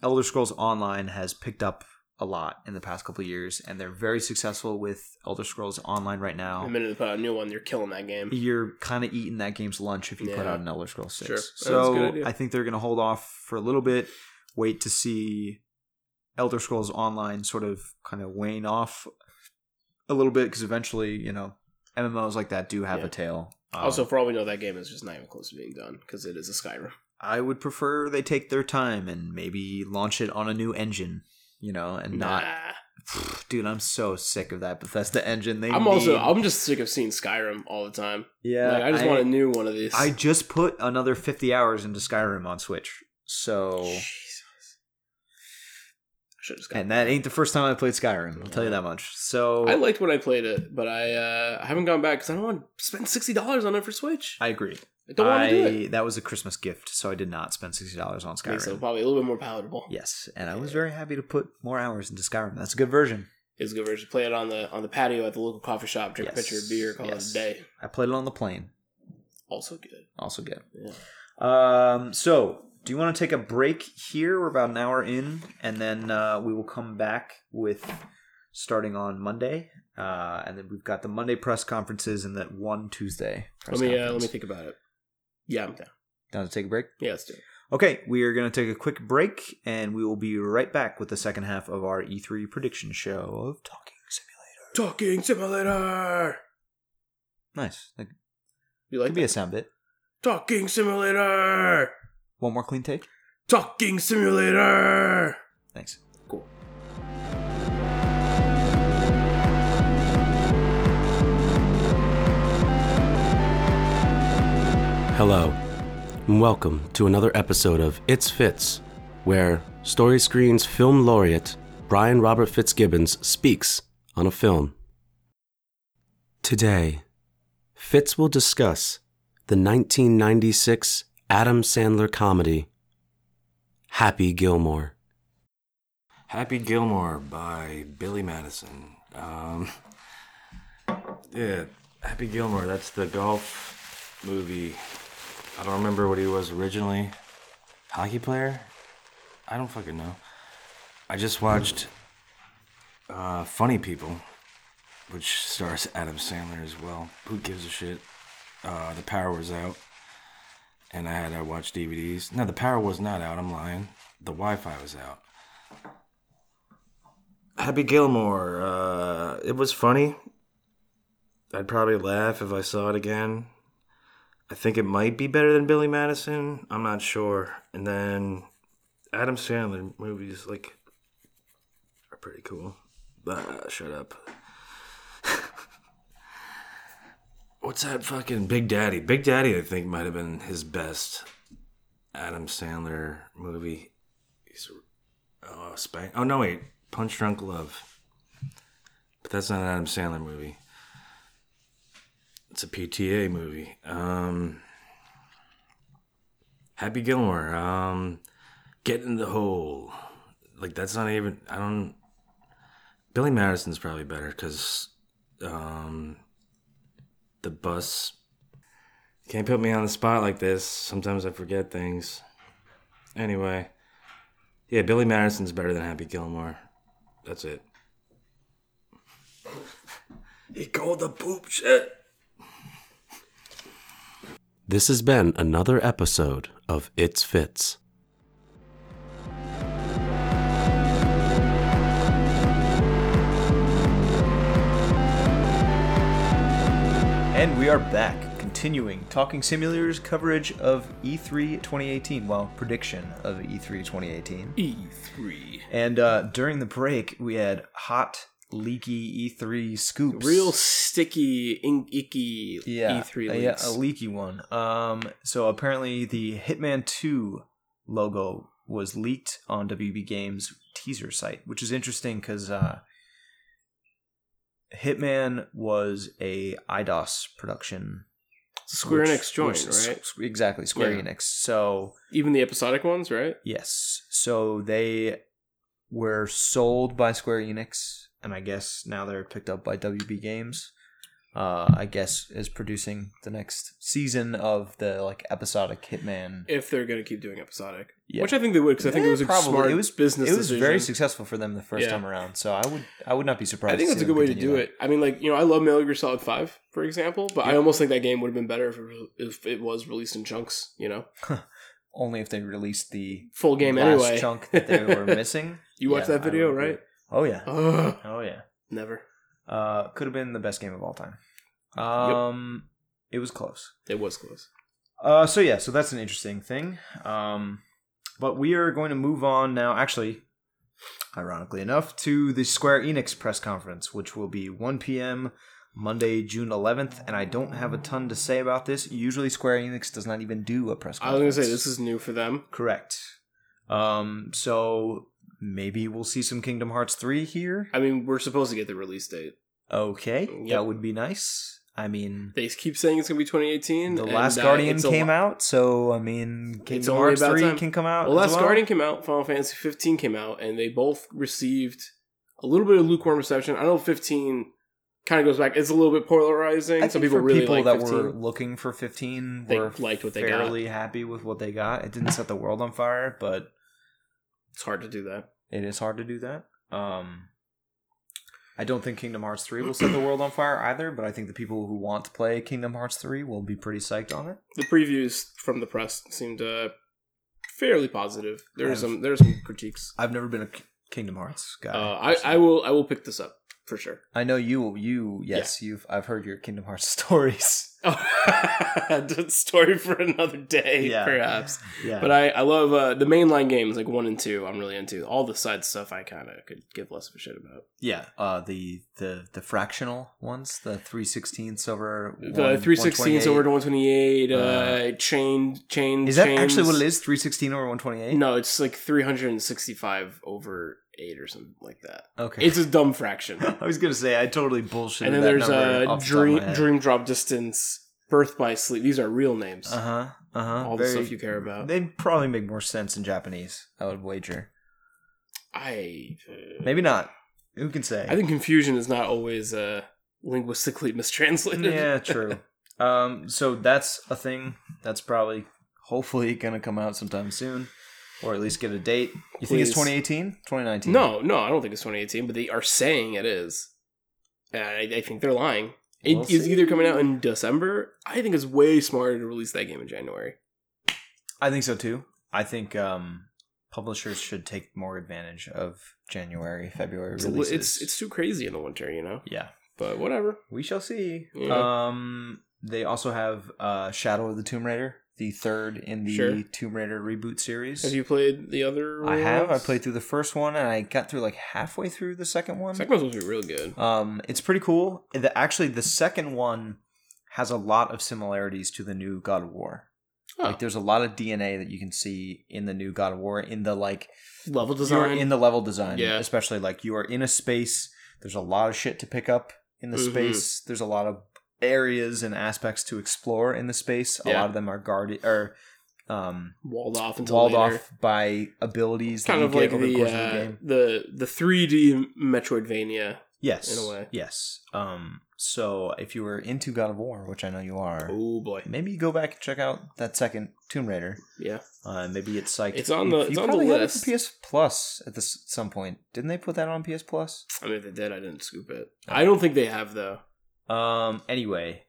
Speaker 1: Elder Scrolls Online has picked up a lot in the past couple of years, and they're very successful with Elder Scrolls Online right
Speaker 2: The
Speaker 1: now.
Speaker 2: minute they put out a new one, they're killing that game.
Speaker 1: You're kind of eating that game's lunch if you put
Speaker 2: Yeah.
Speaker 1: out an Elder Scrolls Six.
Speaker 2: Sure. That's a good
Speaker 1: So
Speaker 2: idea.
Speaker 1: I think they're going to hold off for a little bit, wait to see Elder Scrolls Online sort of kind of wane off a little bit because eventually, you know, MMOs like that do have
Speaker 2: Yeah.
Speaker 1: a tail. Um,
Speaker 2: Also, for all we know, that game is just not even close to being done because it is a Skyrim.
Speaker 1: I would prefer they take their time and maybe launch it on a new engine, you know, and not.
Speaker 2: Nah.
Speaker 1: Pfft, dude, I'm so sick of that Bethesda engine. They
Speaker 2: I'm also
Speaker 1: need-
Speaker 2: I'm just sick of seeing Skyrim all the time.
Speaker 1: yeah.
Speaker 2: like, I just want a new one of these.
Speaker 1: I just put another 50 hours into Skyrim on Switch, so
Speaker 2: Jesus. I should just got.
Speaker 1: and that ain't the first time I played Skyrim. I'll tell you that much. So
Speaker 2: I liked when I played it, but I uh, I haven't gone back because I don't want to spend sixty dollars on it for Switch. I,
Speaker 1: I agree.
Speaker 2: don't want to do it.
Speaker 1: I- That was a Christmas gift, so I did not spend sixty dollars on
Speaker 2: Makes it
Speaker 1: Skyrim.
Speaker 2: probably a little bit more palatable.
Speaker 1: Yes, and I was very happy to put more hours into Skyrim. That's a good version.
Speaker 2: It's a good version. Play it on the on the patio at the local coffee shop. Drink a
Speaker 1: Yes.
Speaker 2: pitcher of beer. Call
Speaker 1: Yes.
Speaker 2: it a day.
Speaker 1: I played it on the plane.
Speaker 2: Also good.
Speaker 1: Also good.
Speaker 2: Yeah.
Speaker 1: Um, so, do you want to take a break here? We're about an hour in, and then uh, we will come back with starting on Monday, uh, and then we've got the Monday press conferences and that one Tuesday.
Speaker 2: Let
Speaker 1: Press
Speaker 2: me uh,
Speaker 1: conference.
Speaker 2: let me think about it. Yeah, I'm down.
Speaker 1: Down to take a break.
Speaker 2: Yeah, let's do it.
Speaker 1: Okay, we are going to take a quick break, and we will be right back with the second half of our E3 prediction show of Talking Simulator.
Speaker 2: Talking simulator.
Speaker 1: Nice. That
Speaker 2: You like
Speaker 1: could be
Speaker 2: that?
Speaker 1: a sound bit.
Speaker 2: Talking simulator.
Speaker 1: One more clean take.
Speaker 2: Talking simulator.
Speaker 1: Thanks.
Speaker 2: Cool.
Speaker 3: Hello, and welcome to another episode of It's Fitz, where Story Screen's film laureate, Brian Robert Fitzgibbons, speaks on a film. Today, Fitz will discuss the 1996 Adam Sandler comedy, Happy Gilmore.
Speaker 4: Happy Gilmore by Billy Madison. Um, yeah, Happy Gilmore. That's the golf movie. I don't remember what he was originally. Hockey player? I don't fucking know. I just watched uh, Funny People, which stars Adam Sandler as well. Who gives a shit? Uh, the power was out, and I had to watch DVDs. No, the power was not out. I'm lying. The Wi-Fi was out. Happy Gilmore. Uh, it was funny. I'd probably laugh if I saw it again. I think it might be better than Billy Madison. I'm not sure. And then Adam Sandler movies like are pretty cool. Ah, shut up. What's that fucking Big Daddy? Big Daddy, I think, might have been his best Adam Sandler movie. He's Oh, Spank. Oh no, wait, Punch Drunk Love. But that's not an Adam Sandler movie. It's a PTA movie. Um, Happy Gilmore. Um, Get in the hole. Like that's not even. I don't. Billy Madison's probably better because um, the bus. Can't put me on the spot like this. Sometimes I forget things. Anyway. Yeah, Billy Madison's better than Happy Gilmore. That's it. he called the poop shit.
Speaker 3: This has been another episode of It's Fitz.
Speaker 1: And we are back, continuing Talking Simulators coverage of E E3 2018, well, prediction of E E3 2018.
Speaker 2: E E3.
Speaker 1: And uh, during the break, we had hot, leaky E3 scoops.
Speaker 2: Real sticky, in- icky E
Speaker 1: yeah,
Speaker 2: E3
Speaker 1: a,
Speaker 2: leaks.
Speaker 1: a leaky one. Um, so apparently the Hitman 2 logo was leaked on WB Games teaser site, which is interesting because uh, Hitman was a IDOS production.
Speaker 2: Square
Speaker 1: which-
Speaker 2: Enix joint,
Speaker 1: which-
Speaker 2: right?
Speaker 1: s- Exactly, Square
Speaker 2: Yeah.
Speaker 1: Enix. So
Speaker 2: Even the episodic ones, right?
Speaker 1: Yes. So they were sold by Square Enix, and I guess now they're picked up by WB Games. Uh, I guess is producing the next season of the like episodic Hitman.
Speaker 2: If they're going to keep doing episodic,
Speaker 1: Yeah. Eh,
Speaker 2: which I think they would, because I think it was a
Speaker 1: Probably.
Speaker 2: smart
Speaker 1: It was-
Speaker 2: business.
Speaker 1: it was
Speaker 2: decision.
Speaker 1: very successful for them the first
Speaker 2: Yeah.
Speaker 1: time around, so I would I would not be surprised.
Speaker 2: I think
Speaker 1: to
Speaker 2: that's
Speaker 1: see
Speaker 2: a good
Speaker 1: them
Speaker 2: way to
Speaker 1: continue
Speaker 2: do
Speaker 1: that.
Speaker 2: it. I mean, like you know, I love Metal Gear Solid Five, for example, but I almost think that game would have been better if it, was- if it was released in chunks. You know,
Speaker 1: Only if they released the
Speaker 2: full game
Speaker 1: last
Speaker 2: anyway.
Speaker 1: chunk that they were missing.
Speaker 2: you watched
Speaker 1: Yeah,
Speaker 2: that
Speaker 1: I
Speaker 2: video,
Speaker 1: would agree.
Speaker 2: right?
Speaker 1: Oh yeah.
Speaker 2: Ugh,
Speaker 1: Oh yeah.
Speaker 2: never.
Speaker 1: Uh, could have been the best game of all time. Um, it was close.
Speaker 2: It was close.
Speaker 1: Uh, so yeah, so that's an interesting thing. Um, but we are going to move on now. Actually, ironically enough, to the Square Enix press conference, which will be 1 p.m. Monday, June 11th. And I don't have a ton to say about this. Usually, Square Enix does not even do a press
Speaker 2: I was gonna
Speaker 1: conference.
Speaker 2: say this is new for them.
Speaker 1: correct. Um, so maybe we'll see some Kingdom Hearts three here.
Speaker 2: I mean, we're supposed to get the release date.
Speaker 1: Okay,
Speaker 2: Yep.
Speaker 1: that would be nice. I mean,
Speaker 2: They keep saying it's gonna be 2018.
Speaker 1: The
Speaker 2: and,
Speaker 1: Last
Speaker 2: uh,
Speaker 1: Guardian
Speaker 2: it's a
Speaker 1: came
Speaker 2: lo-
Speaker 1: out, so I mean,
Speaker 2: It's
Speaker 1: Kingdom
Speaker 2: only
Speaker 1: Hearts
Speaker 2: about
Speaker 1: three
Speaker 2: time.
Speaker 1: can come out.
Speaker 2: Well,
Speaker 1: as
Speaker 2: Last
Speaker 1: well.
Speaker 2: Guardian came out. Final Fantasy 15 came out, and they both received a little bit of lukewarm reception. I know 15 kind of goes back. It's a little bit polarizing.
Speaker 1: I
Speaker 2: Some
Speaker 1: think
Speaker 2: people
Speaker 1: for
Speaker 2: really
Speaker 1: people
Speaker 2: like
Speaker 1: that
Speaker 2: 15.
Speaker 1: were looking for 15
Speaker 2: They
Speaker 1: were
Speaker 2: liked what they got.
Speaker 1: fairly happy with what they got. It didn't set the world on fire, but
Speaker 2: It's hard to do that.
Speaker 1: it is hard to do that. Um, I don't think Kingdom Hearts 3 will set the world on fire either, but I think the people who want to play Kingdom Hearts 3 will be pretty psyched on it.
Speaker 2: The previews from the press seemed uh, fairly positive. There are some there are some critiques.
Speaker 1: I've never been a K- Kingdom Hearts guy.
Speaker 2: Uh, I, I will I will pick this up for sure.
Speaker 1: I know you you yes, you've I've heard your Kingdom Hearts stories.
Speaker 2: Oh, story for another day,
Speaker 1: Yeah.
Speaker 2: perhaps.
Speaker 1: Yeah.
Speaker 2: But I, I love uh, the mainline games like one and two. I'm really into all the side stuff. I kind of could give less of a shit about.
Speaker 1: yeah, uh the the the fractional ones, the 316 silver
Speaker 2: The 316s over to 128, uh,
Speaker 1: Uh,
Speaker 2: chain, chain.
Speaker 1: Is that
Speaker 2: chains.
Speaker 1: actually what it is? 316 over 128?
Speaker 2: No, it's like 365 over eight or something like that.
Speaker 1: Okay.
Speaker 2: It's a dumb fraction.
Speaker 1: I was gonna say I totally bullshit.
Speaker 2: and then there's a uh, dream, dream drop distance, birth by sleep. These are real names.
Speaker 1: Uh huh. Uh huh.
Speaker 2: all the stuff you care about.
Speaker 1: They probably make more sense in Japanese. I would wager.
Speaker 2: I uh,
Speaker 1: Maybe not. Who can say?
Speaker 2: I think confusion is not always uh, linguistically mistranslated.
Speaker 1: yeah, true. Um, so that's a thing that's probably hopefully gonna come out sometime soon, or at least get a date. You think it's
Speaker 2: Please.
Speaker 1: 2018, 2019?
Speaker 2: No, no, I don't think it's 2018, but they are saying it is. And I, I think they're lying. It
Speaker 1: We'll
Speaker 2: is
Speaker 1: see.
Speaker 2: either coming out in December. I think it's way smarter to release that game in January.
Speaker 1: I think so too. I think um, publishers should take more advantage of January, February
Speaker 2: It's, a li-
Speaker 1: releases.
Speaker 2: it's it's too crazy in the winter, you know.
Speaker 1: yeah.
Speaker 2: But whatever.
Speaker 1: We shall see.
Speaker 2: Yeah.
Speaker 1: Um, they also have uh, Shadow of the Tomb Raider, the third in the
Speaker 2: Sure.
Speaker 1: Tomb Raider reboot series.
Speaker 2: Have you played the other?
Speaker 1: I have. I
Speaker 2: ones?
Speaker 1: played through the first one, and I got through like halfway through the second one.
Speaker 2: Second one's supposed to be real good.
Speaker 1: Um, it's pretty cool. The, actually, the second one has a lot of similarities to the new God of War.
Speaker 2: Oh.
Speaker 1: Like, there's a lot of DNA that you can see in the new God of War in the like
Speaker 2: Level
Speaker 1: you're
Speaker 2: design.
Speaker 1: in the level design,
Speaker 2: Yeah.
Speaker 1: especially like you are in a space. There's a lot of shit to pick up in the
Speaker 2: Mhm.
Speaker 1: space. There's a lot of areas and aspects to explore in the space. A
Speaker 2: Yeah.
Speaker 1: lot of them are guarded or um,
Speaker 2: walled off until
Speaker 1: walled
Speaker 2: later.
Speaker 1: off by abilities.
Speaker 2: It's kind
Speaker 1: that
Speaker 2: of
Speaker 1: you
Speaker 2: like
Speaker 1: get over the,
Speaker 2: the
Speaker 1: course of the
Speaker 2: uh,
Speaker 1: game.
Speaker 2: the the 3D Metroidvania.
Speaker 1: Yes,
Speaker 2: in a way.
Speaker 1: Yes. Um. So if you were into God of War, which I know you are,
Speaker 2: Oh boy,
Speaker 1: maybe you go back and check out that second Tomb Raider.
Speaker 2: yeah.
Speaker 1: Uh, maybe it's like
Speaker 2: It's on
Speaker 1: you-
Speaker 2: the-
Speaker 1: You
Speaker 2: it's on the
Speaker 1: probably had it
Speaker 2: list.
Speaker 1: for PS Plus at this some point. Didn't they put that on PS Plus?
Speaker 2: I mean, if they did. I didn't scoop it. I don't think they have though.
Speaker 1: Um. Anyway,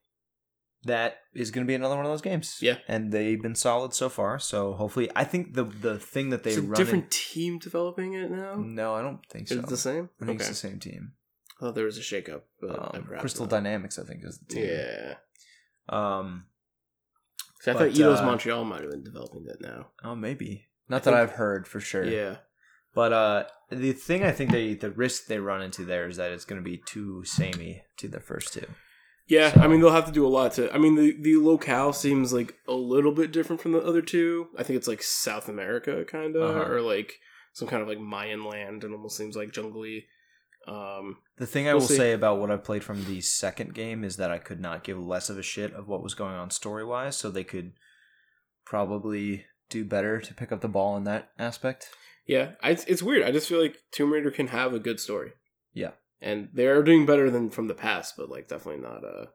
Speaker 1: that is going to be another one of those games.
Speaker 2: Yeah.
Speaker 1: And they've been solid so far. So hopefully, I think the the thing that they
Speaker 2: it's a
Speaker 1: run.
Speaker 2: different team developing it now.
Speaker 1: in- no, I don't think so.
Speaker 2: Is it the same?
Speaker 1: I think
Speaker 2: okay.
Speaker 1: it's the same team.
Speaker 2: I thought Oh, there was a shakeup. But I
Speaker 1: Um,
Speaker 2: perhaps
Speaker 1: Crystal
Speaker 2: not.
Speaker 1: Dynamics, I think, is the team.
Speaker 2: Yeah.
Speaker 1: Um.
Speaker 2: So I
Speaker 1: But,
Speaker 2: thought Eidos
Speaker 1: uh,
Speaker 2: Montreal might have been developing that now.
Speaker 1: Oh, maybe. Not that
Speaker 2: think-
Speaker 1: I've heard for sure.
Speaker 2: Yeah.
Speaker 1: But uh, the thing I think they the risk they run into there is that it's going to be too samey to the first two.
Speaker 2: Yeah,
Speaker 1: So-
Speaker 2: I mean they'll have to do a lot to. I mean the the locale seems like a little bit different from the other two. I think it's like South America kind of,
Speaker 1: Uh-huh.
Speaker 2: or like some kind of like Mayan land, and almost seems like jungly. Um,
Speaker 1: The thing I
Speaker 2: We'll
Speaker 1: will
Speaker 2: see.
Speaker 1: say about what I played from the second game is that I could not give less of a shit of what was going on story wise, so they could probably do better to pick up the ball in that aspect.
Speaker 2: yeah, I, it's it's weird. I just feel like Tomb Raider can have a good story.
Speaker 1: Yeah.
Speaker 2: and they are doing better than from the past, but like definitely not uh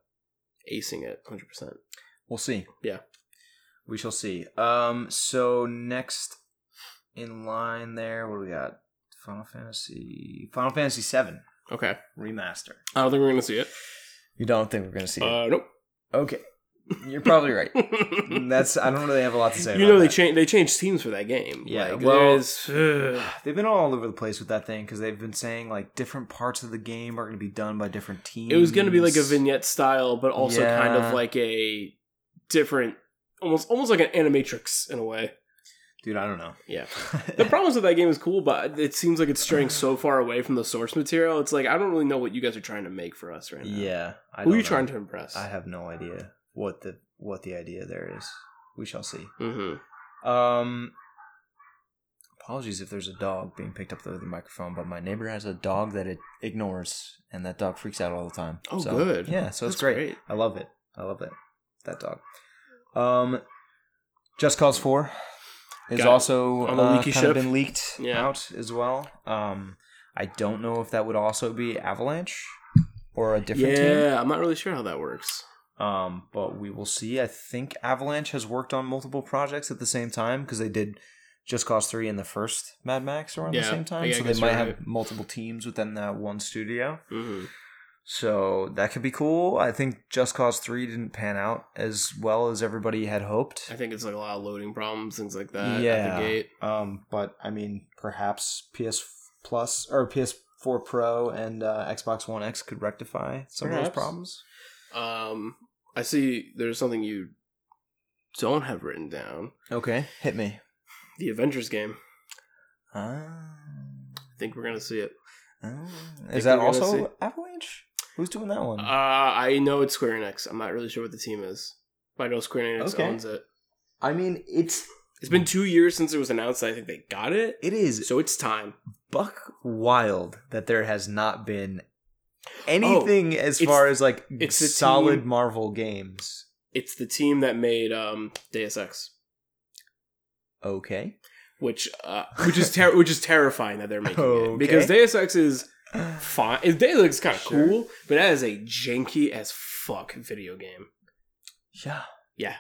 Speaker 2: acing it hundred percent.
Speaker 1: We'll see.
Speaker 2: Yeah.
Speaker 1: We shall see. Um so next in line there, what do we got? Final Fantasy Final Fantasy 7
Speaker 2: Okay,
Speaker 1: remaster.
Speaker 2: I don't think we're gonna see it.
Speaker 1: You don't think we're going to see
Speaker 2: Uh, nope.
Speaker 1: it. Okay. You're probably right. That's I don't really have a lot to say.
Speaker 2: you
Speaker 1: about
Speaker 2: know they
Speaker 1: that.
Speaker 2: changed they changed teams for that game.
Speaker 1: Yeah,
Speaker 2: Like,
Speaker 1: well-
Speaker 2: there's- ugh.
Speaker 1: They've been all over the place with that thing because they've been saying like different parts of the game are going to be done by different teams.
Speaker 2: it was going to be like a vignette style, but also kind
Speaker 1: Yeah.
Speaker 2: of like a different, almost almost like an animatrix in a way.
Speaker 1: dude. I don't know.
Speaker 2: Yeah. The problems with that game is cool, but it seems like it's straying so far away from the source material. It's like I don't really know what you guys are trying to make for us right now.
Speaker 1: yeah. I
Speaker 2: Who
Speaker 1: don't
Speaker 2: are you
Speaker 1: know.
Speaker 2: trying to impress?
Speaker 1: I have no idea what the what the idea there is. We shall see.
Speaker 2: hmm
Speaker 1: Um. Apologies if there's a dog being picked up over the microphone, but my neighbor has a dog that it ignores, and that dog freaks out all the time.
Speaker 2: Oh,
Speaker 1: So,
Speaker 2: good.
Speaker 1: Yeah, so it's
Speaker 2: That's
Speaker 1: great.
Speaker 2: great.
Speaker 1: I love it. I love it. That dog. Um, Just Cause Four is
Speaker 2: Got it.
Speaker 1: also
Speaker 2: On the
Speaker 1: uh,
Speaker 2: leaky
Speaker 1: kind of
Speaker 2: ship.
Speaker 1: been leaked
Speaker 2: Yeah.
Speaker 1: out as well. Um, I don't know if that would also be Avalanche or a different team.
Speaker 2: Yeah, I'm not really sure how that works.
Speaker 1: Um, but we will see. I think Avalanche has worked on multiple projects at the same time because they did Just Cause Three and the first Mad Max around the
Speaker 2: Yeah,
Speaker 1: same time,
Speaker 2: yeah, I
Speaker 1: so they
Speaker 2: guess
Speaker 1: might
Speaker 2: you're
Speaker 1: have
Speaker 2: right.
Speaker 1: multiple teams within that one studio.
Speaker 2: Mm-hmm.
Speaker 1: So that could be cool. I think Just Cause 3 didn't pan out as well as everybody had hoped.
Speaker 2: I think it's like a lot of loading problems, things like that. At
Speaker 1: Yeah.
Speaker 2: the gate.
Speaker 1: Um, but I mean, perhaps PS Plus or PS4 Pro and uh, Xbox One X could rectify some of
Speaker 2: Perhaps.
Speaker 1: those problems.
Speaker 2: Um, I see. There's something you don't have written down.
Speaker 1: Okay, hit me.
Speaker 2: The Avengers game.
Speaker 1: Ah.
Speaker 2: I think we're gonna see it.
Speaker 1: Ah.
Speaker 2: Think
Speaker 1: is that
Speaker 2: we're gonna see-
Speaker 1: also Avalanche? Who's doing that one?
Speaker 2: Uh, I know it's Square Enix. I'm not really sure what the team is, but I know Square Enix
Speaker 1: Okay.
Speaker 2: owns it.
Speaker 1: I mean, it's
Speaker 2: It's been two years since it was announced. I think they got it,
Speaker 1: it is
Speaker 2: so it's time.
Speaker 1: buck wild that there has not been anything as
Speaker 2: Oh, it's-
Speaker 1: far as like
Speaker 2: it's the
Speaker 1: solid
Speaker 2: team-
Speaker 1: Marvel games.
Speaker 2: It's the team that made um, Deus Ex,
Speaker 1: Okay.
Speaker 2: which uh, which is ter- which is terrifying that they're making
Speaker 1: Okay.
Speaker 2: it because Deus Ex is fine. It- Deus Ex is kind of
Speaker 1: Sure.
Speaker 2: cool, but that is a janky as fuck video game.
Speaker 1: Yeah.
Speaker 2: Yeah.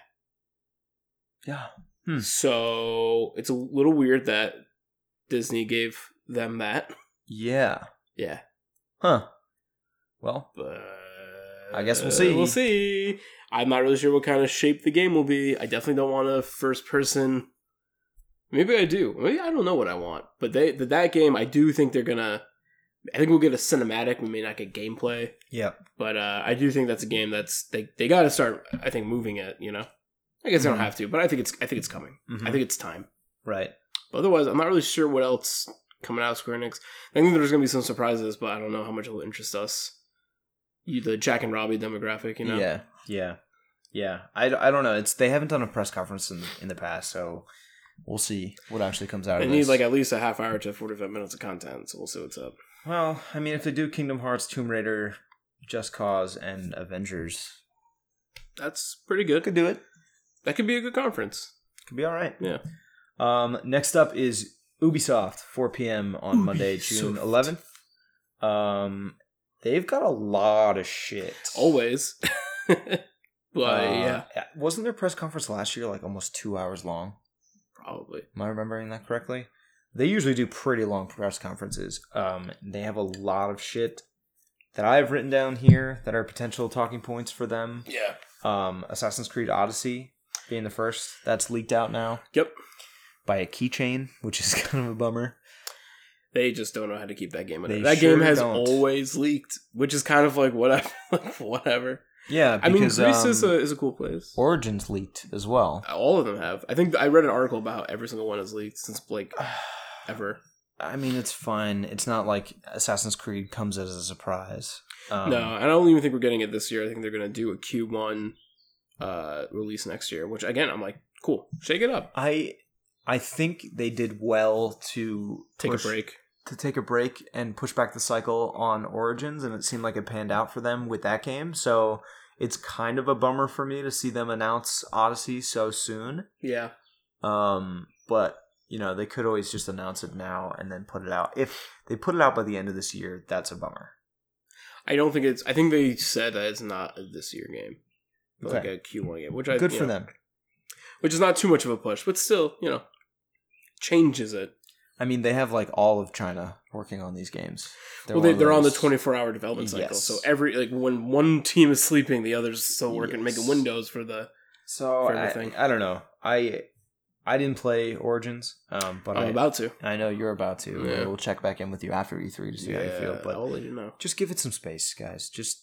Speaker 1: Yeah. Hmm.
Speaker 2: So it's a little weird that Disney gave them that.
Speaker 1: Yeah.
Speaker 2: Yeah,
Speaker 1: Huh. Well,
Speaker 2: but
Speaker 1: I guess we'll see.
Speaker 2: We'll see. I'm not really sure what kind of shape the game will be. I definitely don't want a first person. Maybe I do. Maybe I don't know what I want. But they that- that game, I do think they're gonna. I think we'll get a cinematic. We may not get gameplay,
Speaker 1: yeah.
Speaker 2: but uh, I do think that's a game that's they they got to start. I think moving it. You know, I guess they
Speaker 1: Mhm.
Speaker 2: don't have to, but I think it's I think it's coming.
Speaker 1: Mhm.
Speaker 2: I think it's time.
Speaker 1: Right.
Speaker 2: But otherwise, I'm not really sure what else coming out of Square Enix. I think there's gonna be some surprises, but I don't know how much it'll interest us. You, the Jack and Robbie demographic, you know.
Speaker 1: Yeah. Yeah. Yeah. I, I don't know. It's they haven't done a press conference in in the past, so we'll see what actually comes out
Speaker 2: They
Speaker 1: of
Speaker 2: need
Speaker 1: this.
Speaker 2: like at least a half hour to 45 minutes of content, so we'll see what's up.
Speaker 1: well, I mean, if they do Kingdom Hearts, Tomb Raider, Just Cause, and Avengers,
Speaker 2: That's pretty good.
Speaker 1: could do it.
Speaker 2: That could be a good conference.
Speaker 1: Could be all right.
Speaker 2: Yeah.
Speaker 1: Um, next up is Ubisoft, 4 p.m. on Monday, June
Speaker 2: Ubisoft.
Speaker 1: 11th. Um, they've got a lot of shit.
Speaker 2: Always. but Oh, yeah,
Speaker 1: Uh, Wasn't their press conference last year like almost two hours long?
Speaker 2: probably.
Speaker 1: Am I remembering that correctly? They usually do pretty long press conferences. Um, they have a lot of shit that I've written down here that are potential talking points for them.
Speaker 2: Yeah.
Speaker 1: Um, Assassin's Creed Odyssey being the first that's leaked out now
Speaker 2: Yep.
Speaker 1: by a keychain, which is kind of a bummer.
Speaker 2: They just don't know how to keep that game.
Speaker 1: They
Speaker 2: That
Speaker 1: sure
Speaker 2: game has
Speaker 1: don't.
Speaker 2: always leaked, which is kind of like whatever. like whatever.
Speaker 1: Yeah,
Speaker 2: I mean,
Speaker 1: because
Speaker 2: Greece is,
Speaker 1: um,
Speaker 2: a, is a cool place.
Speaker 1: Origins leaked as well.
Speaker 2: All of them have. I think I read an article about how every single one has leaked since like ever.
Speaker 1: I mean, it's fine. It's not like Assassin's Creed comes as a surprise. Um,
Speaker 2: no, and I don't even think we're getting it this year. I think they're gonna do a Q1 uh, release next year, which again I'm like, cool, shake it up,
Speaker 1: I I think they did well to
Speaker 2: take
Speaker 1: push-
Speaker 2: a break.
Speaker 1: to take a break and push back the cycle on Origins, and it seemed like it panned out for them with that game. So it's kind of a bummer for me to see them announce Odyssey so soon.
Speaker 2: Yeah,
Speaker 1: Um, but you know they could always just announce it now and then put it out. If they put it out by the end of this year, that's a bummer.
Speaker 2: I don't think it's. I think they said that it's not a this year game, but like
Speaker 1: Okay.
Speaker 2: a Q1 game, which I
Speaker 1: Good
Speaker 2: you
Speaker 1: for
Speaker 2: know,
Speaker 1: them.
Speaker 2: Which is not too much of a push, but still, you know, changes it.
Speaker 1: I mean, they have like all of China working on these games.
Speaker 2: well, they,
Speaker 1: one of
Speaker 2: they're on the
Speaker 1: those-
Speaker 2: 24 hour development cycle,
Speaker 1: Yes.
Speaker 2: so every like when one team is sleeping, the other's still working,
Speaker 1: Yes.
Speaker 2: making windows for the.
Speaker 1: So
Speaker 2: for
Speaker 1: I,
Speaker 2: everything.
Speaker 1: I don't know. I I didn't play Origins, um, but
Speaker 2: I'm
Speaker 1: I,
Speaker 2: about to.
Speaker 1: I know you're about to.
Speaker 2: Yeah.
Speaker 1: We'll check back in with you after E3 to see how you feel. But
Speaker 2: I'll let you know.
Speaker 1: just give it some space, guys. Just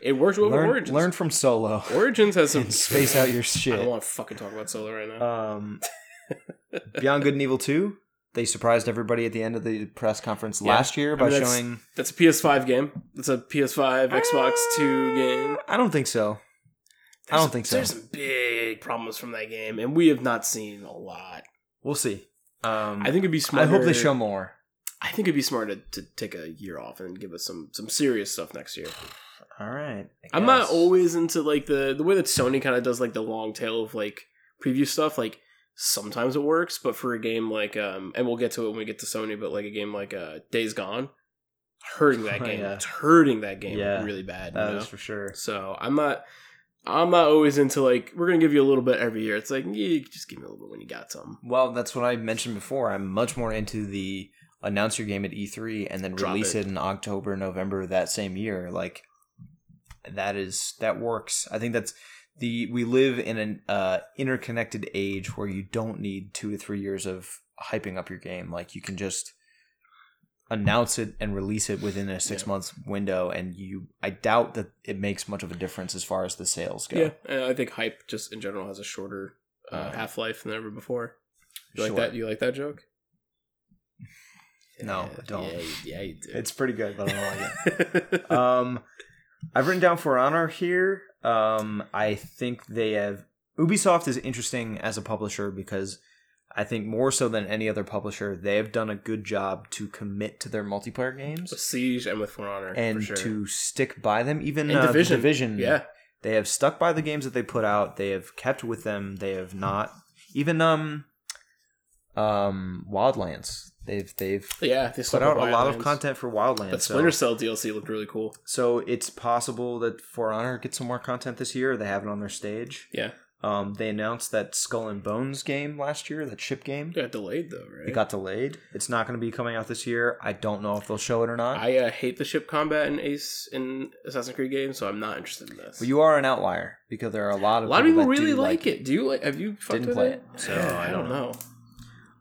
Speaker 2: It worked well
Speaker 1: learn,
Speaker 2: with Origins.
Speaker 1: learn from Solo
Speaker 2: Origins has some
Speaker 1: and space out your
Speaker 2: I don't
Speaker 1: shit.
Speaker 2: want to fucking talk about Solo right now.
Speaker 1: Um, Beyond Good and Evil 2. They surprised everybody at the end of the press conference
Speaker 2: Yeah.
Speaker 1: last year
Speaker 2: I
Speaker 1: by
Speaker 2: mean, that's-
Speaker 1: showing.
Speaker 2: That's a PS5 game. That's a PS5 Xbox Two game.
Speaker 1: I don't think so. I don't think so.
Speaker 2: There's some big problems from that game, and we have not seen a lot.
Speaker 1: We'll see. Um,
Speaker 2: I think it'd be smart.
Speaker 1: I hope they show more.
Speaker 2: I think it'd be smart to, to take a year off and give us some some serious stuff next year.
Speaker 1: All right. I
Speaker 2: I'm not
Speaker 1: guess.
Speaker 2: always into like the the way that Sony kind of does like the long tail of like preview stuff. Like sometimes it works, but for a game like um, and we'll get to it when we get to Sony. But like a game like uh, Days Gone, hurting that
Speaker 1: Oh,
Speaker 2: game.
Speaker 1: yeah.
Speaker 2: It's hurting that game
Speaker 1: Yeah,
Speaker 2: really bad. you
Speaker 1: That
Speaker 2: know?
Speaker 1: is for sure.
Speaker 2: So I'm not. I'm not always into like we're gonna give you a little bit every year. It's like yeah, just give me a little bit when you got some.
Speaker 1: Well, that's what I mentioned before. I'm much more into the announce your game at E3 and then
Speaker 2: Drop
Speaker 1: release it.
Speaker 2: it.
Speaker 1: in October, November of that same year. Like that is that works. I think that's the we live in an uh, interconnected age where you don't need two to three years of hyping up your game. Like you can just announce it and release it within a six months window, and you. I doubt that it makes much of a difference as far as the sales go.
Speaker 2: Yeah, and I think hype just in general has a shorter uh,
Speaker 1: Alright.
Speaker 2: half life than ever before. You
Speaker 1: Sure.
Speaker 2: like that? You like that joke?
Speaker 1: No,
Speaker 2: Yeah,
Speaker 1: I don't.
Speaker 2: Yeah, you- yeah, you do.
Speaker 1: It's pretty good, but I don't like it. um, I've written down For Honor here. Um, I think they have Ubisoft is interesting as a publisher because I think more so than any other publisher, they have done a good job to commit to their multiplayer
Speaker 2: with
Speaker 1: games
Speaker 2: Siege and with For Honor,
Speaker 1: and
Speaker 2: for sure.
Speaker 1: to stick by them. Even
Speaker 2: And
Speaker 1: uh,
Speaker 2: Division.
Speaker 1: Division. Division,
Speaker 2: yeah,
Speaker 1: they have stuck by the games that they put out. They have kept with them. They have not even um um Wildlands. They've they've
Speaker 2: yeah, they
Speaker 1: put
Speaker 2: stuck
Speaker 1: out
Speaker 2: with
Speaker 1: a lot of
Speaker 2: Wildlands.
Speaker 1: content for Wildlands.
Speaker 2: That
Speaker 1: so-
Speaker 2: Splinter Cell DLC looked really cool.
Speaker 1: so it's possible that For Honor gets some more content this year. They have it on their stage.
Speaker 2: Yeah,
Speaker 1: Um, they announced that Skull and Bones game last year, that ship game,
Speaker 2: it got delayed though, right?
Speaker 1: it got delayed. It's not going to be coming out this year. I don't know if they'll show it or not.
Speaker 2: I uh, hate the ship combat in Ace in Assassin's Creed games, so I'm not interested in this.
Speaker 1: but you are an outlier because there are a lot
Speaker 2: a
Speaker 1: of
Speaker 2: lot of people
Speaker 1: that do
Speaker 2: really like it. Do you like? Have you fucked
Speaker 1: Didn't
Speaker 2: with
Speaker 1: play
Speaker 2: it?
Speaker 1: it, so
Speaker 2: Yeah,
Speaker 1: I don't
Speaker 2: know.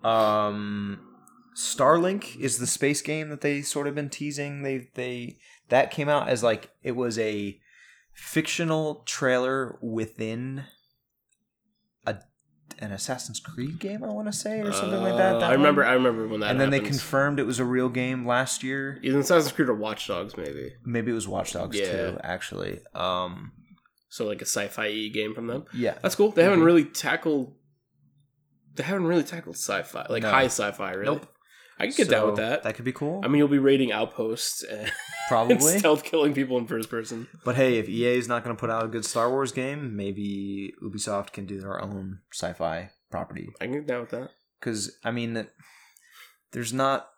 Speaker 1: Um, Starlink is the space game that they sort of been teasing. They they that came out as like it was a fictional trailer within a an Assassin's Creed game. I want to say or something like that.
Speaker 2: Uh,
Speaker 1: that
Speaker 2: I remember.
Speaker 1: one.
Speaker 2: I remember when that.
Speaker 1: and then they
Speaker 2: happens.
Speaker 1: confirmed it was a real game last year.
Speaker 2: Either Assassin's Creed or Watch Dogs, maybe.
Speaker 1: Maybe it was Watch Dogs
Speaker 2: Yeah.
Speaker 1: too. Actually, um,
Speaker 2: So like a sci-fi game from them.
Speaker 1: yeah,
Speaker 2: That's cool. They
Speaker 1: Mm-hmm.
Speaker 2: haven't really tackled. They haven't really tackled sci-fi, like
Speaker 1: No.
Speaker 2: high sci-fi. Really,
Speaker 1: Nope.
Speaker 2: I can get down with
Speaker 1: So
Speaker 2: that.
Speaker 1: That could be cool.
Speaker 2: I mean, you'll be raiding outposts and
Speaker 1: probably.
Speaker 2: stealth killing people in first person.
Speaker 1: But hey, if EA is not going to put out a good Star Wars game, maybe Ubisoft can do their own sci-fi property.
Speaker 2: I can get down with that.
Speaker 1: Because I mean, there's not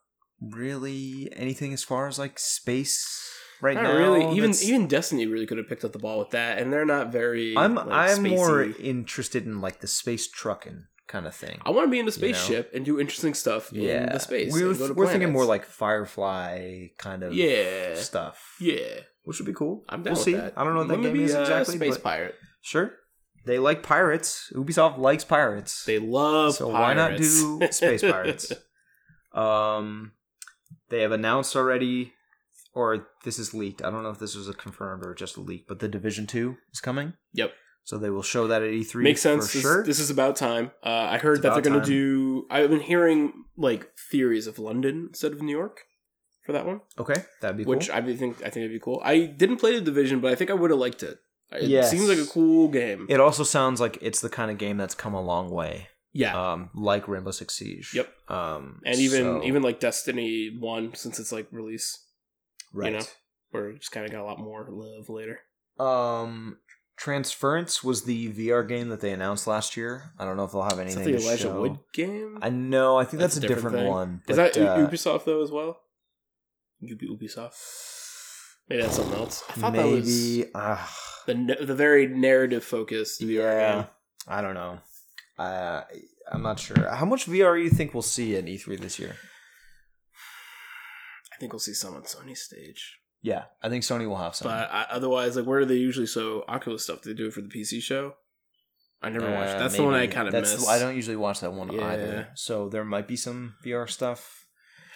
Speaker 1: really anything as far as like space right
Speaker 2: Not
Speaker 1: now.
Speaker 2: really. Even
Speaker 1: that's-
Speaker 2: even Destiny really could have picked up the ball with that, and they're not very.
Speaker 1: I'm
Speaker 2: like,
Speaker 1: I'm more
Speaker 2: spacey.
Speaker 1: interested in like the space trucking kind of thing.
Speaker 2: I want to be in
Speaker 1: you
Speaker 2: a
Speaker 1: know?
Speaker 2: spaceship and do interesting stuff in the space.
Speaker 1: We're,
Speaker 2: and go to
Speaker 1: we're thinking more
Speaker 2: planets.
Speaker 1: like Firefly kind of
Speaker 2: yeah,
Speaker 1: stuff.
Speaker 2: yeah.
Speaker 1: which would be cool.
Speaker 2: I'm down
Speaker 1: we'll
Speaker 2: with
Speaker 1: see.
Speaker 2: that.
Speaker 1: I don't know what
Speaker 2: Let
Speaker 1: that
Speaker 2: me
Speaker 1: game
Speaker 2: be
Speaker 1: is
Speaker 2: a
Speaker 1: exactly.
Speaker 2: Space
Speaker 1: but
Speaker 2: pirate.
Speaker 1: sure, they like pirates. Ubisoft likes pirates.
Speaker 2: They love.
Speaker 1: so
Speaker 2: pirates.
Speaker 1: why not do space pirates um they have announced already or this is leaked i don't know if this was a confirmed or just a leak but the division 2 is coming
Speaker 2: Yep.
Speaker 1: so they will show that at e3
Speaker 2: Makes sense.
Speaker 1: for
Speaker 2: This,
Speaker 1: sure
Speaker 2: this is about time. Uh, I heard
Speaker 1: It's
Speaker 2: that they're
Speaker 1: about
Speaker 2: going to
Speaker 1: time.
Speaker 2: do. I've been hearing like theories of London instead of New York for that one,
Speaker 1: okay that'd be
Speaker 2: which
Speaker 1: cool
Speaker 2: I be- think I think it'd be cool. I didn't play the division, but I think I would have liked it. It
Speaker 1: Yes.
Speaker 2: seems like a cool game.
Speaker 1: it also sounds like it's the kind of game that's come a long way
Speaker 2: yeah,
Speaker 1: um like rainbow six siege
Speaker 2: Yep.
Speaker 1: um
Speaker 2: and even
Speaker 1: so-
Speaker 2: even like Destiny One, since it's like release,
Speaker 1: right
Speaker 2: know. where it's kind of got a lot more live later.
Speaker 1: um transference was the vr game that they announced last year i don't know if they'll have
Speaker 2: Is
Speaker 1: anything
Speaker 2: that the
Speaker 1: to
Speaker 2: Elijah
Speaker 1: show.
Speaker 2: Wood game?
Speaker 1: I know. I think that's, a different,
Speaker 2: thing.
Speaker 1: one.
Speaker 2: Is
Speaker 1: but,
Speaker 2: that U-
Speaker 1: uh,
Speaker 2: Ubisoft though as well? Ubi Ubisoft. Maybe that's something else. I thought that was
Speaker 1: maybe? Uh,
Speaker 2: the n- the very narrative focused VR
Speaker 1: yeah.
Speaker 2: game.
Speaker 1: I don't know. Uh, I'm not sure. How much VR you think we'll see at E3 this year?
Speaker 2: I think we'll see some on Sony's stage,
Speaker 1: Yeah, I think Sony will have some.
Speaker 2: but I, otherwise, like, where do they usually show Oculus stuff? Do they do it for the PC show? I never watched.
Speaker 1: Uh,
Speaker 2: it. That's the one I
Speaker 1: maybe.
Speaker 2: kind of
Speaker 1: That's-
Speaker 2: miss.
Speaker 1: I don't usually watch that one
Speaker 2: Yeah.
Speaker 1: either. So there might be some VR stuff.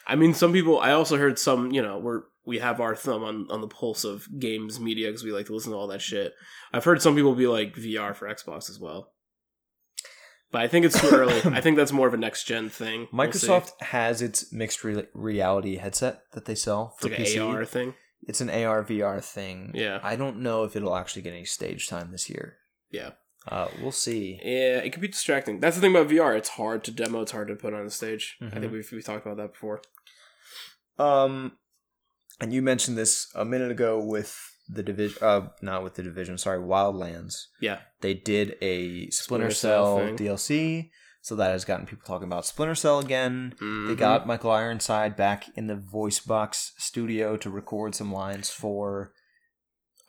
Speaker 2: I mean, some people. I also heard some. You know, we're we have our thumb on on the pulse of games media because we like to listen to all that shit. I've heard some people be like VR for Xbox as well, but I think it's too early. I think that's more of a next gen thing. We'll see.
Speaker 1: Microsoft has its mixed re- reality headset that they sell for
Speaker 2: it's like
Speaker 1: PC.
Speaker 2: an AR thing.
Speaker 1: It's an AR VR thing.
Speaker 2: Yeah.
Speaker 1: I don't know if it'll actually get any stage time this year.
Speaker 2: Yeah.
Speaker 1: Uh, we'll see.
Speaker 2: Yeah, it could be distracting. That's the thing about VR. It's hard to demo. It's hard to put on the stage. I think
Speaker 1: Mhm.
Speaker 2: we've, we talked about that before.
Speaker 1: Um, and you mentioned this a minute ago with the division. Uh, not with the division. Sorry, Wildlands.
Speaker 2: Yeah.
Speaker 1: They did a Splinter
Speaker 2: Splinter Cell
Speaker 1: Cell
Speaker 2: thing.
Speaker 1: DLC, so that has gotten people talking about Splinter Cell again. They
Speaker 2: Mhm.
Speaker 1: got Michael Ironside back in the voice box studio to record some lines for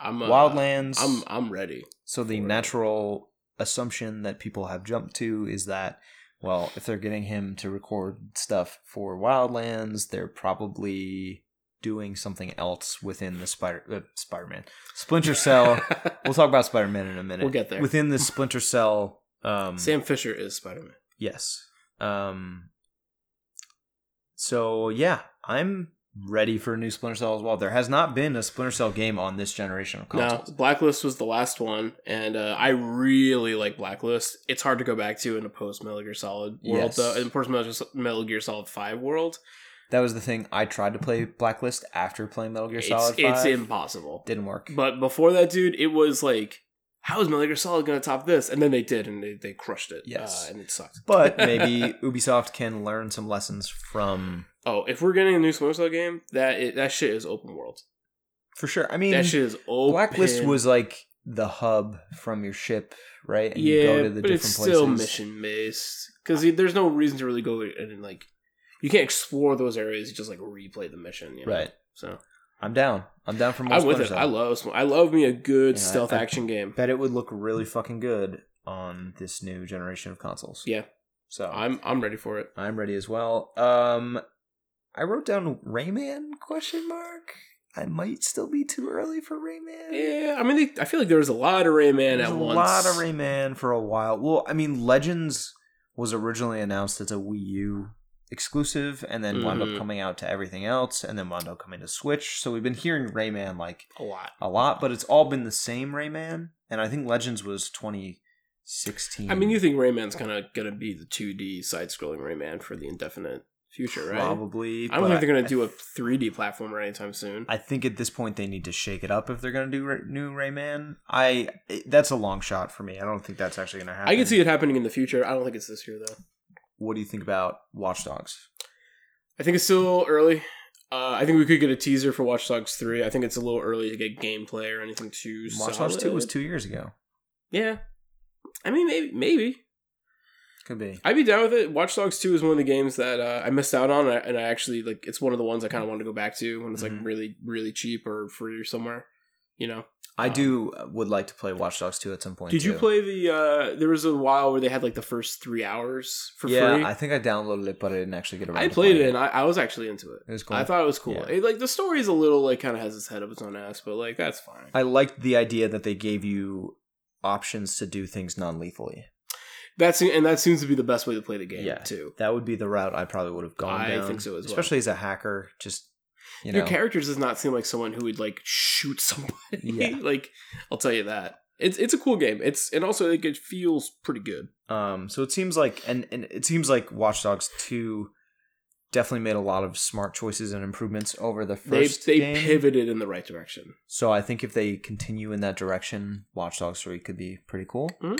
Speaker 2: I'm uh,
Speaker 1: Wildlands.
Speaker 2: I'm I'm ready.
Speaker 1: so the natural assumption that people have jumped to is that, well, if they're getting him to record stuff for Wildlands, they're probably doing something else within the Spider uh, Spider Man Splinter Cell. we'll talk about Spider Man in a minute.
Speaker 2: We'll get there.
Speaker 1: within the Splinter Cell. Um,
Speaker 2: Sam Fisher is Spider Man.
Speaker 1: Yes. Um. So yeah, I'm ready for a new Splinter Cell as well. There has not been a Splinter Cell game on this generation of
Speaker 2: No,
Speaker 1: consoles.
Speaker 2: Blacklist was the last one, and uh, I really like Blacklist. It's hard to go back to in a post Metal Gear Solid world,
Speaker 1: Yes.
Speaker 2: though. In post Metal Gear Solid Five world,
Speaker 1: That was the thing. I tried to play Blacklist after playing Metal Gear
Speaker 2: it's,
Speaker 1: Solid
Speaker 2: it's
Speaker 1: 5.
Speaker 2: impossible.
Speaker 1: Didn't work.
Speaker 2: But before that, dude, it was like, how is Metal Gear Solid going to top this? And then they did, and they, they crushed it.
Speaker 1: Yes.
Speaker 2: uh, and it sucked.
Speaker 1: But maybe Ubisoft can learn some lessons from
Speaker 2: oh, if we're getting a new Splinter Cell game, that it, that shit is open world.
Speaker 1: for sure. I mean,
Speaker 2: that shit is open.
Speaker 1: Blacklist was like the hub from your ship, right? And
Speaker 2: yeah, but it's still mission based because there's no reason to really go and like you can't explore those areas. You just like replay the mission, you know?
Speaker 1: Right.
Speaker 2: So
Speaker 1: I'm down. I'm down for more
Speaker 2: I'm with
Speaker 1: Splinter
Speaker 2: it.
Speaker 1: Cell.
Speaker 2: I love I love me a good
Speaker 1: Yeah, I-
Speaker 2: stealth
Speaker 1: I-
Speaker 2: action game.
Speaker 1: bet it would look really fucking good on this new generation of consoles.
Speaker 2: Yeah.
Speaker 1: So I'm
Speaker 2: I'm I'm ready for it.
Speaker 1: I'm ready as well. Um I wrote down Rayman question mark. I might still be too early for Rayman.
Speaker 2: Yeah, I mean, they, I feel like there was a lot of Rayman
Speaker 1: There's
Speaker 2: at
Speaker 1: a
Speaker 2: once.
Speaker 1: lot of Rayman for a while. Well, I mean Legends was originally announced as a Wii U exclusive and then wound up
Speaker 2: Mhm.
Speaker 1: coming out to everything else and then wound up coming to Switch. So we've been hearing Rayman like
Speaker 2: A lot.
Speaker 1: a lot, but it's all been the same Rayman. And I think Legends was 2016.
Speaker 2: I mean, you think Rayman's kind of gonna be the 2D side-scrolling Rayman for the indefinite future, right?
Speaker 1: Probably.
Speaker 2: I don't
Speaker 1: but
Speaker 2: think they're gonna do a 3D platformer anytime soon.
Speaker 1: I think at this point they need to shake it up if they're going to do Ra- new Rayman. I it- that's a long shot for me. I don't think that's actually going to happen.
Speaker 2: I can see it happening in the future. I don't think it's this year though.
Speaker 1: What do you think about Watch Dogs?
Speaker 2: I think it's still early. Uh, I think we could get a teaser for Watch Dogs 3. I think it's a little early to get gameplay or anything too
Speaker 1: Watch
Speaker 2: solid.
Speaker 1: Dogs Two was two years ago.
Speaker 2: Yeah. I mean, maybe. maybe.
Speaker 1: Could be.
Speaker 2: I'd be down with it. Watch Dogs 2 is one of the games that uh, I missed out on, and I- and I actually, like, it's one of the ones I kind of want to go back to when it's, like,
Speaker 1: Mhm.
Speaker 2: really, really cheap or free or somewhere, you know?
Speaker 1: I do uh, would like to play Watch Dogs Two at some point.
Speaker 2: Um, Did you
Speaker 1: too.
Speaker 2: play the, uh, there was a while where they had, like, the first three hours for
Speaker 1: yeah,
Speaker 2: free?
Speaker 1: I think I downloaded it, but I didn't actually get around.
Speaker 2: I
Speaker 1: to
Speaker 2: played
Speaker 1: playing
Speaker 2: it, and I, I was actually into it.
Speaker 1: It was cool.
Speaker 2: I thought it was cool.
Speaker 1: Yeah.
Speaker 2: It, like, the story's a little, like, kind of has its head up its own ass, but, like, that's fine.
Speaker 1: I liked the idea that they gave you options to do things non-lethally.
Speaker 2: That's and that seems to be the best way to play the game
Speaker 1: Yeah.
Speaker 2: too.
Speaker 1: That would be the route I probably would have gone
Speaker 2: I
Speaker 1: down.
Speaker 2: think so as well.
Speaker 1: Especially as a hacker, just you know,
Speaker 2: Your character does not seem like someone who would like shoot somebody.
Speaker 1: Yeah.
Speaker 2: like I'll tell you that. It's it's a cool game. It's and also like it feels pretty good.
Speaker 1: Um, so it seems like, and, and it seems like Watch Dogs Two definitely made a lot of smart choices and improvements over the first
Speaker 2: they they
Speaker 1: game.
Speaker 2: pivoted in the right direction.
Speaker 1: So I think if they continue in that direction, Watch Dogs Three could be pretty cool.
Speaker 2: Mhm.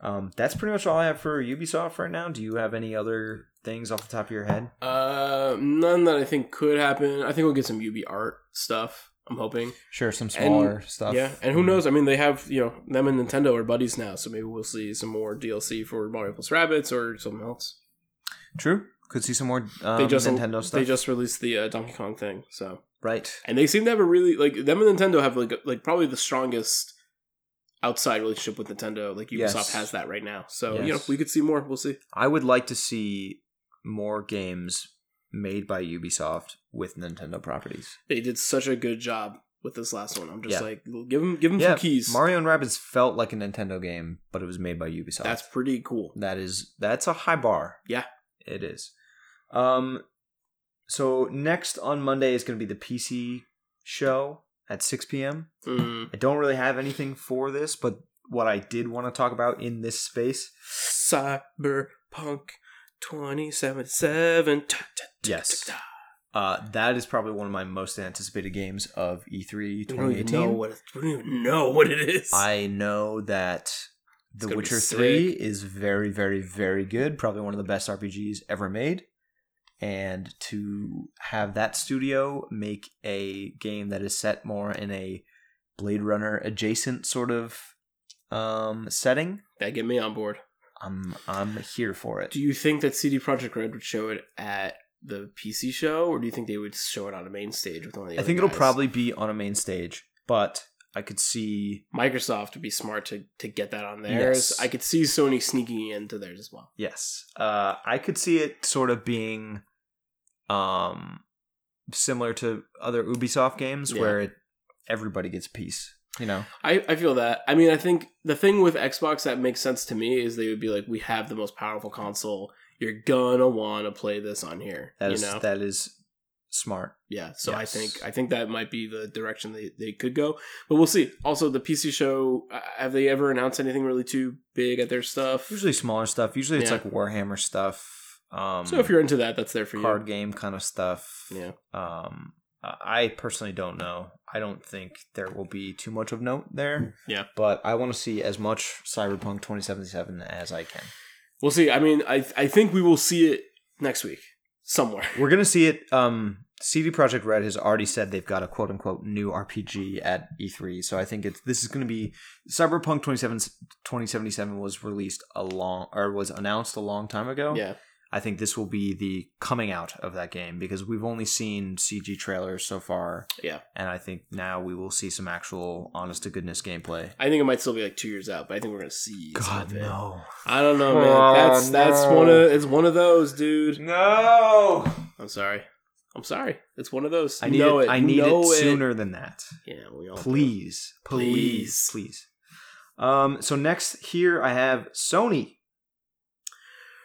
Speaker 1: Um, that's pretty much all I have for Ubisoft right now. Do you have any other things off the top of your head?
Speaker 2: Uh, none that I think could happen. I think we'll get some UB art stuff. I'm hoping.
Speaker 1: Sure, some smaller stuff. Mm-hmm.
Speaker 2: Yeah, and who knows? I mean, they have you know them and Nintendo are buddies now, so maybe we'll see some more DLC for Mario plus Rabbits or something else.
Speaker 1: True, could see some more um,
Speaker 2: They just
Speaker 1: Nintendo stuff.
Speaker 2: They just released the uh, Donkey Kong thing, so
Speaker 1: right.
Speaker 2: and they seem to have a really like them and Nintendo have like like probably the strongest outside relationship with Nintendo. Like Ubisoft
Speaker 1: Yes.
Speaker 2: has that right now, so you know
Speaker 1: Yes.
Speaker 2: we could see more. We'll see.
Speaker 1: I would like to see more games made by Ubisoft with Nintendo properties.
Speaker 2: They did such a good job with this last one. I'm just
Speaker 1: Yeah.
Speaker 2: like give them give them
Speaker 1: yeah,
Speaker 2: some keys.
Speaker 1: Mario and Rabbids felt like a Nintendo game, but it was made by Ubisoft.
Speaker 2: That's pretty cool.
Speaker 1: that is that's a high bar.
Speaker 2: Yeah.
Speaker 1: it is. Um, so next on Monday is going to be the PC show at six p.m.
Speaker 2: Mm,
Speaker 1: I don't really have anything for this, but what I did want to talk about in this space,
Speaker 2: Cyberpunk 2077. Ta- ta- ta-
Speaker 1: Yes.
Speaker 2: ta- ta.
Speaker 1: uh, that is probably one of my most anticipated games of E E3
Speaker 2: We don't even know
Speaker 1: 2018.
Speaker 2: what it, we don't even know what it is.
Speaker 1: I know that The
Speaker 2: gonna be
Speaker 1: Witcher
Speaker 2: sick.
Speaker 1: 3 is very, very, very good. Probably one of the best RPGs ever made. And to have that studio make a game that is set more in a Blade Runner adjacent sort of um, setting,
Speaker 2: that get me on board.
Speaker 1: I'm I'm here for it.
Speaker 2: Do you think that CD Projekt Red would show it at the PC show, or do you think they would show it on a main stage with one of the?
Speaker 1: I
Speaker 2: other
Speaker 1: think it'll
Speaker 2: guys?
Speaker 1: probably be on a main stage, but I could see
Speaker 2: Microsoft would be smart to to get that on theirs.
Speaker 1: Yes.
Speaker 2: I could see Sony sneaking into theirs as well.
Speaker 1: yes, uh, I could see it sort of being um similar to other Ubisoft games
Speaker 2: Yeah.
Speaker 1: where it, everybody gets a piece. You know,
Speaker 2: I, I feel that. I mean, I think the thing with Xbox that makes sense to me is they would be like, we have the most powerful console. You're gonna want to play this on here.
Speaker 1: that
Speaker 2: you
Speaker 1: is
Speaker 2: know?
Speaker 1: that is smart.
Speaker 2: Yeah, so I
Speaker 1: Yes.
Speaker 2: think I think that might be the direction they, they could go, but we'll see. Also, the PC show uh, have they ever announced anything really too big at their stuff?
Speaker 1: Usually smaller stuff. Usually it's
Speaker 2: Yeah.
Speaker 1: like Warhammer stuff. Um,
Speaker 2: so if you're into that, that's there for
Speaker 1: card game kind of stuff,
Speaker 2: you. Yeah,
Speaker 1: um, I I personally don't know. I don't think there will be too much of note there.
Speaker 2: Yeah.
Speaker 1: but I want to see as much Cyberpunk 2077 as I can.
Speaker 2: we'll see. I mean, I I think we will see it next week somewhere.
Speaker 1: We're gonna see it. Um, CD Projekt Red has already said they've got a quote unquote new RPG at E3, so I think it's this is gonna be Cyberpunk 27, 2077 was released a long or was announced a long time ago.
Speaker 2: Yeah,
Speaker 1: I think this will be the coming out of that game because we've only seen CG trailers so far.
Speaker 2: Yeah.
Speaker 1: And I think now we will see some actual honest to goodness gameplay.
Speaker 2: I think it might still be like two years out, but I think we're gonna see. some of it.
Speaker 1: no. Oh,
Speaker 2: I don't know, man. That's that's one of it's one of those, dude.
Speaker 1: No.
Speaker 2: I'm sorry. I'm sorry. It's one of those.
Speaker 1: I
Speaker 2: You
Speaker 1: need
Speaker 2: know
Speaker 1: it, I need
Speaker 2: Know
Speaker 1: it sooner than that.
Speaker 2: Yeah, we all do.
Speaker 1: Please. Please.
Speaker 2: Please.
Speaker 1: Please. Um so next here I have Sony.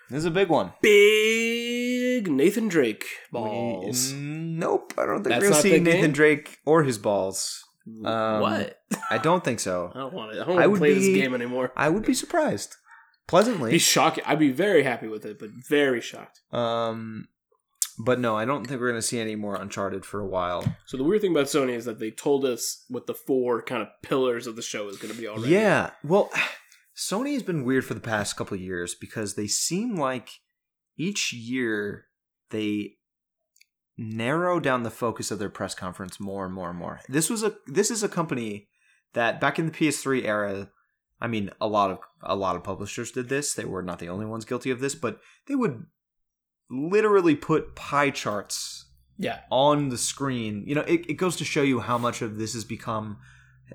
Speaker 1: This is a big one.
Speaker 2: Big Nathan Drake balls.
Speaker 1: Nope, I don't think
Speaker 2: That's
Speaker 1: we're gonna
Speaker 2: not
Speaker 1: see
Speaker 2: the
Speaker 1: Nathan
Speaker 2: game?
Speaker 1: Drake or his balls. Um,
Speaker 2: what?
Speaker 1: I don't think so.
Speaker 2: I don't want to. I don't
Speaker 1: I
Speaker 2: want
Speaker 1: would
Speaker 2: to play
Speaker 1: be-
Speaker 2: this game anymore.
Speaker 1: I would be surprised, pleasantly.
Speaker 2: Be shocked. I'd be very happy with it, but very shocked.
Speaker 1: Um, but no, I don't think we're gonna see any more Uncharted for a while.
Speaker 2: So the weird thing about Sony is that they told us what the four kind of pillars of the show is going to be already.
Speaker 1: Yeah, well, Sony has been weird for the past couple of years because they seem like each year they narrow down the focus of their press conference more and more and more. This was a this is a company that back in the PS3 era, I mean, a lot of a lot of publishers did this. They were not the only ones guilty of this, but they would literally put pie charts
Speaker 2: Yeah.
Speaker 1: on the screen you know it, it goes to show you how much of this has become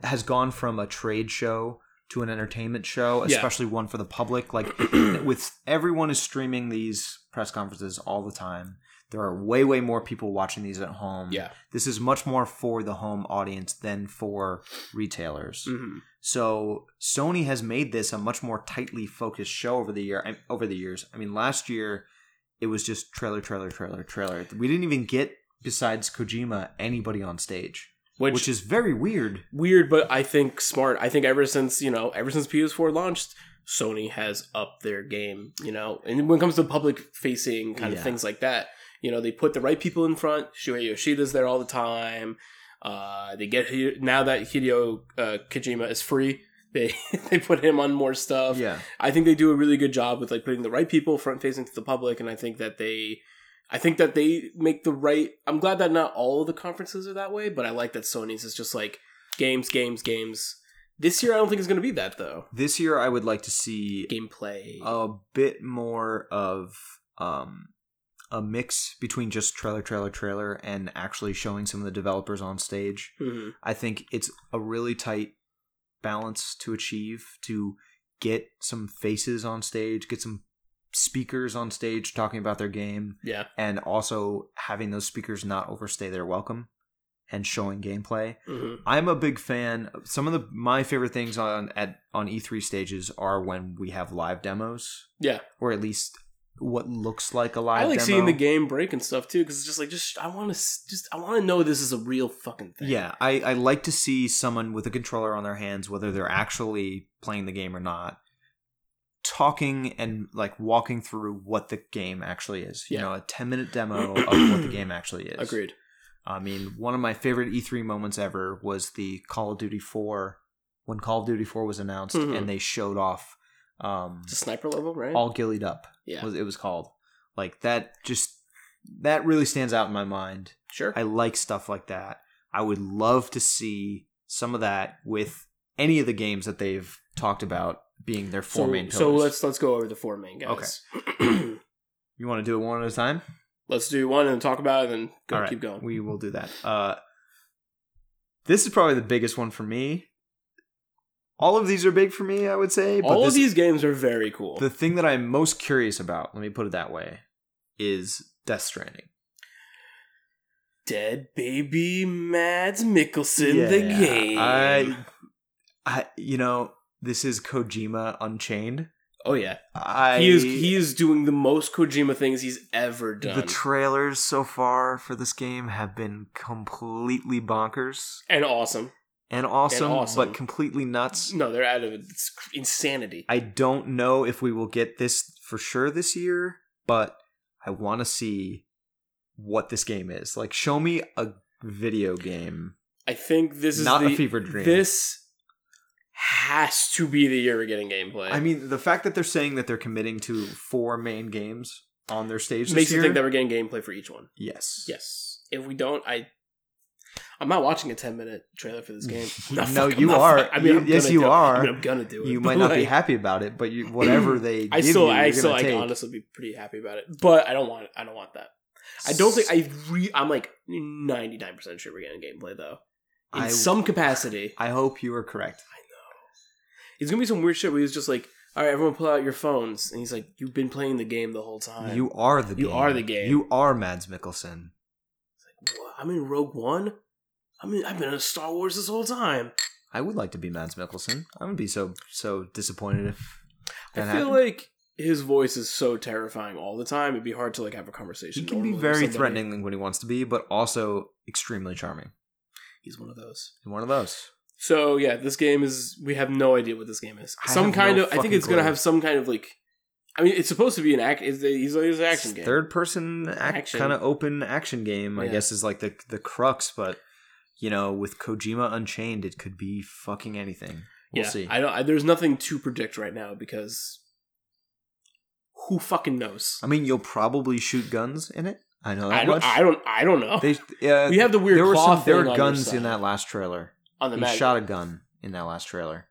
Speaker 1: has gone from a trade show to an entertainment show
Speaker 2: Yeah.
Speaker 1: especially one for the public like with everyone is streaming these press conferences all the time there are way way more people watching these at home
Speaker 2: Yeah.
Speaker 1: this is much more for the home audience than for retailers
Speaker 2: Mhm.
Speaker 1: so Sony has made this a much more tightly focused show over the year I- over the years. I mean, last year it was just trailer, trailer, trailer, trailer. We didn't even get besides Kojima anybody on stage,
Speaker 2: Which,
Speaker 1: which, is very weird.
Speaker 2: weird, but I think smart. I think ever since you know, ever since PS4 launched, Sony has upped their game. You know, and when it comes to public facing kind
Speaker 1: Yeah.
Speaker 2: of things like that, you know, they put the right people in front. Shuhei Yoshida's there all the time. Uh, they get now that Hideo uh, Kojima is free. They, they put him on more stuff.
Speaker 1: Yeah,
Speaker 2: I think they do a really good job with like putting the right people front facing to the public, and I think that they, I think that they make the right. I'm glad that not all of the conferences are that way, but I like that Sony's is just like games, games, games. This year, I don't think it's going to be that though.
Speaker 1: this year I would like to see
Speaker 2: Gameplay.
Speaker 1: a bit more of um, a mix between just trailer, trailer, trailer, and actually showing some of the developers on stage.
Speaker 2: Mhm.
Speaker 1: I think it's a really tight balance to achieve to get some faces on stage, get some speakers on stage talking about their game,
Speaker 2: Yeah,
Speaker 1: and also having those speakers not overstay their welcome and showing gameplay.
Speaker 2: Mhm.
Speaker 1: I'm a big fan. Some of the my favorite things on at on E3 stages are when we have live demos,
Speaker 2: yeah.
Speaker 1: or at least what looks like a live.
Speaker 2: I like
Speaker 1: demo.
Speaker 2: seeing the game break and stuff too, because it's just like just I want to just I want to know this is a real fucking thing.
Speaker 1: Yeah, I, I like to see someone with a controller on their hands, whether they're actually playing the game or not, talking and like walking through what the game actually is. You
Speaker 2: Yeah.
Speaker 1: know, a 10 minute demo of what the game actually is.
Speaker 2: agreed.
Speaker 1: I mean, one of my favorite E3 moments ever was the Call of Duty 4, when Call of Duty 4 was announced
Speaker 2: Mhm.
Speaker 1: and they showed off um,
Speaker 2: It's a sniper level, right?
Speaker 1: All Gillied Up,
Speaker 2: yeah,
Speaker 1: was, it was called. Like that just, that really stands out in my mind.
Speaker 2: sure.
Speaker 1: I like stuff like that. I would love to see some of that with any of the games that they've talked about being their four
Speaker 2: so,
Speaker 1: main pillars.
Speaker 2: so let's let's go over the four main guys. Okay.
Speaker 1: you want to do it one at a time?
Speaker 2: Let's do one and talk about it, and then go,
Speaker 1: All right,
Speaker 2: keep going.
Speaker 1: We will do that. Uh, This is probably the biggest one for me. All of these are big for me, I would say. But
Speaker 2: All
Speaker 1: this,
Speaker 2: of these games are very cool.
Speaker 1: the thing that I'm most curious about, let me put it that way, is Death Stranding.
Speaker 2: Dead baby Mads Mikkelsen, the
Speaker 1: Yeah,
Speaker 2: game.
Speaker 1: I, I, you know, this is Kojima Unchained.
Speaker 2: oh yeah,
Speaker 1: I
Speaker 2: he is he is doing the most Kojima things he's ever done.
Speaker 1: the trailers so far for this game have been completely bonkers
Speaker 2: and awesome.
Speaker 1: and awesome,
Speaker 2: awesome.
Speaker 1: but completely nuts.
Speaker 2: No, they're out of it. It's insanity.
Speaker 1: I don't know if we will get this for sure this year, but I want to see what this game is. Like, show me a video game,
Speaker 2: I think this is
Speaker 1: not
Speaker 2: the,
Speaker 1: a fever dream.
Speaker 2: This has to be the year we're getting gameplay.
Speaker 1: I mean, the fact that they're saying that they're committing to four main games on their stage
Speaker 2: it
Speaker 1: this
Speaker 2: makes you
Speaker 1: year,
Speaker 2: think that we're getting gameplay for each one.
Speaker 1: yes,
Speaker 2: Yes. If we don't, I. I'm not watching a 10 minute trailer for this game.
Speaker 1: No,
Speaker 2: fuck, I'm
Speaker 1: you
Speaker 2: not
Speaker 1: are.
Speaker 2: fuck- I
Speaker 1: You-
Speaker 2: mean, I'm
Speaker 1: yes,
Speaker 2: gonna
Speaker 1: you
Speaker 2: do it. I
Speaker 1: are.
Speaker 2: mean, I'm gonna do it.
Speaker 1: you
Speaker 2: but,
Speaker 1: might not be
Speaker 2: like,
Speaker 1: happy about it, but you whatever they
Speaker 2: I
Speaker 1: give
Speaker 2: still,
Speaker 1: you,
Speaker 2: I
Speaker 1: you're
Speaker 2: still,
Speaker 1: gonna
Speaker 2: I
Speaker 1: take.
Speaker 2: can honestly be pretty happy about it. But I don't want, I don't want that. I don't think I. Re- I'm like 99 percent sure we're getting gameplay though, in
Speaker 1: I-
Speaker 2: some capacity.
Speaker 1: I hope you are correct.
Speaker 2: It's gonna be some weird shit where he's just like, "All right, everyone, pull out your phones," and he's like, "You've been playing the game the whole time."
Speaker 1: You are the
Speaker 2: You
Speaker 1: game.
Speaker 2: are the game.
Speaker 1: You are Mads Mikkelsen.
Speaker 2: What? I'm in Rogue One. I mean, I've been in Star Wars this whole time.
Speaker 1: I would like to be Mads Mikkelsen. I would be so so disappointed if
Speaker 2: I
Speaker 1: that
Speaker 2: feel
Speaker 1: happened.
Speaker 2: like his voice is so terrifying all the time. It'd be hard to like have a conversation.
Speaker 1: he can be
Speaker 2: normally with
Speaker 1: very
Speaker 2: somebody.
Speaker 1: threatening when he wants to be, but also extremely charming.
Speaker 2: He's one of those.
Speaker 1: One of those.
Speaker 2: So yeah, this game is. We have no idea what this game is.
Speaker 1: I
Speaker 2: some
Speaker 1: have
Speaker 2: kind
Speaker 1: no
Speaker 2: of. I think
Speaker 1: fucking
Speaker 2: it's gonna
Speaker 1: clue.
Speaker 2: have some kind of like. I mean, it's supposed to be an act. Is he's like it's an action game.
Speaker 1: Third person act,
Speaker 2: Action.
Speaker 1: kind of open action game, I
Speaker 2: Yeah.
Speaker 1: guess, is like the the crux. But you know, with Kojima Unchained, it could be fucking anything. We'll
Speaker 2: yeah,
Speaker 1: see.
Speaker 2: I don't. I, there's nothing to predict right now because who fucking knows?
Speaker 1: I mean, you'll probably shoot guns in it. I know that
Speaker 2: I don't.
Speaker 1: much.
Speaker 2: I don't. I don't know.
Speaker 1: They, uh,
Speaker 2: we have the weird.
Speaker 1: there were
Speaker 2: claw
Speaker 1: some, there
Speaker 2: thing
Speaker 1: were
Speaker 2: on
Speaker 1: guns
Speaker 2: your
Speaker 1: in
Speaker 2: side,
Speaker 1: that last trailer.
Speaker 2: on the
Speaker 1: He
Speaker 2: mag.
Speaker 1: shot a gun in that last trailer.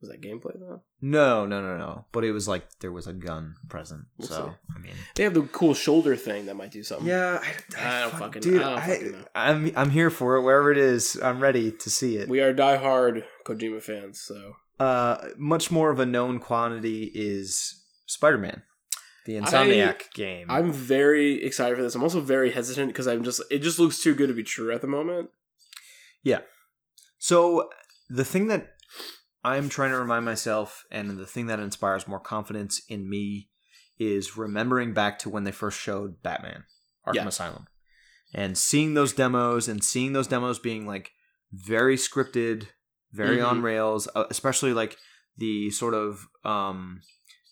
Speaker 2: Was that gameplay though?
Speaker 1: No, no, no, no. But it was like there was a gun present.
Speaker 2: We'll
Speaker 1: so I mean,
Speaker 2: They have the cool shoulder thing that might do something.
Speaker 1: yeah,
Speaker 2: I don't fucking- I don't fucking know.
Speaker 1: am I'm here for it wherever it is. I'm ready to see it.
Speaker 2: We are diehard Kojima fans, so
Speaker 1: uh, much more of a known quantity is Spider-Man, the Insomniac game.
Speaker 2: I'm very excited for this. I'm also very hesitant because I'm just it just looks too good to be true at the moment.
Speaker 1: So the thing that I'm trying to remind myself and the thing that inspires more confidence in me is remembering back to when they first showed Batman Arkham
Speaker 2: Yeah.
Speaker 1: Asylum and seeing those demos and seeing those demos being like very scripted, very
Speaker 2: Mhm.
Speaker 1: on rails, uh, especially like the sort of um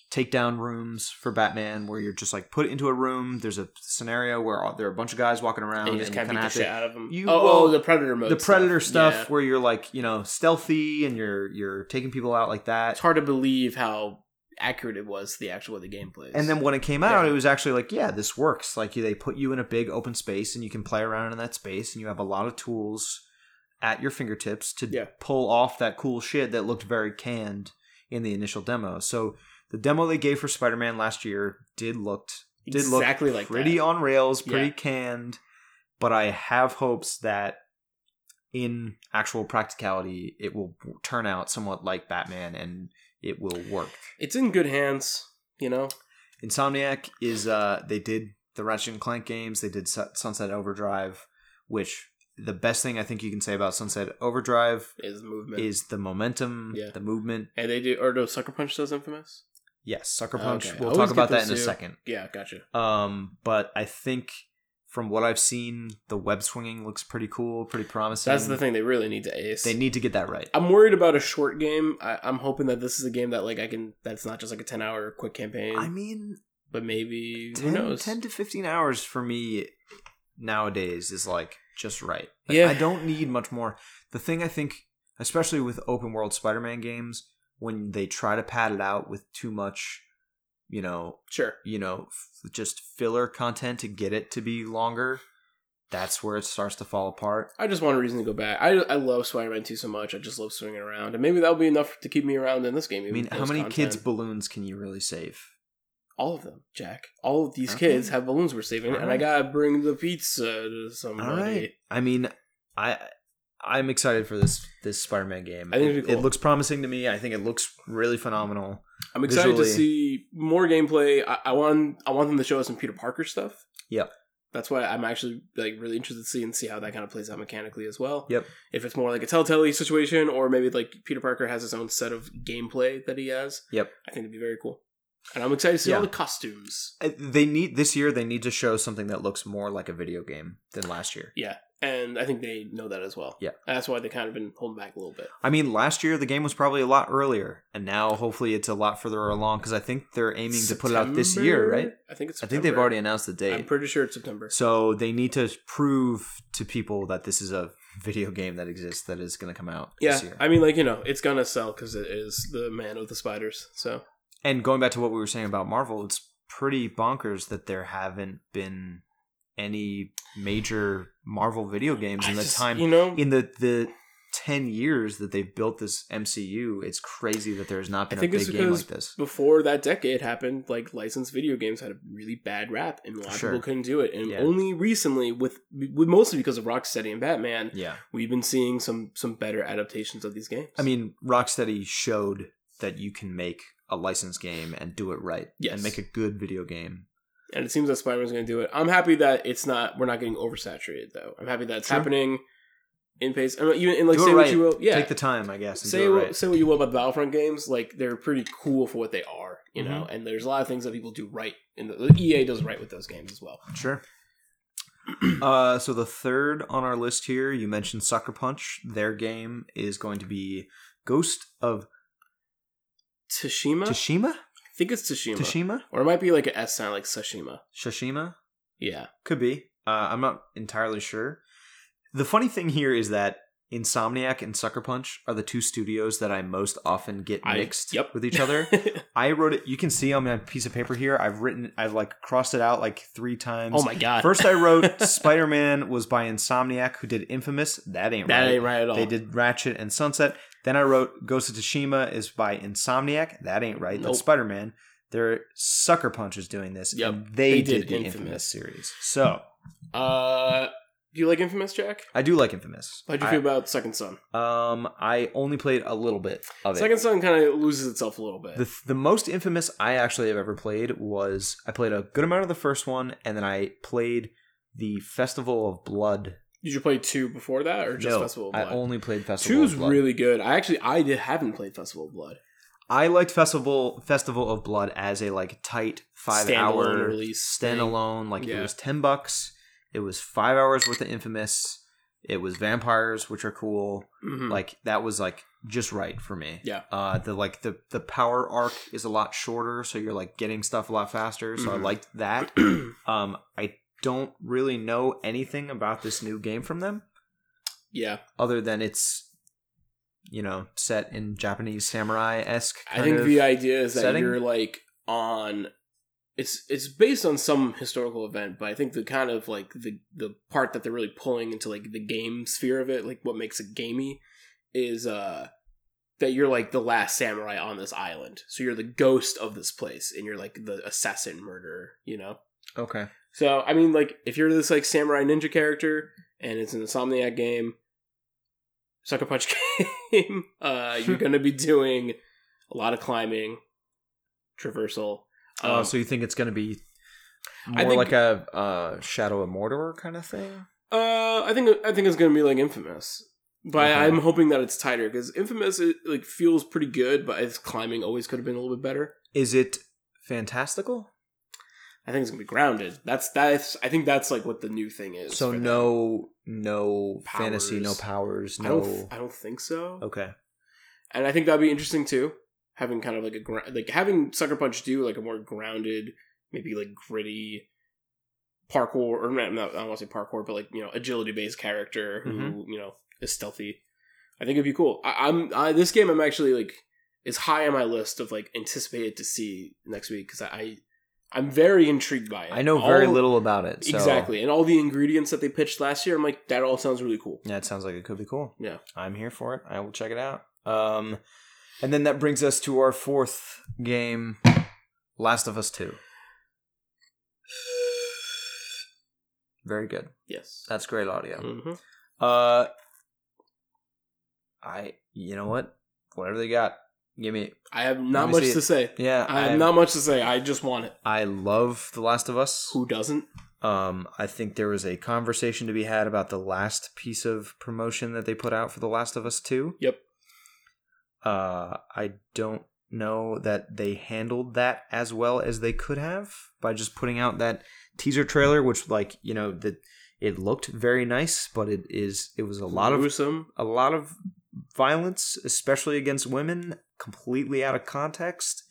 Speaker 1: takedown rooms for Batman where you're just like put into a room, there's a scenario where all- there are a bunch of guys walking around
Speaker 2: And you just
Speaker 1: you
Speaker 2: can't beat
Speaker 1: kinda
Speaker 2: the
Speaker 1: Um, have to-
Speaker 2: shit out of them.
Speaker 1: you-
Speaker 2: oh,
Speaker 1: well,
Speaker 2: oh, the predator mode,
Speaker 1: the predator stuff,
Speaker 2: Yeah.
Speaker 1: where you're like you know stealthy and you're you're taking people out like
Speaker 2: It's
Speaker 1: that
Speaker 2: hard to believe how accurate it was the actual the gameplay. is.
Speaker 1: and then when it came out
Speaker 2: Yeah.
Speaker 1: it was actually like yeah this works like they put you in a big open space and you can play around in that space and you have a lot of tools at your fingertips to
Speaker 2: Yeah.
Speaker 1: pull off that cool shit that looked very canned in the initial demo so the demo they gave for spider-man last year did looked did
Speaker 2: Exactly
Speaker 1: look
Speaker 2: like
Speaker 1: pretty
Speaker 2: that.
Speaker 1: on rails pretty
Speaker 2: Yeah.
Speaker 1: canned but i have hopes that in actual practicality, it will turn out somewhat like Batman and it will work.
Speaker 2: it's in good hands, you know.
Speaker 1: Insomniac is uh they did the Ratchet and Clank games, they did Su- Sunset Overdrive, which the best thing I think you can say about Sunset Overdrive
Speaker 2: Is movement
Speaker 1: is the momentum,
Speaker 2: Yeah.
Speaker 1: the movement.
Speaker 2: and they do or no Sucker Punch does infamous.
Speaker 1: Yes, Sucker
Speaker 2: Oh,
Speaker 1: Punch.
Speaker 2: okay. I
Speaker 1: We'll
Speaker 2: always
Speaker 1: talk
Speaker 2: get
Speaker 1: about that
Speaker 2: those
Speaker 1: in a
Speaker 2: two.
Speaker 1: second.
Speaker 2: Yeah, gotcha.
Speaker 1: Um, but I think from what I've seen, the web swinging looks pretty cool, pretty promising.
Speaker 2: That's the thing they really need to ace.
Speaker 1: They need to get that right.
Speaker 2: I'm worried about a short game. I, I'm hoping that this is a game that like I can. That's not just like a 10 hour quick campaign,
Speaker 1: I mean,
Speaker 2: but maybe
Speaker 1: 10,
Speaker 2: who knows?
Speaker 1: 10 to 15 hours for me nowadays is like just right. Like,
Speaker 2: Yeah.
Speaker 1: I don't need much more. The thing I think, especially with open world Spider Man games, when they try to pad it out with too much, you know,
Speaker 2: Sure.
Speaker 1: you know, f- just filler content to get it to be longer, that's where it starts to fall apart.
Speaker 2: I just want a reason to go back. I, I love Spider Man 2 so much. I just love swinging around, and maybe that'll be enough to keep me around in this game.
Speaker 1: I
Speaker 2: even
Speaker 1: mean,
Speaker 2: with
Speaker 1: how
Speaker 2: those
Speaker 1: many
Speaker 2: content.
Speaker 1: kids' balloons can you really save?
Speaker 2: All of them, Jack. All of these
Speaker 1: Okay.
Speaker 2: kids have balloons we're saving,
Speaker 1: All
Speaker 2: and I
Speaker 1: right.
Speaker 2: gotta bring the pizza to somebody.
Speaker 1: All right. I mean, I I'm excited for this this Spider-Man game.
Speaker 2: I think it'd
Speaker 1: it,
Speaker 2: be cool.
Speaker 1: it looks promising to me. I think it looks really phenomenal.
Speaker 2: I'm excited to
Speaker 1: Visually.
Speaker 2: see more gameplay. I, I want I want them to show us some Peter Parker stuff.
Speaker 1: Yep.
Speaker 2: That's why I'm actually like really interested to see and see how that kind of plays out mechanically as well.
Speaker 1: Yep.
Speaker 2: If it's more like a Telltale situation, or maybe like Peter Parker has his own set of gameplay that he has.
Speaker 1: Yep.
Speaker 2: I think it'd be very cool, and I'm excited to see all
Speaker 1: Yeah.
Speaker 2: the costumes.
Speaker 1: Uh, They need this year. They need to show something that looks more like a video game than last year.
Speaker 2: And I think they know that as well.
Speaker 1: Yeah.
Speaker 2: And that's why they kind of been holding back a little bit.
Speaker 1: I mean, last year the game was probably a lot earlier, and now hopefully it's a lot further along because I think they're aiming to put it out this year,
Speaker 2: September?
Speaker 1: right?
Speaker 2: I think it's.
Speaker 1: I think they've
Speaker 2: September.
Speaker 1: already announced the
Speaker 2: I'm
Speaker 1: date.
Speaker 2: pretty sure it's September.
Speaker 1: So they need to prove to people that this is a video game that exists that is going to come out
Speaker 2: Yeah,
Speaker 1: this year.
Speaker 2: I mean, like you know, it's gonna sell because it is the man with the spiders. So
Speaker 1: and going back to what we were saying about Marvel, it's pretty bonkers that there haven't been any major Marvel video games
Speaker 2: I
Speaker 1: in the
Speaker 2: just-
Speaker 1: time
Speaker 2: you know,
Speaker 1: in the the 10 years that they've built this MCU. It's crazy that there's not
Speaker 2: I
Speaker 1: been a
Speaker 2: think it's
Speaker 1: big game
Speaker 2: because
Speaker 1: like this.
Speaker 2: before that decade happened, like licensed video games had a really bad rap, and a lot
Speaker 1: Sure.
Speaker 2: of people couldn't do it. And
Speaker 1: Yeah.
Speaker 2: only recently, with, with mostly because of Rocksteady and Batman,
Speaker 1: Yeah.
Speaker 2: we've been seeing some some better adaptations of these games.
Speaker 1: I mean, Rocksteady showed that you can make a licensed game and do it right
Speaker 2: Yes.
Speaker 1: and make a good video game.
Speaker 2: and it seems that Spider Man's going to do it. I'm happy that it's not. We're not getting oversaturated though. I'm happy that it's
Speaker 1: Sure.
Speaker 2: happening in pace. I mean, even and like
Speaker 1: Do it
Speaker 2: say what
Speaker 1: right.
Speaker 2: you will, yeah.
Speaker 1: Take the time, I guess. And
Speaker 2: say
Speaker 1: do it
Speaker 2: what,
Speaker 1: right.
Speaker 2: say what you will about the Battlefront games, like they're pretty cool for what they are, you
Speaker 1: Mm-hmm.
Speaker 2: know. And there's a lot of things that people do right, and the, EA does right with those games as well.
Speaker 1: Sure. uh, so the third on our list here, you mentioned Sucker Punch. Their game is going to be Ghost of
Speaker 2: Tsushima,
Speaker 1: Tsushima.
Speaker 2: I think it's Tsushima,
Speaker 1: Tsushima.
Speaker 2: or it might be like an S sound, like Sashima.
Speaker 1: Shashima.
Speaker 2: Yeah,
Speaker 1: Could be. Uh, I'm not entirely sure. The funny thing here is that Insomniac and Sucker Punch are the two studios that I most often get
Speaker 2: I-
Speaker 1: mixed
Speaker 2: yep.
Speaker 1: with each other. I wrote it. You can see on my piece of paper here. I've written. I've like crossed it out like three times.
Speaker 2: oh my god!
Speaker 1: First, I wrote Spider Man was by Insomniac, who did Infamous. That ain't
Speaker 2: that
Speaker 1: right.
Speaker 2: ain't right at all.
Speaker 1: They did Ratchet and Sunset. Then I wrote Ghost of Tsushima is by Insomniac. That ain't right.
Speaker 2: Nope.
Speaker 1: That's Spider Man. Their Sucker Punch is doing this.
Speaker 2: Yep.
Speaker 1: And they,
Speaker 2: They
Speaker 1: did,
Speaker 2: did
Speaker 1: the
Speaker 2: Infamous.
Speaker 1: Infamous. series. So
Speaker 2: Uh, do you like Infamous, Jack?
Speaker 1: I do like Infamous.
Speaker 2: How'd you feel about Second Son?
Speaker 1: I, um, I only played a little bit of it.
Speaker 2: Second Son kind of loses itself a little bit.
Speaker 1: the, th- the most infamous I actually have ever played was I played a good amount of the first one, and then I played the Festival of Blood.
Speaker 2: Did you play two before that, or just
Speaker 1: No,
Speaker 2: Festival of
Speaker 1: I
Speaker 2: Blood?
Speaker 1: only played Festival.
Speaker 2: Two's
Speaker 1: of Blood.
Speaker 2: really good. I actually I did haven't played Festival of Blood.
Speaker 1: I liked Festival Festival of Blood as a like tight five
Speaker 2: Standalone
Speaker 1: hour
Speaker 2: release thing.
Speaker 1: standalone. Like
Speaker 2: Yeah.
Speaker 1: it was ten bucks. It was five hours worth of Infamous. It was vampires, which are cool.
Speaker 2: Mhm.
Speaker 1: Like that was like just right for me.
Speaker 2: Yeah.
Speaker 1: Uh, the like the the power arc is a lot shorter, so you're like getting stuff a lot faster. So I
Speaker 2: Mhm.
Speaker 1: liked that. Um, I don't really know anything about this new game from them
Speaker 2: yeah,
Speaker 1: other than it's you know set in Japanese samurai esque.
Speaker 2: I think the idea is that
Speaker 1: setting?
Speaker 2: you're like on. It's it's based on some historical event, but I think the kind of like the the part that they're really pulling into like the game sphere of it, like what makes it gamey, is uh that you're like the last samurai on this island. So you're the ghost of this place, and you're like the assassin murderer. You know.
Speaker 1: okay.
Speaker 2: So I mean, like, if you're this like samurai ninja character and it's an Insomniac game, Sucker Punch game, uh, you're gonna be doing a lot of climbing, traversal.
Speaker 1: Oh,
Speaker 2: Um,
Speaker 1: so you think it's going to be
Speaker 2: I
Speaker 1: more
Speaker 2: think-
Speaker 1: like a uh, Shadow of Mordor kind of thing?
Speaker 2: uh, I think I think it's gonna be like Infamous, but
Speaker 1: Okay.
Speaker 2: I'm hoping that it's tighter because Infamous it, like feels pretty good, but its climbing always could have been a little bit better.
Speaker 1: Is it fantastical?
Speaker 2: I think it's gonna be grounded. That's that's I think that's like what the new thing is.
Speaker 1: So
Speaker 2: for them.
Speaker 1: no, no fantasy, no
Speaker 2: Powers.
Speaker 1: powers,
Speaker 2: I
Speaker 1: no.
Speaker 2: don't I don't think so.
Speaker 1: okay,
Speaker 2: and I think that'd be interesting too. Having kind of like a gr- like having Sucker Punch do like a more grounded, maybe like gritty parkour or not, not- I don't want to say parkour, but like you know agility based character who
Speaker 1: Mm-hmm.
Speaker 2: you know is stealthy. I think it'd be cool. I, I'm I, this game. I'm actually like is high on my list of like anticipated to see next week because I, I I'm very intrigued by it.
Speaker 1: I know very
Speaker 2: All-
Speaker 1: little about it. So
Speaker 2: exactly, and all the ingredients that they pitched last year. I'm like that all sounds really cool.
Speaker 1: Yeah, it sounds like it could be cool.
Speaker 2: Yeah.
Speaker 1: I'm here for it. I will check it out. Um, and then that brings us to our fourth game, Last of Us Two. Very good.
Speaker 2: Yes.
Speaker 1: Uh,
Speaker 2: Uh, mm-hmm.
Speaker 1: That's great audio.
Speaker 2: Mhm.
Speaker 1: Uh, I you know what? Whatever they got, give me.
Speaker 2: I have
Speaker 1: Let
Speaker 2: not
Speaker 1: me
Speaker 2: much
Speaker 1: see
Speaker 2: to
Speaker 1: it.
Speaker 2: say.
Speaker 1: Yeah,
Speaker 2: I have not much to say. I just want it.
Speaker 1: I love The Last of Us.
Speaker 2: Who doesn't?
Speaker 1: Um, I think there was a conversation to be had about the last piece of promotion that they put out for The Last of Us Two.
Speaker 2: Yep.
Speaker 1: Uh, I don't know that they handled that as well as they could have by just putting out that teaser trailer, which like you know that it looked very nice, but it is it was a lot of
Speaker 2: gruesome.
Speaker 1: a lot of violence, especially against women, completely out of context.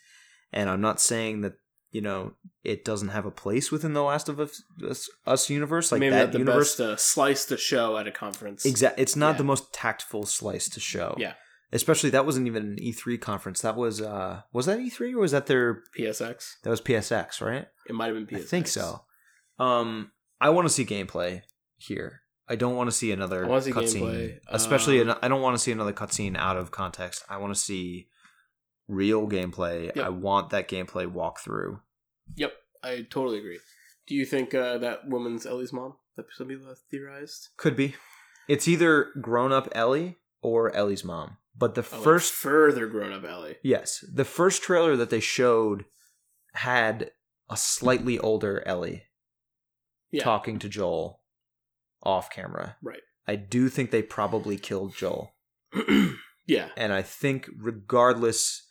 Speaker 1: And I'm not saying that you know it doesn't have a place within the Last of Us, Us, Us universe, like
Speaker 2: maybe
Speaker 1: that
Speaker 2: not the
Speaker 1: universe.
Speaker 2: best uh, slice to show at a conference.
Speaker 1: Exactly, it's not
Speaker 2: Yeah.
Speaker 1: the most tactful slice to show.
Speaker 2: Yeah.
Speaker 1: especially that wasn't even an E3 conference. That was uh, was that E3 or was that their
Speaker 2: PSX.
Speaker 1: that was PSX, right?
Speaker 2: It might have been PSX.
Speaker 1: I think so. Um, I want to see gameplay here. I don't want to see another
Speaker 2: I wanna see
Speaker 1: cutscene,
Speaker 2: gameplay.
Speaker 1: especially.
Speaker 2: Um,
Speaker 1: an, I don't want to see another cutscene out of context. I want to see real gameplay.
Speaker 2: Yep.
Speaker 1: I want that gameplay walkthrough.
Speaker 2: Yep, I totally agree. Do you think uh, that woman's Ellie's mom? That some people have theorized.
Speaker 1: Could be. It's either grown up Ellie or Ellie's mom. But the
Speaker 2: Oh, wait,
Speaker 1: first,
Speaker 2: further grown up Ellie.
Speaker 1: yes, the first trailer that they showed had a slightly older Ellie
Speaker 2: Yeah,
Speaker 1: talking to Joel off camera.
Speaker 2: Right.
Speaker 1: I do think they probably killed Joel.
Speaker 2: yeah,
Speaker 1: And I think, regardless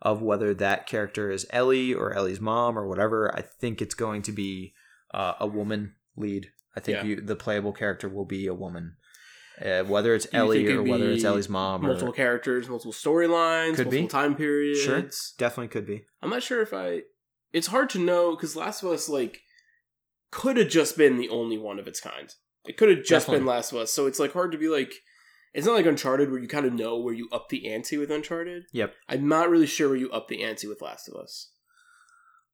Speaker 1: of whether that character is Ellie or Ellie's mom or whatever, I think it's going to be uh, a woman lead. I think
Speaker 2: Yeah.
Speaker 1: you, the playable character will be a woman, uh, whether it's
Speaker 2: you
Speaker 1: Ellie
Speaker 2: think
Speaker 1: or
Speaker 2: it'd
Speaker 1: whether it's
Speaker 2: be
Speaker 1: Ellie's mom.
Speaker 2: multiple
Speaker 1: Or,
Speaker 2: characters, multiple storylines,
Speaker 1: Could
Speaker 2: multiple
Speaker 1: be.
Speaker 2: time periods.
Speaker 1: Sure. definitely could be.
Speaker 2: I'm not sure if I. It's hard to know because Last of Us like could have just been the only one of its kind. It could have just been
Speaker 1: Definitely.
Speaker 2: Last of Us, so it's like hard to be like. It's not like Uncharted where you kind of know where you up the ante with Uncharted.
Speaker 1: Yep.
Speaker 2: I'm not really sure where you up the ante with Last of Us.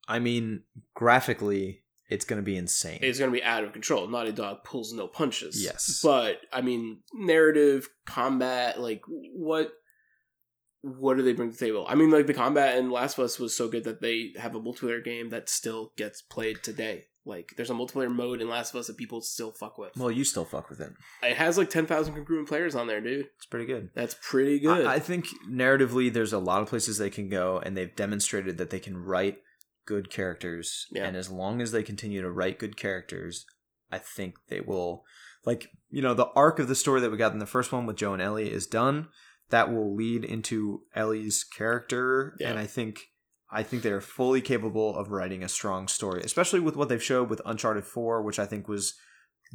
Speaker 1: I mean, graphically, it's going to be insane.
Speaker 2: It's going to be out of control. Naughty Dog pulls no punches.
Speaker 1: Yes.
Speaker 2: but I mean, narrative, combat, like what? What do they bring to the table? I mean, like the combat in Last of Us was so good that they have a multiplayer game that still gets played today. Like, there's a multiplayer mode in Last of Us that people still fuck with.
Speaker 1: well, you still fuck with it.
Speaker 2: it has like ten thousand congruent players on there, dude.
Speaker 1: It's pretty good.
Speaker 2: That's pretty good.
Speaker 1: I, I think narratively, there's a lot of places they can go, and they've demonstrated that they can write good characters.
Speaker 2: Yeah.
Speaker 1: And as long as they continue to write good characters, I think they will. Like, you know, the arc of the story that we got in the first one with Joe and Ellie is done. That will lead into Ellie's character,
Speaker 2: Yeah.
Speaker 1: and I think. I think they are fully capable of writing a strong story, especially with what they've showed with Uncharted 4, which I think was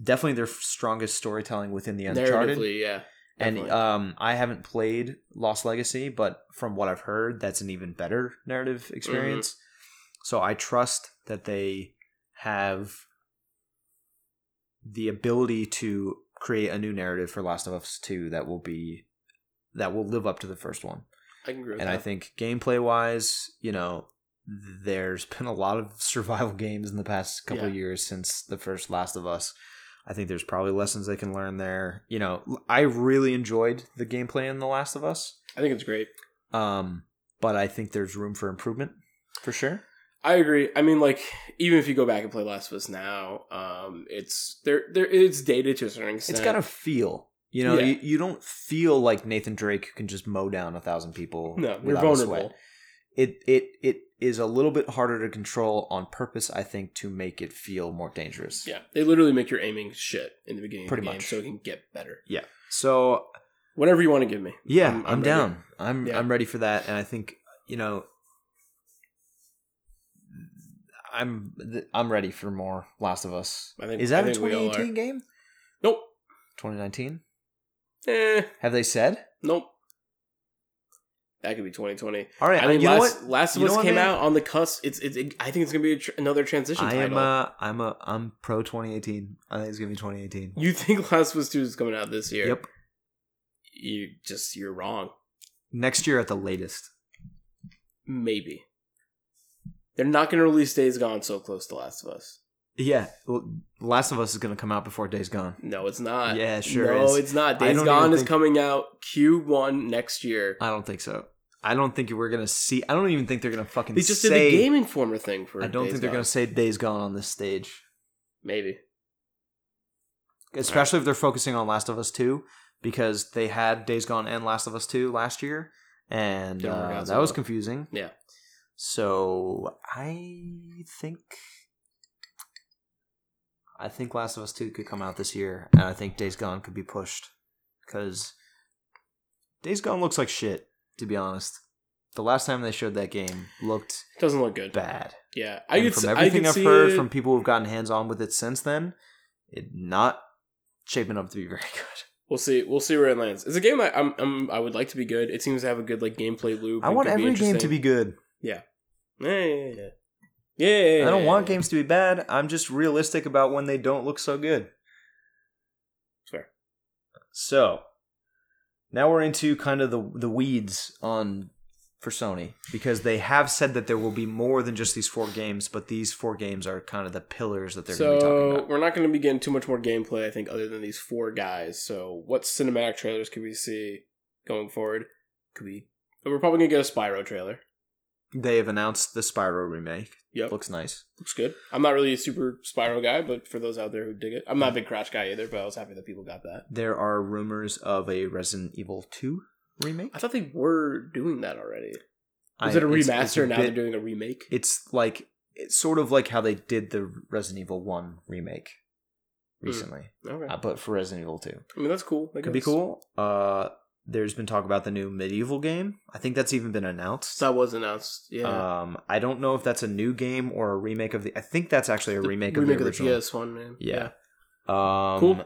Speaker 1: definitely their strongest storytelling within the Uncharted
Speaker 2: Narratively, yeah.
Speaker 1: and
Speaker 2: definitely.
Speaker 1: um, I haven't played Lost Legacy, but from what I've heard, that's an even better narrative experience. So I trust that they have the ability to create a new narrative for Last of Us Two that will be that will live up to the first one.
Speaker 2: I can agree with
Speaker 1: And I
Speaker 2: that.
Speaker 1: think gameplay wise, you know, there's been a lot of survival games in the past couple
Speaker 2: Yeah.
Speaker 1: of years since the first Last of Us. I think there's probably lessons they can learn there. You know, l- I really enjoyed the gameplay in The Last of Us,
Speaker 2: I think it's great.
Speaker 1: um, but I think there's room for improvement for sure.
Speaker 2: I agree. I mean, like, even if you go back and play Last of Us now, um, it's there. There, it's dated to a certain extent.
Speaker 1: It's got to feel. You know,
Speaker 2: Yeah.
Speaker 1: you, you don't feel like Nathan Drake who can just mow down a thousand people.
Speaker 2: no. You're
Speaker 1: without a sweat.
Speaker 2: vulnerable.
Speaker 1: it it it is a little bit harder to control on purpose i think to make it feel more dangerous
Speaker 2: Yeah, they literally make your aiming shit in the beginning
Speaker 1: Pretty
Speaker 2: of the game,
Speaker 1: much.
Speaker 2: so it can get better.
Speaker 1: so
Speaker 2: Whatever you want to give me.
Speaker 1: yeah
Speaker 2: I'm-
Speaker 1: i'm,
Speaker 2: I'm ready.
Speaker 1: down i'm
Speaker 2: Yeah.
Speaker 1: i'm ready for that and i think you know i'm th- i'm ready for more last of us
Speaker 2: I think
Speaker 1: is that
Speaker 2: I
Speaker 1: a
Speaker 2: think we all
Speaker 1: 2018
Speaker 2: are.
Speaker 1: game
Speaker 2: Nope.
Speaker 1: 2019
Speaker 2: Eh.
Speaker 1: have they said
Speaker 2: Nope. That could be 2020.
Speaker 1: all right
Speaker 2: I mean,
Speaker 1: you know
Speaker 2: Last,
Speaker 1: what
Speaker 2: Last of
Speaker 1: You
Speaker 2: Us
Speaker 1: know what,
Speaker 2: came
Speaker 1: man?
Speaker 2: out on the cusp. It's, it's it, I think it's gonna be a tr- another transition
Speaker 1: i am
Speaker 2: title.
Speaker 1: uh i'm a i'm pro 2018 i think it's gonna be 2018
Speaker 2: you think Last of Us Two is coming out this year?
Speaker 1: yep
Speaker 2: You just you're wrong.
Speaker 1: next year at the latest
Speaker 2: Maybe. They're not gonna release Days Gone so close to Last of Us.
Speaker 1: Yeah, well, Last of Us is going to come out before Days Gone.
Speaker 2: No, it's not.
Speaker 1: Yeah, sure
Speaker 2: No,
Speaker 1: is.
Speaker 2: it's not.
Speaker 1: I
Speaker 2: Days
Speaker 1: don't
Speaker 2: Gone
Speaker 1: even
Speaker 2: is
Speaker 1: think-
Speaker 2: coming out Q1 next year.
Speaker 1: I don't think so. I don't think we're going to see. I don't even think they're going to fucking.
Speaker 2: They just
Speaker 1: say,
Speaker 2: did the Game Informer thing for.
Speaker 1: I don't
Speaker 2: Days
Speaker 1: think they're
Speaker 2: Gone.
Speaker 1: going to say Days Gone on this stage,
Speaker 2: Maybe.
Speaker 1: especially if they're focusing on Last of Us Two, because they had Days Gone and Last of Us Two last year, and
Speaker 2: Didn't work
Speaker 1: uh,
Speaker 2: out so
Speaker 1: that was
Speaker 2: well.
Speaker 1: confusing.
Speaker 2: Yeah.
Speaker 1: So I think I think Last of Us Two could come out this year, and I think Days Gone could be pushed because Days Gone looks like shit. To be honest, the last time they showed that game looked
Speaker 2: Doesn't look good.
Speaker 1: bad.
Speaker 2: Yeah, I
Speaker 1: And
Speaker 2: could. s-
Speaker 1: from
Speaker 2: I
Speaker 1: everything
Speaker 2: could
Speaker 1: I've
Speaker 2: see
Speaker 1: heard
Speaker 2: it.
Speaker 1: from people who've gotten hands on with it since then, it not shaping up to be very good.
Speaker 2: We'll see. We'll see where it lands. It's a game I, I'm, I'm. I would like to be good. It seems to have a good like gameplay loop.
Speaker 1: I
Speaker 2: It
Speaker 1: want
Speaker 2: could be
Speaker 1: every game to be
Speaker 2: interesting.
Speaker 1: good.
Speaker 2: Yeah, yeah, yeah. yeah. yeah, yeah,
Speaker 1: I don't
Speaker 2: yeah,
Speaker 1: want
Speaker 2: yeah.
Speaker 1: games to be bad. I'm just realistic about when they don't look so good.
Speaker 2: Fair.
Speaker 1: So now we're into kind of the the weeds on for Sony because they have said that there will be more than just these four games, but these four games are kind of the pillars that they're going to be talking
Speaker 2: So
Speaker 1: about.
Speaker 2: we're not going to be getting too much more gameplay, I think, other than these four guys. So what cinematic trailers could we see going forward? Could be. We're probably going to get a Spyro trailer.
Speaker 1: They have announced the Spyro remake.
Speaker 2: Yep,
Speaker 1: Looks nice.
Speaker 2: looks good. I'm not really a super Spyro guy, but for those out there who dig it, I'm not a big Crash guy either. But I was happy that people got that.
Speaker 1: There are rumors of a Resident Evil 2 remake.
Speaker 2: I thought they were doing that already. Is
Speaker 1: I-
Speaker 2: it a
Speaker 1: it's-
Speaker 2: remaster?
Speaker 1: it's a
Speaker 2: now
Speaker 1: bit-
Speaker 2: they're doing a remake.
Speaker 1: It's like it's sort of like how they did the Resident Evil 1 remake recently,
Speaker 2: Hmm. okay.
Speaker 1: uh, but for Resident Evil 2.
Speaker 2: I mean that's cool. That
Speaker 1: Could be cool. Uh there's been talk about the new medieval game. I think that's even been announced.
Speaker 2: That was announced. Yeah.
Speaker 1: Um I don't know if that's a new game or a remake of the I think that's actually a
Speaker 2: The
Speaker 1: remake,
Speaker 2: remake
Speaker 1: of the original.
Speaker 2: PS One man.
Speaker 1: Yeah. Um
Speaker 2: Cool.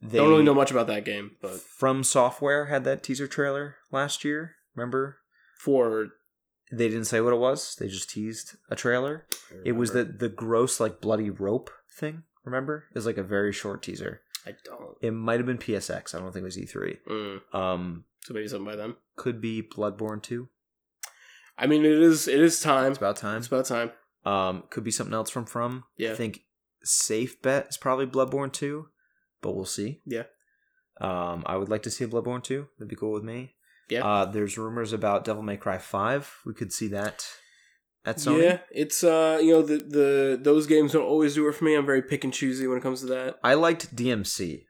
Speaker 1: They,
Speaker 2: Don't really know much about that game, but
Speaker 1: From Software had that teaser trailer last year, remember?
Speaker 2: for
Speaker 1: they didn't say what it was. They just teased a trailer. It was the the gross like bloody rope thing. Remember, it was like a very short teaser.
Speaker 2: I don't.
Speaker 1: It might have been PSX. I don't think it was E3.
Speaker 2: Mm,
Speaker 1: Um,
Speaker 2: so maybe something by them.
Speaker 1: could be Bloodborne two.
Speaker 2: I mean, it is it is time.
Speaker 1: It's about time.
Speaker 2: It's about time.
Speaker 1: Um, could be something else from From.
Speaker 2: Yeah.
Speaker 1: I think safe bet is probably Bloodborne two, but we'll see.
Speaker 2: Yeah.
Speaker 1: Um, I would like to see Bloodborne two. That'd be cool with me.
Speaker 2: Yeah.
Speaker 1: Uh, there's rumors about Devil May Cry five. We could see that at Sony.
Speaker 2: Yeah, it's uh, you know, the the those games don't always do it for me. I'm very pick and choosy when it comes to that.
Speaker 1: I liked DMC.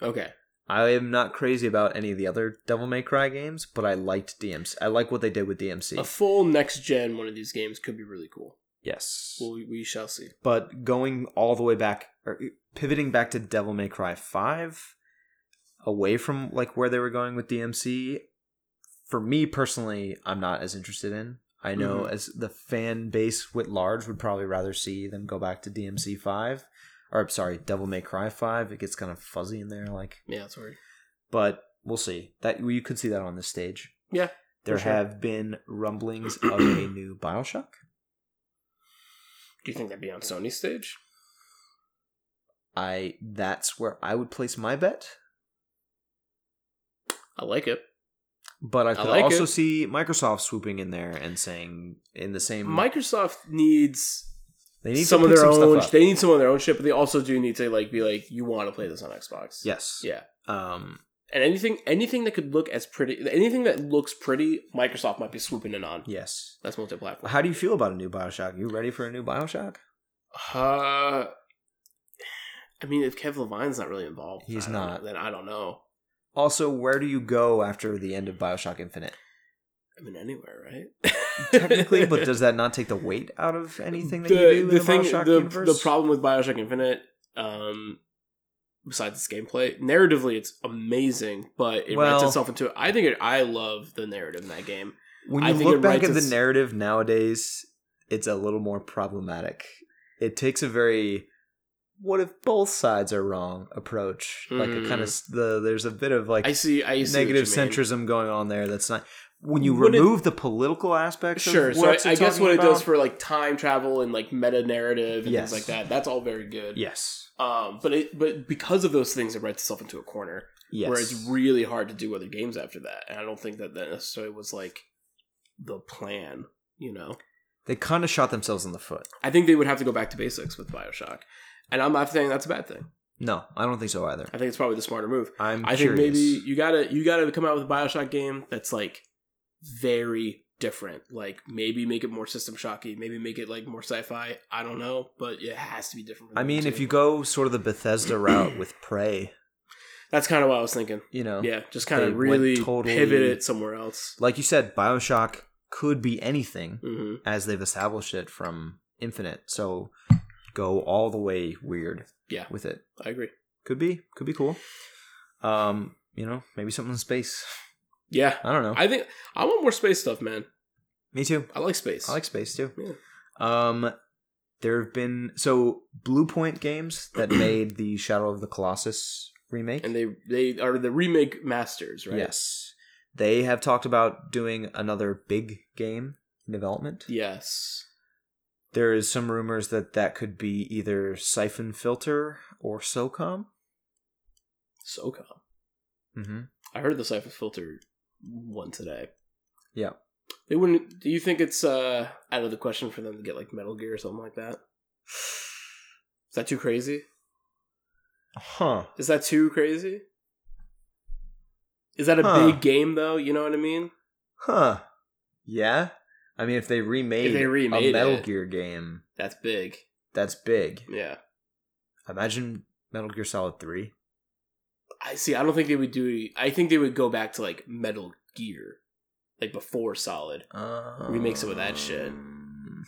Speaker 2: Okay,
Speaker 1: I am not crazy about any of the other Devil May Cry games, but I liked DMC. I like what they did with DMC.
Speaker 2: a full next gen one of these games could be really cool.
Speaker 1: yes.
Speaker 2: Well, we, we shall see.
Speaker 1: But going all the way back, or e, pivoting back to Devil May Cry 5, away from like where they were going with DMC, for me personally, I'm not as interested in. I know as the fan base writ large would probably rather see them go back to DMC 5, or I'm sorry, Devil May Cry 5. It gets kind of fuzzy in there, like
Speaker 2: Yeah, that's weird.
Speaker 1: but we'll see. That you could see that on this stage.
Speaker 2: Yeah,
Speaker 1: There
Speaker 2: for sure.
Speaker 1: have been rumblings of a new BioShock.
Speaker 2: Do you think that'd be on Sony's stage?
Speaker 1: I that's where I would place my bet,
Speaker 2: I like it.
Speaker 1: but I could
Speaker 2: like
Speaker 1: also
Speaker 2: it.
Speaker 1: see Microsoft swooping in there and saying in the
Speaker 2: Mm.
Speaker 1: same
Speaker 2: Microsoft needs
Speaker 1: they need
Speaker 2: some
Speaker 1: to
Speaker 2: of
Speaker 1: put
Speaker 2: their
Speaker 1: some
Speaker 2: own.
Speaker 1: stuff up.
Speaker 2: They need some of their own shit, but they also do need to like be like, you want to play this on Xbox?
Speaker 1: yes.
Speaker 2: yeah.
Speaker 1: Um
Speaker 2: And anything, anything that could look as pretty, anything that looks pretty, Microsoft might be swooping in on.
Speaker 1: yes.
Speaker 2: That's multi-platform.
Speaker 1: How do you feel about a new BioShock? You ready for a new BioShock?
Speaker 2: Uh, I mean, if Kev Levine's not really involved,
Speaker 1: He's
Speaker 2: I don't
Speaker 1: not.
Speaker 2: know, then I don't know.
Speaker 1: Also, where do you go after the end of BioShock Infinite?
Speaker 2: I mean, anywhere, right?
Speaker 1: Technically, but does that not take the weight out of anything that
Speaker 2: the,
Speaker 1: you do in
Speaker 2: the
Speaker 1: the,
Speaker 2: thing,
Speaker 1: BioShock
Speaker 2: the,
Speaker 1: universe?
Speaker 2: the problem with Bioshock Infinite, um, besides its gameplay, narratively it's amazing, but it writes
Speaker 1: Well-
Speaker 2: itself into. I think it, I love the narrative in that game.
Speaker 1: when
Speaker 2: I
Speaker 1: you
Speaker 2: think it
Speaker 1: look back
Speaker 2: writes
Speaker 1: at the
Speaker 2: its-
Speaker 1: narrative nowadays, it's a little more problematic. It takes a very what if both sides are wrong approach. Like a kind
Speaker 2: Mm.
Speaker 1: of s- the there's a bit of like
Speaker 2: I see. I see what
Speaker 1: negative
Speaker 2: you mean.
Speaker 1: centrism going on there. That's not when you
Speaker 2: Would it-
Speaker 1: remove the political aspect.
Speaker 2: Sure.
Speaker 1: of
Speaker 2: So I,
Speaker 1: what's
Speaker 2: I
Speaker 1: it
Speaker 2: guess
Speaker 1: talking
Speaker 2: what it does
Speaker 1: about-
Speaker 2: for like time travel and like meta narrative and
Speaker 1: Yes.
Speaker 2: things like that. That's all very good.
Speaker 1: yes,
Speaker 2: Um, but it but because of those things, it writes itself into a corner
Speaker 1: yes,
Speaker 2: where it's really hard to do other games after that. And I don't think that that necessarily was like the plan. You know,
Speaker 1: they kind of shot themselves in the foot.
Speaker 2: I think they would have to go back to basics with Bioshock, and I'm not saying that's a bad thing.
Speaker 1: No, I don't think so either.
Speaker 2: I think it's probably the smarter move.
Speaker 1: I'm
Speaker 2: I
Speaker 1: curious.
Speaker 2: think maybe you gotta you gotta come out with a Bioshock game that's like very different. Like maybe make it more system shocky, maybe make it like more sci-fi. I don't know, but it has to be different. from
Speaker 1: I
Speaker 2: them
Speaker 1: mean,
Speaker 2: too.
Speaker 1: if you go sort of the Bethesda route with Prey,
Speaker 2: That's kind of what I was thinking.
Speaker 1: You know,
Speaker 2: Yeah, just kind
Speaker 1: Oh. They
Speaker 2: of
Speaker 1: went
Speaker 2: really
Speaker 1: totally-
Speaker 2: pivot it somewhere else.
Speaker 1: like you said, Bioshock could be anything
Speaker 2: hmm
Speaker 1: as they've established it from Infinite. So go all the way weird.
Speaker 2: Yeah.
Speaker 1: with it
Speaker 2: I agree.
Speaker 1: could be could be cool. Um, you know, maybe something in space.
Speaker 2: Yeah,
Speaker 1: I don't know.
Speaker 2: I think I want more space stuff, man.
Speaker 1: Me too.
Speaker 2: I like space.
Speaker 1: I like space too.
Speaker 2: Yeah.
Speaker 1: Um, there have been so Blue Point Games that made the Shadow of the Colossus remake.
Speaker 2: and they they are the remake masters, right?
Speaker 1: Yes, they have talked about doing another big game in development.
Speaker 2: Yes.
Speaker 1: There is some rumors that that could be either Siphon Filter or SOCOM.
Speaker 2: SoCom.
Speaker 1: Mm-hmm.
Speaker 2: I heard the Cypher Filter one today.
Speaker 1: Yeah.
Speaker 2: They wouldn't. Do you think it's uh, out of the question for them to get like Metal Gear or something like that? Is that too crazy?
Speaker 1: Huh.
Speaker 2: Is that too crazy? Is that a
Speaker 1: Huh.
Speaker 2: big game though? You know what I mean?
Speaker 1: Huh. Yeah. I mean, if they remade,
Speaker 2: If they remade
Speaker 1: a Metal
Speaker 2: it.
Speaker 1: Gear game,
Speaker 2: That's big.
Speaker 1: that's big.
Speaker 2: Yeah.
Speaker 1: Imagine Metal Gear Solid Three.
Speaker 2: I see. I don't think they would do. I think they would go back to like Metal Gear, like before Solid. Remix it with that shit.
Speaker 1: Um,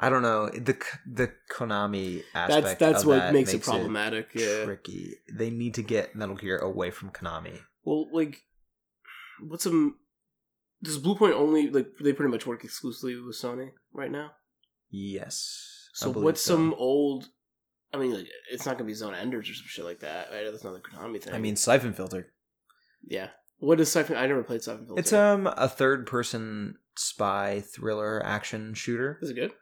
Speaker 1: I don't know the K- the Konami aspect.
Speaker 2: That's that's
Speaker 1: of
Speaker 2: what
Speaker 1: that
Speaker 2: makes, it problematic. yeah.
Speaker 1: Tricky. They need to get Metal Gear away from Konami.
Speaker 2: Well, like, what's a does Blue Point only like they pretty much work exclusively with Sony right now?
Speaker 1: Yes. I
Speaker 2: So
Speaker 1: believe
Speaker 2: what's
Speaker 1: so.
Speaker 2: some old? I mean, like, it's not gonna be Zone Enders or some shit like that. Right? That's not the Konami thing.
Speaker 1: I mean, Siphon Filter.
Speaker 2: yeah. What is Siphon? I never played Siphon Filter.
Speaker 1: It's um a third person spy thriller action shooter.
Speaker 2: Is it good?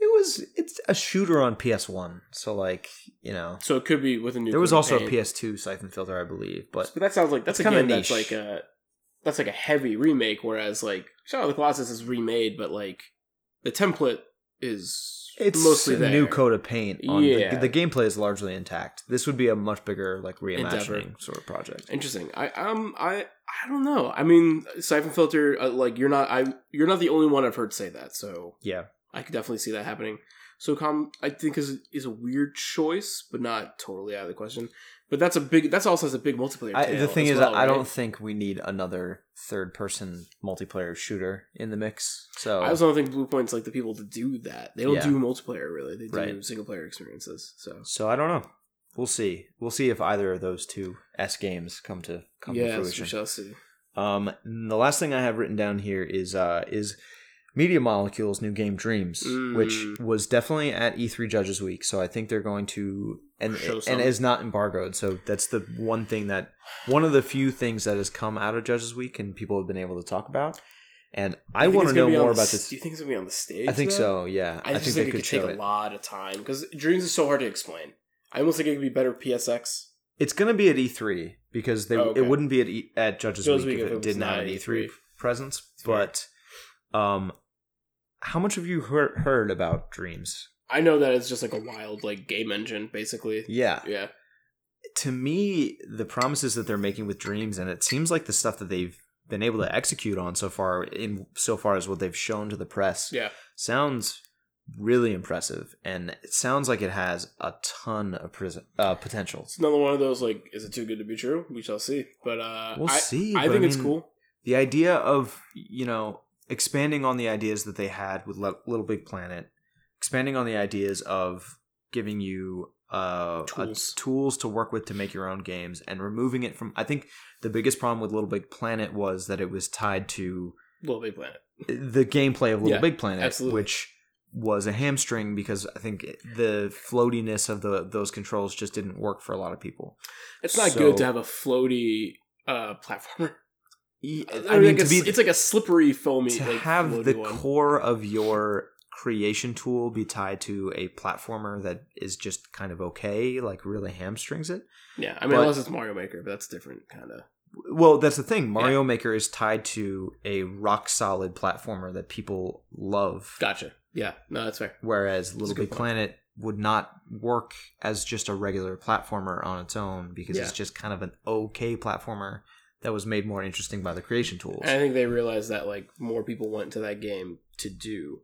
Speaker 1: It was it's a shooter on PS One. So like you know,
Speaker 2: So it could be with a new.
Speaker 1: there was
Speaker 2: coat of
Speaker 1: also a
Speaker 2: paint.
Speaker 1: PS Two Siphon Filter, I believe. But
Speaker 2: But that sounds like that's a
Speaker 1: It's kinda
Speaker 2: game that's
Speaker 1: niche.
Speaker 2: like a that's like a heavy remake, whereas like Shadow of the Colossus is remade, but like the template is
Speaker 1: it's
Speaker 2: mostly
Speaker 1: a
Speaker 2: there.
Speaker 1: new coat of paint. On
Speaker 2: Yeah.
Speaker 1: the, the gameplay is largely intact. This would be a much bigger like reimagining
Speaker 2: Endeavor.
Speaker 1: sort of project.
Speaker 2: Interesting. I um I I don't know. I mean, siphon filter. Uh, like you're not I you're not the only one I've heard say that. So
Speaker 1: Yeah.
Speaker 2: I could definitely see that happening. So com I think is is a weird choice, but not totally out of the question. But that's a big. That's also has a big multiplayer.
Speaker 1: I,
Speaker 2: tail
Speaker 1: the thing
Speaker 2: as
Speaker 1: is,
Speaker 2: well,
Speaker 1: I don't
Speaker 2: right?
Speaker 1: think we need another third-person multiplayer shooter in the mix. So
Speaker 2: I also don't think Blue Point's like the people to do that. They don't
Speaker 1: Yeah.
Speaker 2: do multiplayer really. They do
Speaker 1: Right.
Speaker 2: single player experiences. So
Speaker 1: So I don't know. We'll see. We'll see if either of those two S games come to come to
Speaker 2: yes, we
Speaker 1: fruition.
Speaker 2: shall see.
Speaker 1: Um, and the last thing I have written down here is uh is Media Molecule's new game Dreams, which
Speaker 2: Mm.
Speaker 1: was definitely at E3 Judges Week. So I think they're going to and
Speaker 2: Show some.
Speaker 1: and is not embargoed. So that's the one thing that one of the few things that has come out of Judges Week and people have been able to talk about. And I
Speaker 2: You think
Speaker 1: want
Speaker 2: it's
Speaker 1: to
Speaker 2: gonna
Speaker 1: know
Speaker 2: be on
Speaker 1: more
Speaker 2: the
Speaker 1: about
Speaker 2: s-
Speaker 1: this.
Speaker 2: Do you think it's gonna be on the stage?
Speaker 1: I think
Speaker 2: though?
Speaker 1: so. Yeah,
Speaker 2: I, just
Speaker 1: they
Speaker 2: think, it could take
Speaker 1: show
Speaker 2: a lot of time because Dreams is so hard to explain. I almost think it could be better PSX.
Speaker 1: It's gonna be at E3 because they
Speaker 2: Oh, okay.
Speaker 1: it wouldn't be at e, at Judges
Speaker 2: Judges
Speaker 1: Week
Speaker 2: Week
Speaker 1: if
Speaker 2: if
Speaker 1: it
Speaker 2: it
Speaker 1: didn't
Speaker 2: was
Speaker 1: have
Speaker 2: not E
Speaker 1: an
Speaker 2: at
Speaker 1: E3
Speaker 2: E3.
Speaker 1: E presence.
Speaker 2: fair.
Speaker 1: But um, how much have you heard, heard about Dreams?
Speaker 2: I know that it's just like a wild like game engine, basically.
Speaker 1: Yeah,
Speaker 2: Yeah,
Speaker 1: to me, the promises that they're making with Dreams, and it seems like the stuff that they've been able to execute on so far, in so far as what they've shown to the press,
Speaker 2: yeah.
Speaker 1: sounds really impressive, and it sounds like it has a ton of pres- uh, potential.
Speaker 2: It's another one of those like, is it too good to be true? We shall see. But uh,
Speaker 1: We'll
Speaker 2: I,
Speaker 1: see,
Speaker 2: I
Speaker 1: but
Speaker 2: think
Speaker 1: I
Speaker 2: it's
Speaker 1: mean-
Speaker 2: cool.
Speaker 1: the idea of you know expanding on the ideas that they had with Le- little big planet expanding on the ideas of giving you uh a-
Speaker 2: Tools.
Speaker 1: tools to work with to make your own games and removing it from i think the biggest problem with little big planet was that it was tied to
Speaker 2: Little Big Planet.
Speaker 1: the gameplay of little
Speaker 2: Yeah,
Speaker 1: big planet
Speaker 2: absolutely.
Speaker 1: which was a hamstring because i think the floatiness of the those controls just didn't work for a lot of people
Speaker 2: It's not
Speaker 1: So-
Speaker 2: good to have a floaty uh platformer.
Speaker 1: E, i mean
Speaker 2: like
Speaker 1: to
Speaker 2: a,
Speaker 1: be
Speaker 2: it's like a slippery foamy.
Speaker 1: to
Speaker 2: like,
Speaker 1: have
Speaker 2: floaty
Speaker 1: the
Speaker 2: one.
Speaker 1: core of your creation tool be tied to a platformer that is just kind of okay like really hamstrings it
Speaker 2: Yeah, I mean
Speaker 1: but-
Speaker 2: unless it's Mario Maker, but that's different kind of.
Speaker 1: well that's the thing mario maker is tied to a rock solid platformer that people love
Speaker 2: Gotcha. Yeah, no, that's fair.
Speaker 1: whereas little
Speaker 2: good
Speaker 1: big
Speaker 2: point.
Speaker 1: planet would not work as just a regular platformer on its own because
Speaker 2: Yeah.
Speaker 1: it's just kind of an okay platformer that was made more interesting by the creation tools
Speaker 2: And I think they realized that like more people went to that game to do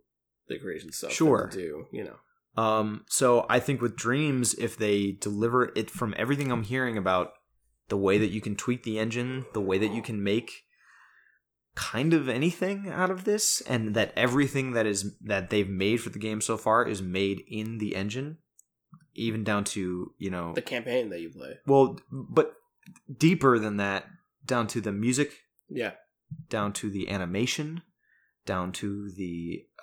Speaker 2: the creation stuff. than
Speaker 1: Sure.
Speaker 2: to do you know
Speaker 1: Um, so I think with Dreams, if they deliver it from everything I'm hearing about, the way that you can tweak the engine, the way that you can make kind of anything out of this, and that everything that is that they've made for the game so far is made in the engine, even down to you know
Speaker 2: The campaign that you play.
Speaker 1: well, but deeper than that, down to the music,
Speaker 2: Yeah.
Speaker 1: down to the animation, down to the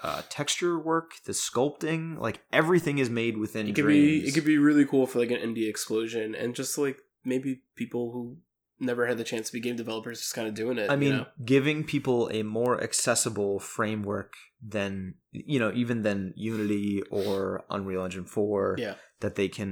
Speaker 1: uh, texture work, the sculpting, like everything is made within
Speaker 2: It could
Speaker 1: dreams.
Speaker 2: be it could be really cool for like an indie explosion and just like maybe people who never had the chance to be game developers just kind of doing it.
Speaker 1: I
Speaker 2: you
Speaker 1: mean,
Speaker 2: know?
Speaker 1: giving people a more accessible framework than you know, even than Unity or Unreal Engine Four,
Speaker 2: Yeah.
Speaker 1: that they can,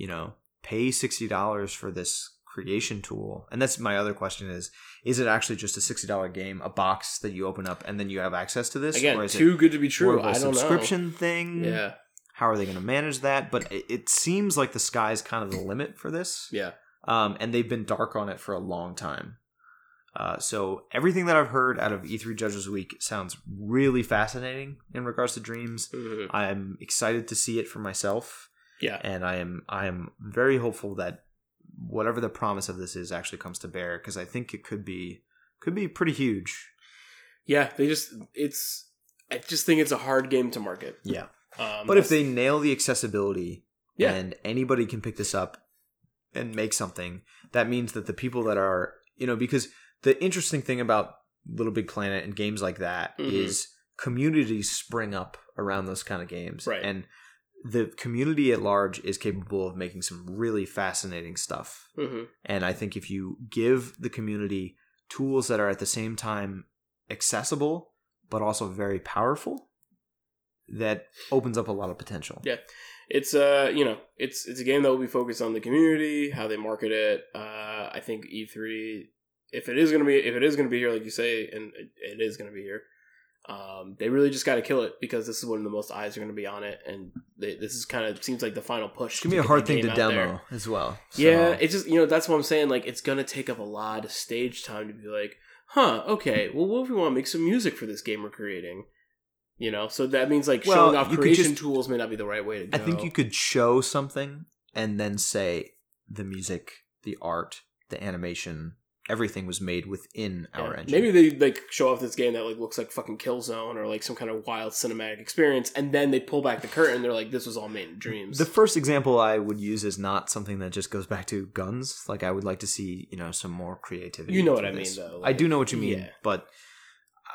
Speaker 1: you know, pay sixty dollars for this creation tool. And that's my other question: is is it actually just a sixty dollar game, a box that you open up and then you have access to this,
Speaker 2: again,
Speaker 1: is
Speaker 2: too good to be
Speaker 1: more
Speaker 2: true.
Speaker 1: of a
Speaker 2: I don't
Speaker 1: subscription thing?
Speaker 2: know. Yeah,
Speaker 1: How are they going to manage that? But it, it seems like the sky's kind of the limit for this
Speaker 2: yeah.
Speaker 1: um, and they've been dark on it for a long time. Uh, so everything that I've heard out of E3 Judges Week sounds really fascinating in regards to dreams.
Speaker 2: Mhm.
Speaker 1: I'm excited to see it for myself,
Speaker 2: Yeah.
Speaker 1: and I am I am very hopeful that whatever the promise of this is actually comes to bear because I think it could be could be pretty huge.
Speaker 2: Yeah, they just it's I just think it's a hard game to market.
Speaker 1: Yeah,
Speaker 2: Um,
Speaker 1: but if
Speaker 2: that's-
Speaker 1: they nail the accessibility,
Speaker 2: Yeah.
Speaker 1: and anybody can pick this up and make something, that means that the people that are you know because the interesting thing about Little Big Planet and games like that is
Speaker 2: Mhm.
Speaker 1: communities spring up around those kind of games,
Speaker 2: Right.
Speaker 1: and the community at large is capable of making some really fascinating stuff.
Speaker 2: Mhm.
Speaker 1: And I think if you give the community tools that are at the same time accessible but also very powerful, that opens up a lot of potential.
Speaker 2: Yeah. it's uh you know it's it's a game that will be focused on the community, how they market it. Uh, I think E three if it is gonna be if it is gonna be here, like you say, and it, it is gonna be here. Um, they really just got to kill it because this is when the most eyes are going to be on it, and they, this is kind of seems like the final push.
Speaker 1: It's gonna
Speaker 2: to
Speaker 1: be a
Speaker 2: get
Speaker 1: hard
Speaker 2: the
Speaker 1: thing
Speaker 2: game
Speaker 1: to
Speaker 2: out there.
Speaker 1: demo as well. so-
Speaker 2: Yeah, it's just you know that's what I'm saying. Like it's gonna take up a lot of stage time to be like, huh, okay, well, what if we want to make some music for this game we're creating? You know, so that means like
Speaker 1: Well,
Speaker 2: showing off
Speaker 1: you could
Speaker 2: creation
Speaker 1: just-
Speaker 2: tools may not be the right way to
Speaker 1: I
Speaker 2: go.
Speaker 1: think you could show something and then say the music, the art, the animation, everything was made within
Speaker 2: Yeah.
Speaker 1: our engine.
Speaker 2: Maybe they like show off this game that like looks like fucking Killzone or like some kind of wild cinematic experience, and then they pull back the curtain. they're like, this was all made in dreams.
Speaker 1: the first example I would use is not something that just goes back to guns. Like I would like to see, you know, some more creativity.
Speaker 2: You know
Speaker 1: to
Speaker 2: what I
Speaker 1: this.
Speaker 2: mean, though,
Speaker 1: I
Speaker 2: like,
Speaker 1: do know what you mean,
Speaker 2: yeah.
Speaker 1: but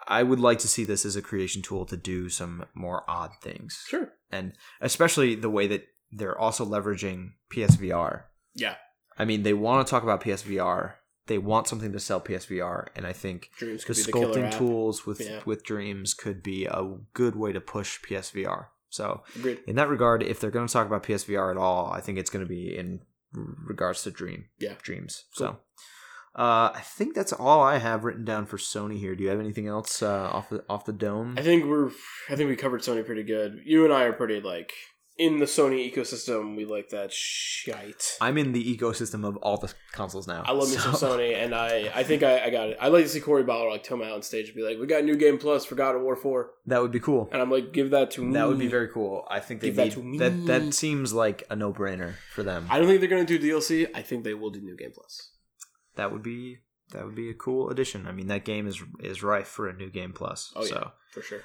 Speaker 1: I would like to see this as a creation tool to do some more odd things,
Speaker 2: sure,
Speaker 1: and especially the way that they're also leveraging PSVR.
Speaker 2: yeah,
Speaker 1: I mean, they want to talk about PSVR. They want something to sell PSVR, and I think
Speaker 2: dreams
Speaker 1: the
Speaker 2: could be the killer
Speaker 1: sculpting
Speaker 2: app.
Speaker 1: tools with
Speaker 2: Yeah.
Speaker 1: with Dreams could be a good way to push PSVR. So,
Speaker 2: Agreed.
Speaker 1: in that regard, if they're going to talk about PSVR at all, I think it's going to be in regards to Dream.
Speaker 2: Yeah.
Speaker 1: Dreams. So, uh, I think that's all I have written down for Sony here. Do you have anything else uh, off the, off the dome?
Speaker 2: I think we're I think we covered Sony pretty good. You and I are pretty like in the Sony ecosystem. We like that shite.
Speaker 1: I'm in the ecosystem of all the consoles now.
Speaker 2: I love me some
Speaker 1: so-
Speaker 2: Sony, and I I think I, I got it. I'd like to see Corey Balrog like come out on stage and be like, "We got a new game plus for God of War 4.
Speaker 1: That would be cool.
Speaker 2: and I'm like, "Give that to me."
Speaker 1: That would be very cool. I think they
Speaker 2: Give that
Speaker 1: need,
Speaker 2: to
Speaker 1: that,
Speaker 2: me.
Speaker 1: that seems like a no brainer for them.
Speaker 2: I don't think they're gonna do DLC. I think they will do new game plus.
Speaker 1: that would be that would be a cool addition. I mean, that game is is rife for a new game plus.
Speaker 2: Oh, yeah.
Speaker 1: So
Speaker 2: for sure.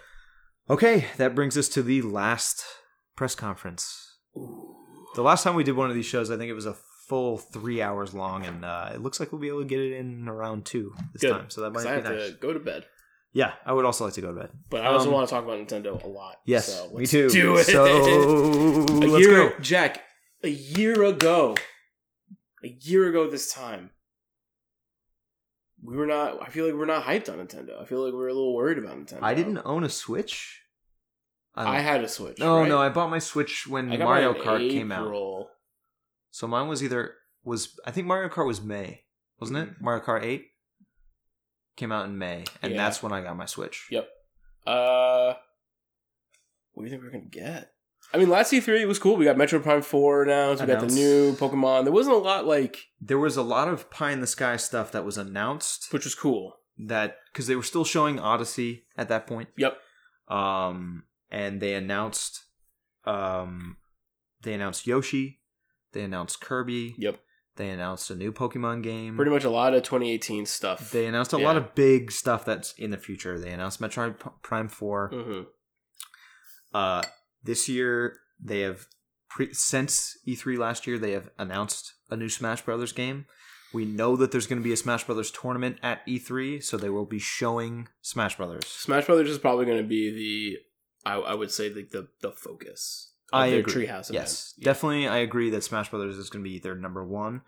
Speaker 1: okay, that brings us to the last press conference. The last time we did one of these shows, I think it was a full three hours long, and uh, it looks like we'll be able to get it in around two this
Speaker 2: Good.
Speaker 1: time. So that
Speaker 2: 'Cause
Speaker 1: might
Speaker 2: I
Speaker 1: be
Speaker 2: have
Speaker 1: nice.
Speaker 2: to go to bed,
Speaker 1: Yeah, I would also like to go to bed.
Speaker 2: but I also
Speaker 1: Um,
Speaker 2: want to talk about Nintendo a lot.
Speaker 1: Yes,
Speaker 2: so
Speaker 1: me
Speaker 2: let's
Speaker 1: too.
Speaker 2: Do it.
Speaker 1: So
Speaker 2: a
Speaker 1: let's
Speaker 2: year,
Speaker 1: go.
Speaker 2: Jack. A year ago, a year ago this time, we were not. I feel like we're not hyped on Nintendo. I feel like we're a little worried about Nintendo.
Speaker 1: I didn't own a Switch. don't-
Speaker 2: I had a Switch.
Speaker 1: No,
Speaker 2: right?
Speaker 1: no, I bought my Switch when
Speaker 2: I got
Speaker 1: Mario
Speaker 2: mine in
Speaker 1: Kart came out.
Speaker 2: April.
Speaker 1: So mine was either was I think Mario Kart was May, wasn't it? Mario Kart Eight came out in May, and
Speaker 2: Mm-hmm. Yeah.
Speaker 1: that's when I got my Switch.
Speaker 2: Yep. Uh, what do you think we're gonna get? I mean, last E3 was cool. We got Metro Prime Four announced. We got the
Speaker 1: Announced.
Speaker 2: new Pokemon. There wasn't a lot like,
Speaker 1: There was a lot of pie in the sky stuff that was announced
Speaker 2: which was cool.
Speaker 1: that because they were still showing Odyssey at that point.
Speaker 2: Yep.
Speaker 1: Um, and they announced um, they announced Yoshi, they announced Kirby,
Speaker 2: Yep.
Speaker 1: they announced a new Pokemon game.
Speaker 2: Pretty much a lot of 2018 stuff.
Speaker 1: Mm-hmm. They announced a
Speaker 2: Yeah.
Speaker 1: lot of big stuff that's in the future. They announced Metroid P- Prime 4.
Speaker 2: hmm
Speaker 1: Uh, this year, they have, pre- since E3 last year, they have announced a new Smash Brothers game. We know that there's going to be a Smash Brothers tournament at E3, so they will be showing Smash Brothers.
Speaker 2: Smash Brothers is probably going to be the, I, I would say, like the, the focus of
Speaker 1: I
Speaker 2: their
Speaker 1: agree.
Speaker 2: Treehouse event.
Speaker 1: Yes,
Speaker 2: Yeah.
Speaker 1: definitely. I agree that Smash Brothers is going to be their number one.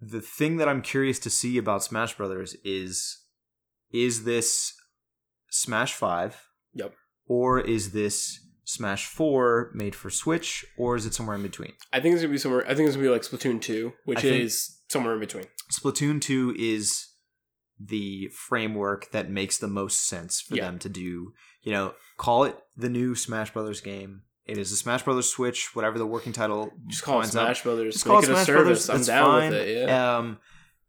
Speaker 1: The thing that I'm curious to see about Smash Brothers is is this Smash Five?
Speaker 2: Yep.
Speaker 1: Or is this Smash Four made for Switch? Or is it somewhere in between?
Speaker 2: I think it's going to be somewhere, I think it's going to be like Splatoon 2, which
Speaker 1: I think-
Speaker 2: is somewhere in between.
Speaker 1: Splatoon Two is the framework that makes the most sense for
Speaker 2: Yeah.
Speaker 1: them to do. You know, call it the new Smash Brothers game. It is a Smash Brothers Switch, whatever the working title.
Speaker 2: Just call it
Speaker 1: winds up.
Speaker 2: Smash Brothers.
Speaker 1: just
Speaker 2: make
Speaker 1: call it
Speaker 2: it a
Speaker 1: Smash
Speaker 2: service.
Speaker 1: Brothers. That's
Speaker 2: I'm down
Speaker 1: fine.
Speaker 2: with it. Yeah.
Speaker 1: Um,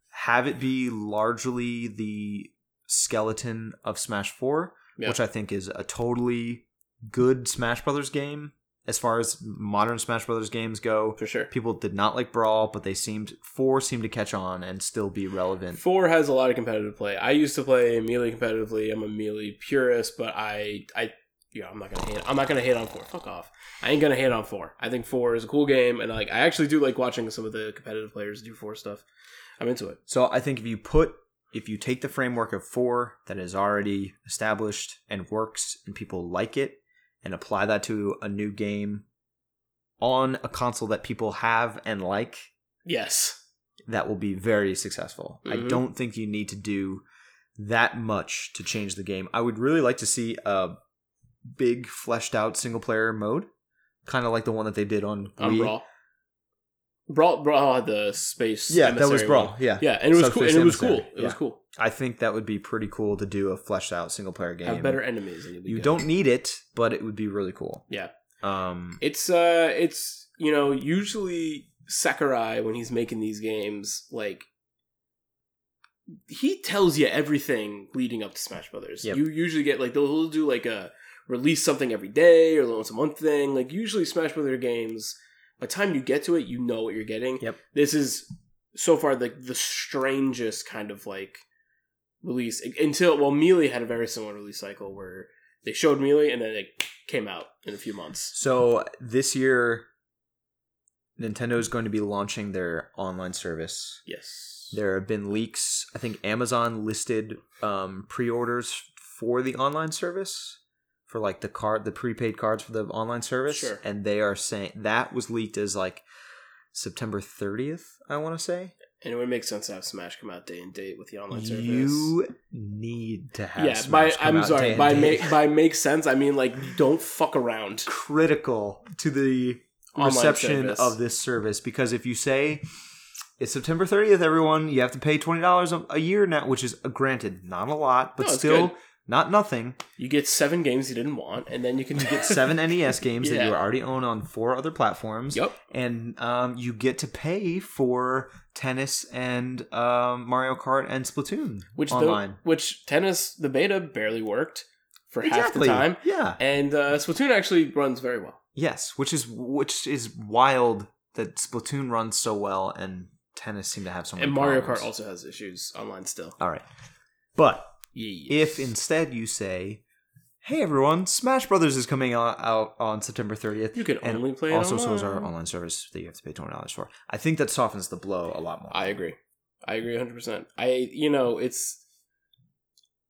Speaker 1: have it be largely the skeleton of Smash Four,
Speaker 2: Yeah.
Speaker 1: which I think is a totally good Smash Brothers game as far as modern Smash Brothers games go.
Speaker 2: for sure.
Speaker 1: People did not like Brawl, but they seemed four seemed to catch on and still be relevant.
Speaker 2: Four has a lot of competitive play. I used to play melee competitively. I'm a melee purist, but I, I, you know, I'm not gonna hate. I'm not gonna hate on four. Fuck off. I ain't gonna hate on four. I think four is a cool game, and like I actually do like watching some of the competitive players do four stuff. I'm into it.
Speaker 1: So I think if you put if you take the framework of four that is already established and works and people like it and apply that to a new game on a console that people have and like,
Speaker 2: Yes.
Speaker 1: that will be very successful. I
Speaker 2: Mhm.
Speaker 1: don't think you need to do that much to change the game. I would really like to see a big fleshed out single player mode, kind of like the one that they did on
Speaker 2: On
Speaker 1: Wii.
Speaker 2: Brawl. Brawl, Brawl had the space.
Speaker 1: Yeah, that was
Speaker 2: emissary
Speaker 1: Brawl.
Speaker 2: one.
Speaker 1: Yeah.
Speaker 2: Yeah, and it was cool.
Speaker 1: Subspace
Speaker 2: And it was
Speaker 1: emissary.
Speaker 2: cool. It was
Speaker 1: Yeah.
Speaker 2: cool.
Speaker 1: I think that would be pretty cool to do a fleshed out single player game.
Speaker 2: Have better enemies. And you'll be
Speaker 1: you
Speaker 2: good.
Speaker 1: don't need it, but it would be really cool.
Speaker 2: Yeah.
Speaker 1: Um
Speaker 2: It's uh it's you know, usually Sakurai when he's making these games, like he tells you everything leading up to Smash Brothers.
Speaker 1: Yep.
Speaker 2: You usually get like they'll they'll do like a release something every day or once a month thing. Like usually Smash Brothers games, by the time you get to it, you know what you're getting.
Speaker 1: Yep.
Speaker 2: This is so far like the strangest kind of like release until well Melee had a very similar release cycle where they showed Melee and then it came out in a few months.
Speaker 1: so this year Nintendo is going to be launching their online service.
Speaker 2: Yes.
Speaker 1: There have been leaks. I think Amazon listed um, pre-orders for the online service for like the card, the prepaid cards for the online service,
Speaker 2: Sure.
Speaker 1: and they are saying that was leaked as like September 30th. I want to say
Speaker 2: And it would make sense to have Smash come out day and date with the online service.
Speaker 1: you need to have
Speaker 2: yeah,
Speaker 1: Smash
Speaker 2: by
Speaker 1: come
Speaker 2: I'm
Speaker 1: out day
Speaker 2: sorry,
Speaker 1: and
Speaker 2: by
Speaker 1: date.
Speaker 2: make by make sense, I mean like don't fuck around.
Speaker 1: critical to the
Speaker 2: Online
Speaker 1: reception
Speaker 2: service.
Speaker 1: of this service because if you say it's September 30th, everyone, you have to pay twenty dollars a year now, which is uh, granted not a lot, but
Speaker 2: No, it's
Speaker 1: still
Speaker 2: good.
Speaker 1: not nothing.
Speaker 2: You get seven games you didn't want, and then you can
Speaker 1: Get seven NES games that you
Speaker 2: Yeah.
Speaker 1: already own on four other platforms,
Speaker 2: Yep.
Speaker 1: and um, you get to pay for tennis and um, Mario Kart and Splatoon
Speaker 2: Which
Speaker 1: online.
Speaker 2: the, which tennis the beta barely worked for
Speaker 1: Exactly.
Speaker 2: half the time,
Speaker 1: yeah.
Speaker 2: and uh, Splatoon actually runs very well.
Speaker 1: Yes, which is which is wild that Splatoon runs so well and tennis seem to have so many.
Speaker 2: And Mario Kart
Speaker 1: problems.
Speaker 2: also has issues online still.
Speaker 1: All right, but
Speaker 2: Yeah.
Speaker 1: if instead you say, "Hey everyone, Smash Brothers is coming o- out on September 30th,"
Speaker 2: You can
Speaker 1: and
Speaker 2: only play it
Speaker 1: also so is our
Speaker 2: online.
Speaker 1: online service that you have to pay twenty dollars for. I think that softens the blow a lot more.
Speaker 2: I agree. I agree 100%. I, you know, it's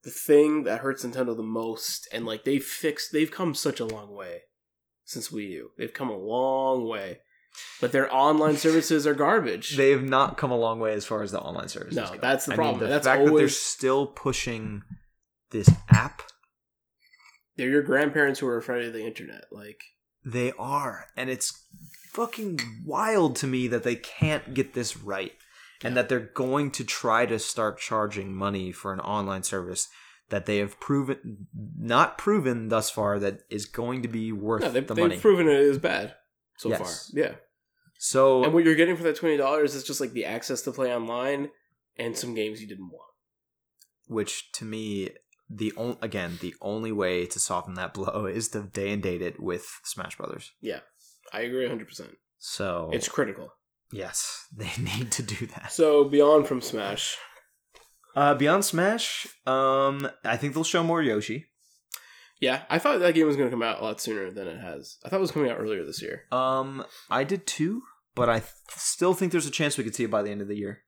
Speaker 2: the thing that hurts Nintendo the most. And, like, they've fixed, they've come such a long way since Wii U. They've come a long way. But their online services are garbage.
Speaker 1: they have not come a long way as far as the online service.
Speaker 2: No, that's the problem.
Speaker 1: I mean, the
Speaker 2: That's
Speaker 1: fact that they're
Speaker 2: always-
Speaker 1: still pushing this app
Speaker 2: They're your grandparents who are afraid of the internet. Like,
Speaker 1: They are. And it's fucking wild to me that they can't get this right and that they're going to try to start charging money for an online service that they have proven not proven thus far that is going to be worth
Speaker 2: no, they,
Speaker 1: the
Speaker 2: they've
Speaker 1: money.
Speaker 2: proven it is bad so
Speaker 1: Yes.
Speaker 2: far. Yeah.
Speaker 1: so
Speaker 2: And what you're getting for that $20 is just, like, the access to play online and some games you didn't want.
Speaker 1: which to me the on, again the only way to soften that blow is to day and date it with Smash Brothers.
Speaker 2: Yeah, I agree 100%.
Speaker 1: So
Speaker 2: It's critical.
Speaker 1: yes, they need to do that.
Speaker 2: So, beyond from Smash,
Speaker 1: Uh, Beyond Smash, um, I think they'll show more Yoshi.
Speaker 2: yeah, I thought that game was going to come out a lot sooner than it has. I thought it was coming out earlier this year.
Speaker 1: Um, I did too, but I th- still think there's a chance we could see it by the end of the year,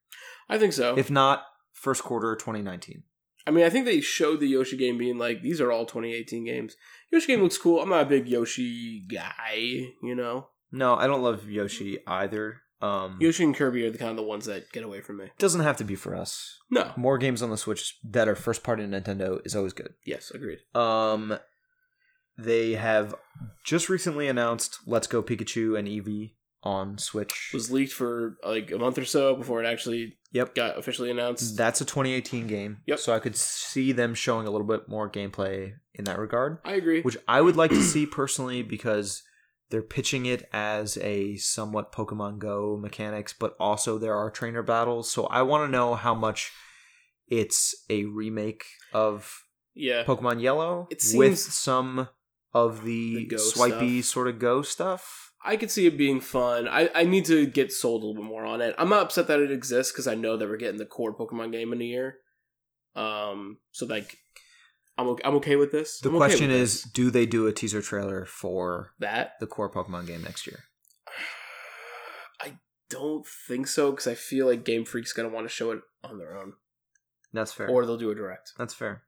Speaker 2: I think so.
Speaker 1: if not first quarter 2019.
Speaker 2: I mean, I think they showed the Yoshi game being like, these are all 2018 games. Yoshi game looks cool. I'm not a big Yoshi guy, you know?
Speaker 1: No, I don't love Yoshi either. Um,
Speaker 2: Yoshi and Kirby are the kind of the ones that get away from me.
Speaker 1: doesn't have to be for us.
Speaker 2: No.
Speaker 1: More games on the Switch that are first party Nintendo is always good.
Speaker 2: Yes, agreed.
Speaker 1: Um, they have just recently announced Let's Go Pikachu and Eevee on Switch.
Speaker 2: Was leaked for like a month or so before it actually
Speaker 1: Yep. Mm.
Speaker 2: got officially announced.
Speaker 1: That's a 2018 game.
Speaker 2: Yep.
Speaker 1: So I could see them showing a little bit more gameplay in that regard,
Speaker 2: I agree.
Speaker 1: which I would like to see personally because they're pitching it as a somewhat Pokemon Go mechanics, but also there are trainer battles. So I want to know how much it's a remake of
Speaker 2: yeah.
Speaker 1: Pokemon Yellow
Speaker 2: It
Speaker 1: with
Speaker 2: seems-
Speaker 1: some of the,
Speaker 2: The Go
Speaker 1: swipey sort of Go stuff.
Speaker 2: I could see it being fun. I, I need to get sold a little bit more on it. I'm not upset that it exists because I know that we're getting the core Pokemon game in a year. Um, so like, I'm okay, I'm okay with this.
Speaker 1: The
Speaker 2: I'm okay
Speaker 1: question
Speaker 2: with
Speaker 1: is,
Speaker 2: this.
Speaker 1: do they do a teaser trailer for
Speaker 2: that
Speaker 1: the core Pokemon game next year?
Speaker 2: I don't think so because I feel like Game Freak's gonna want to show it on their own,
Speaker 1: That's fair.
Speaker 2: or they'll do a direct.
Speaker 1: That's fair.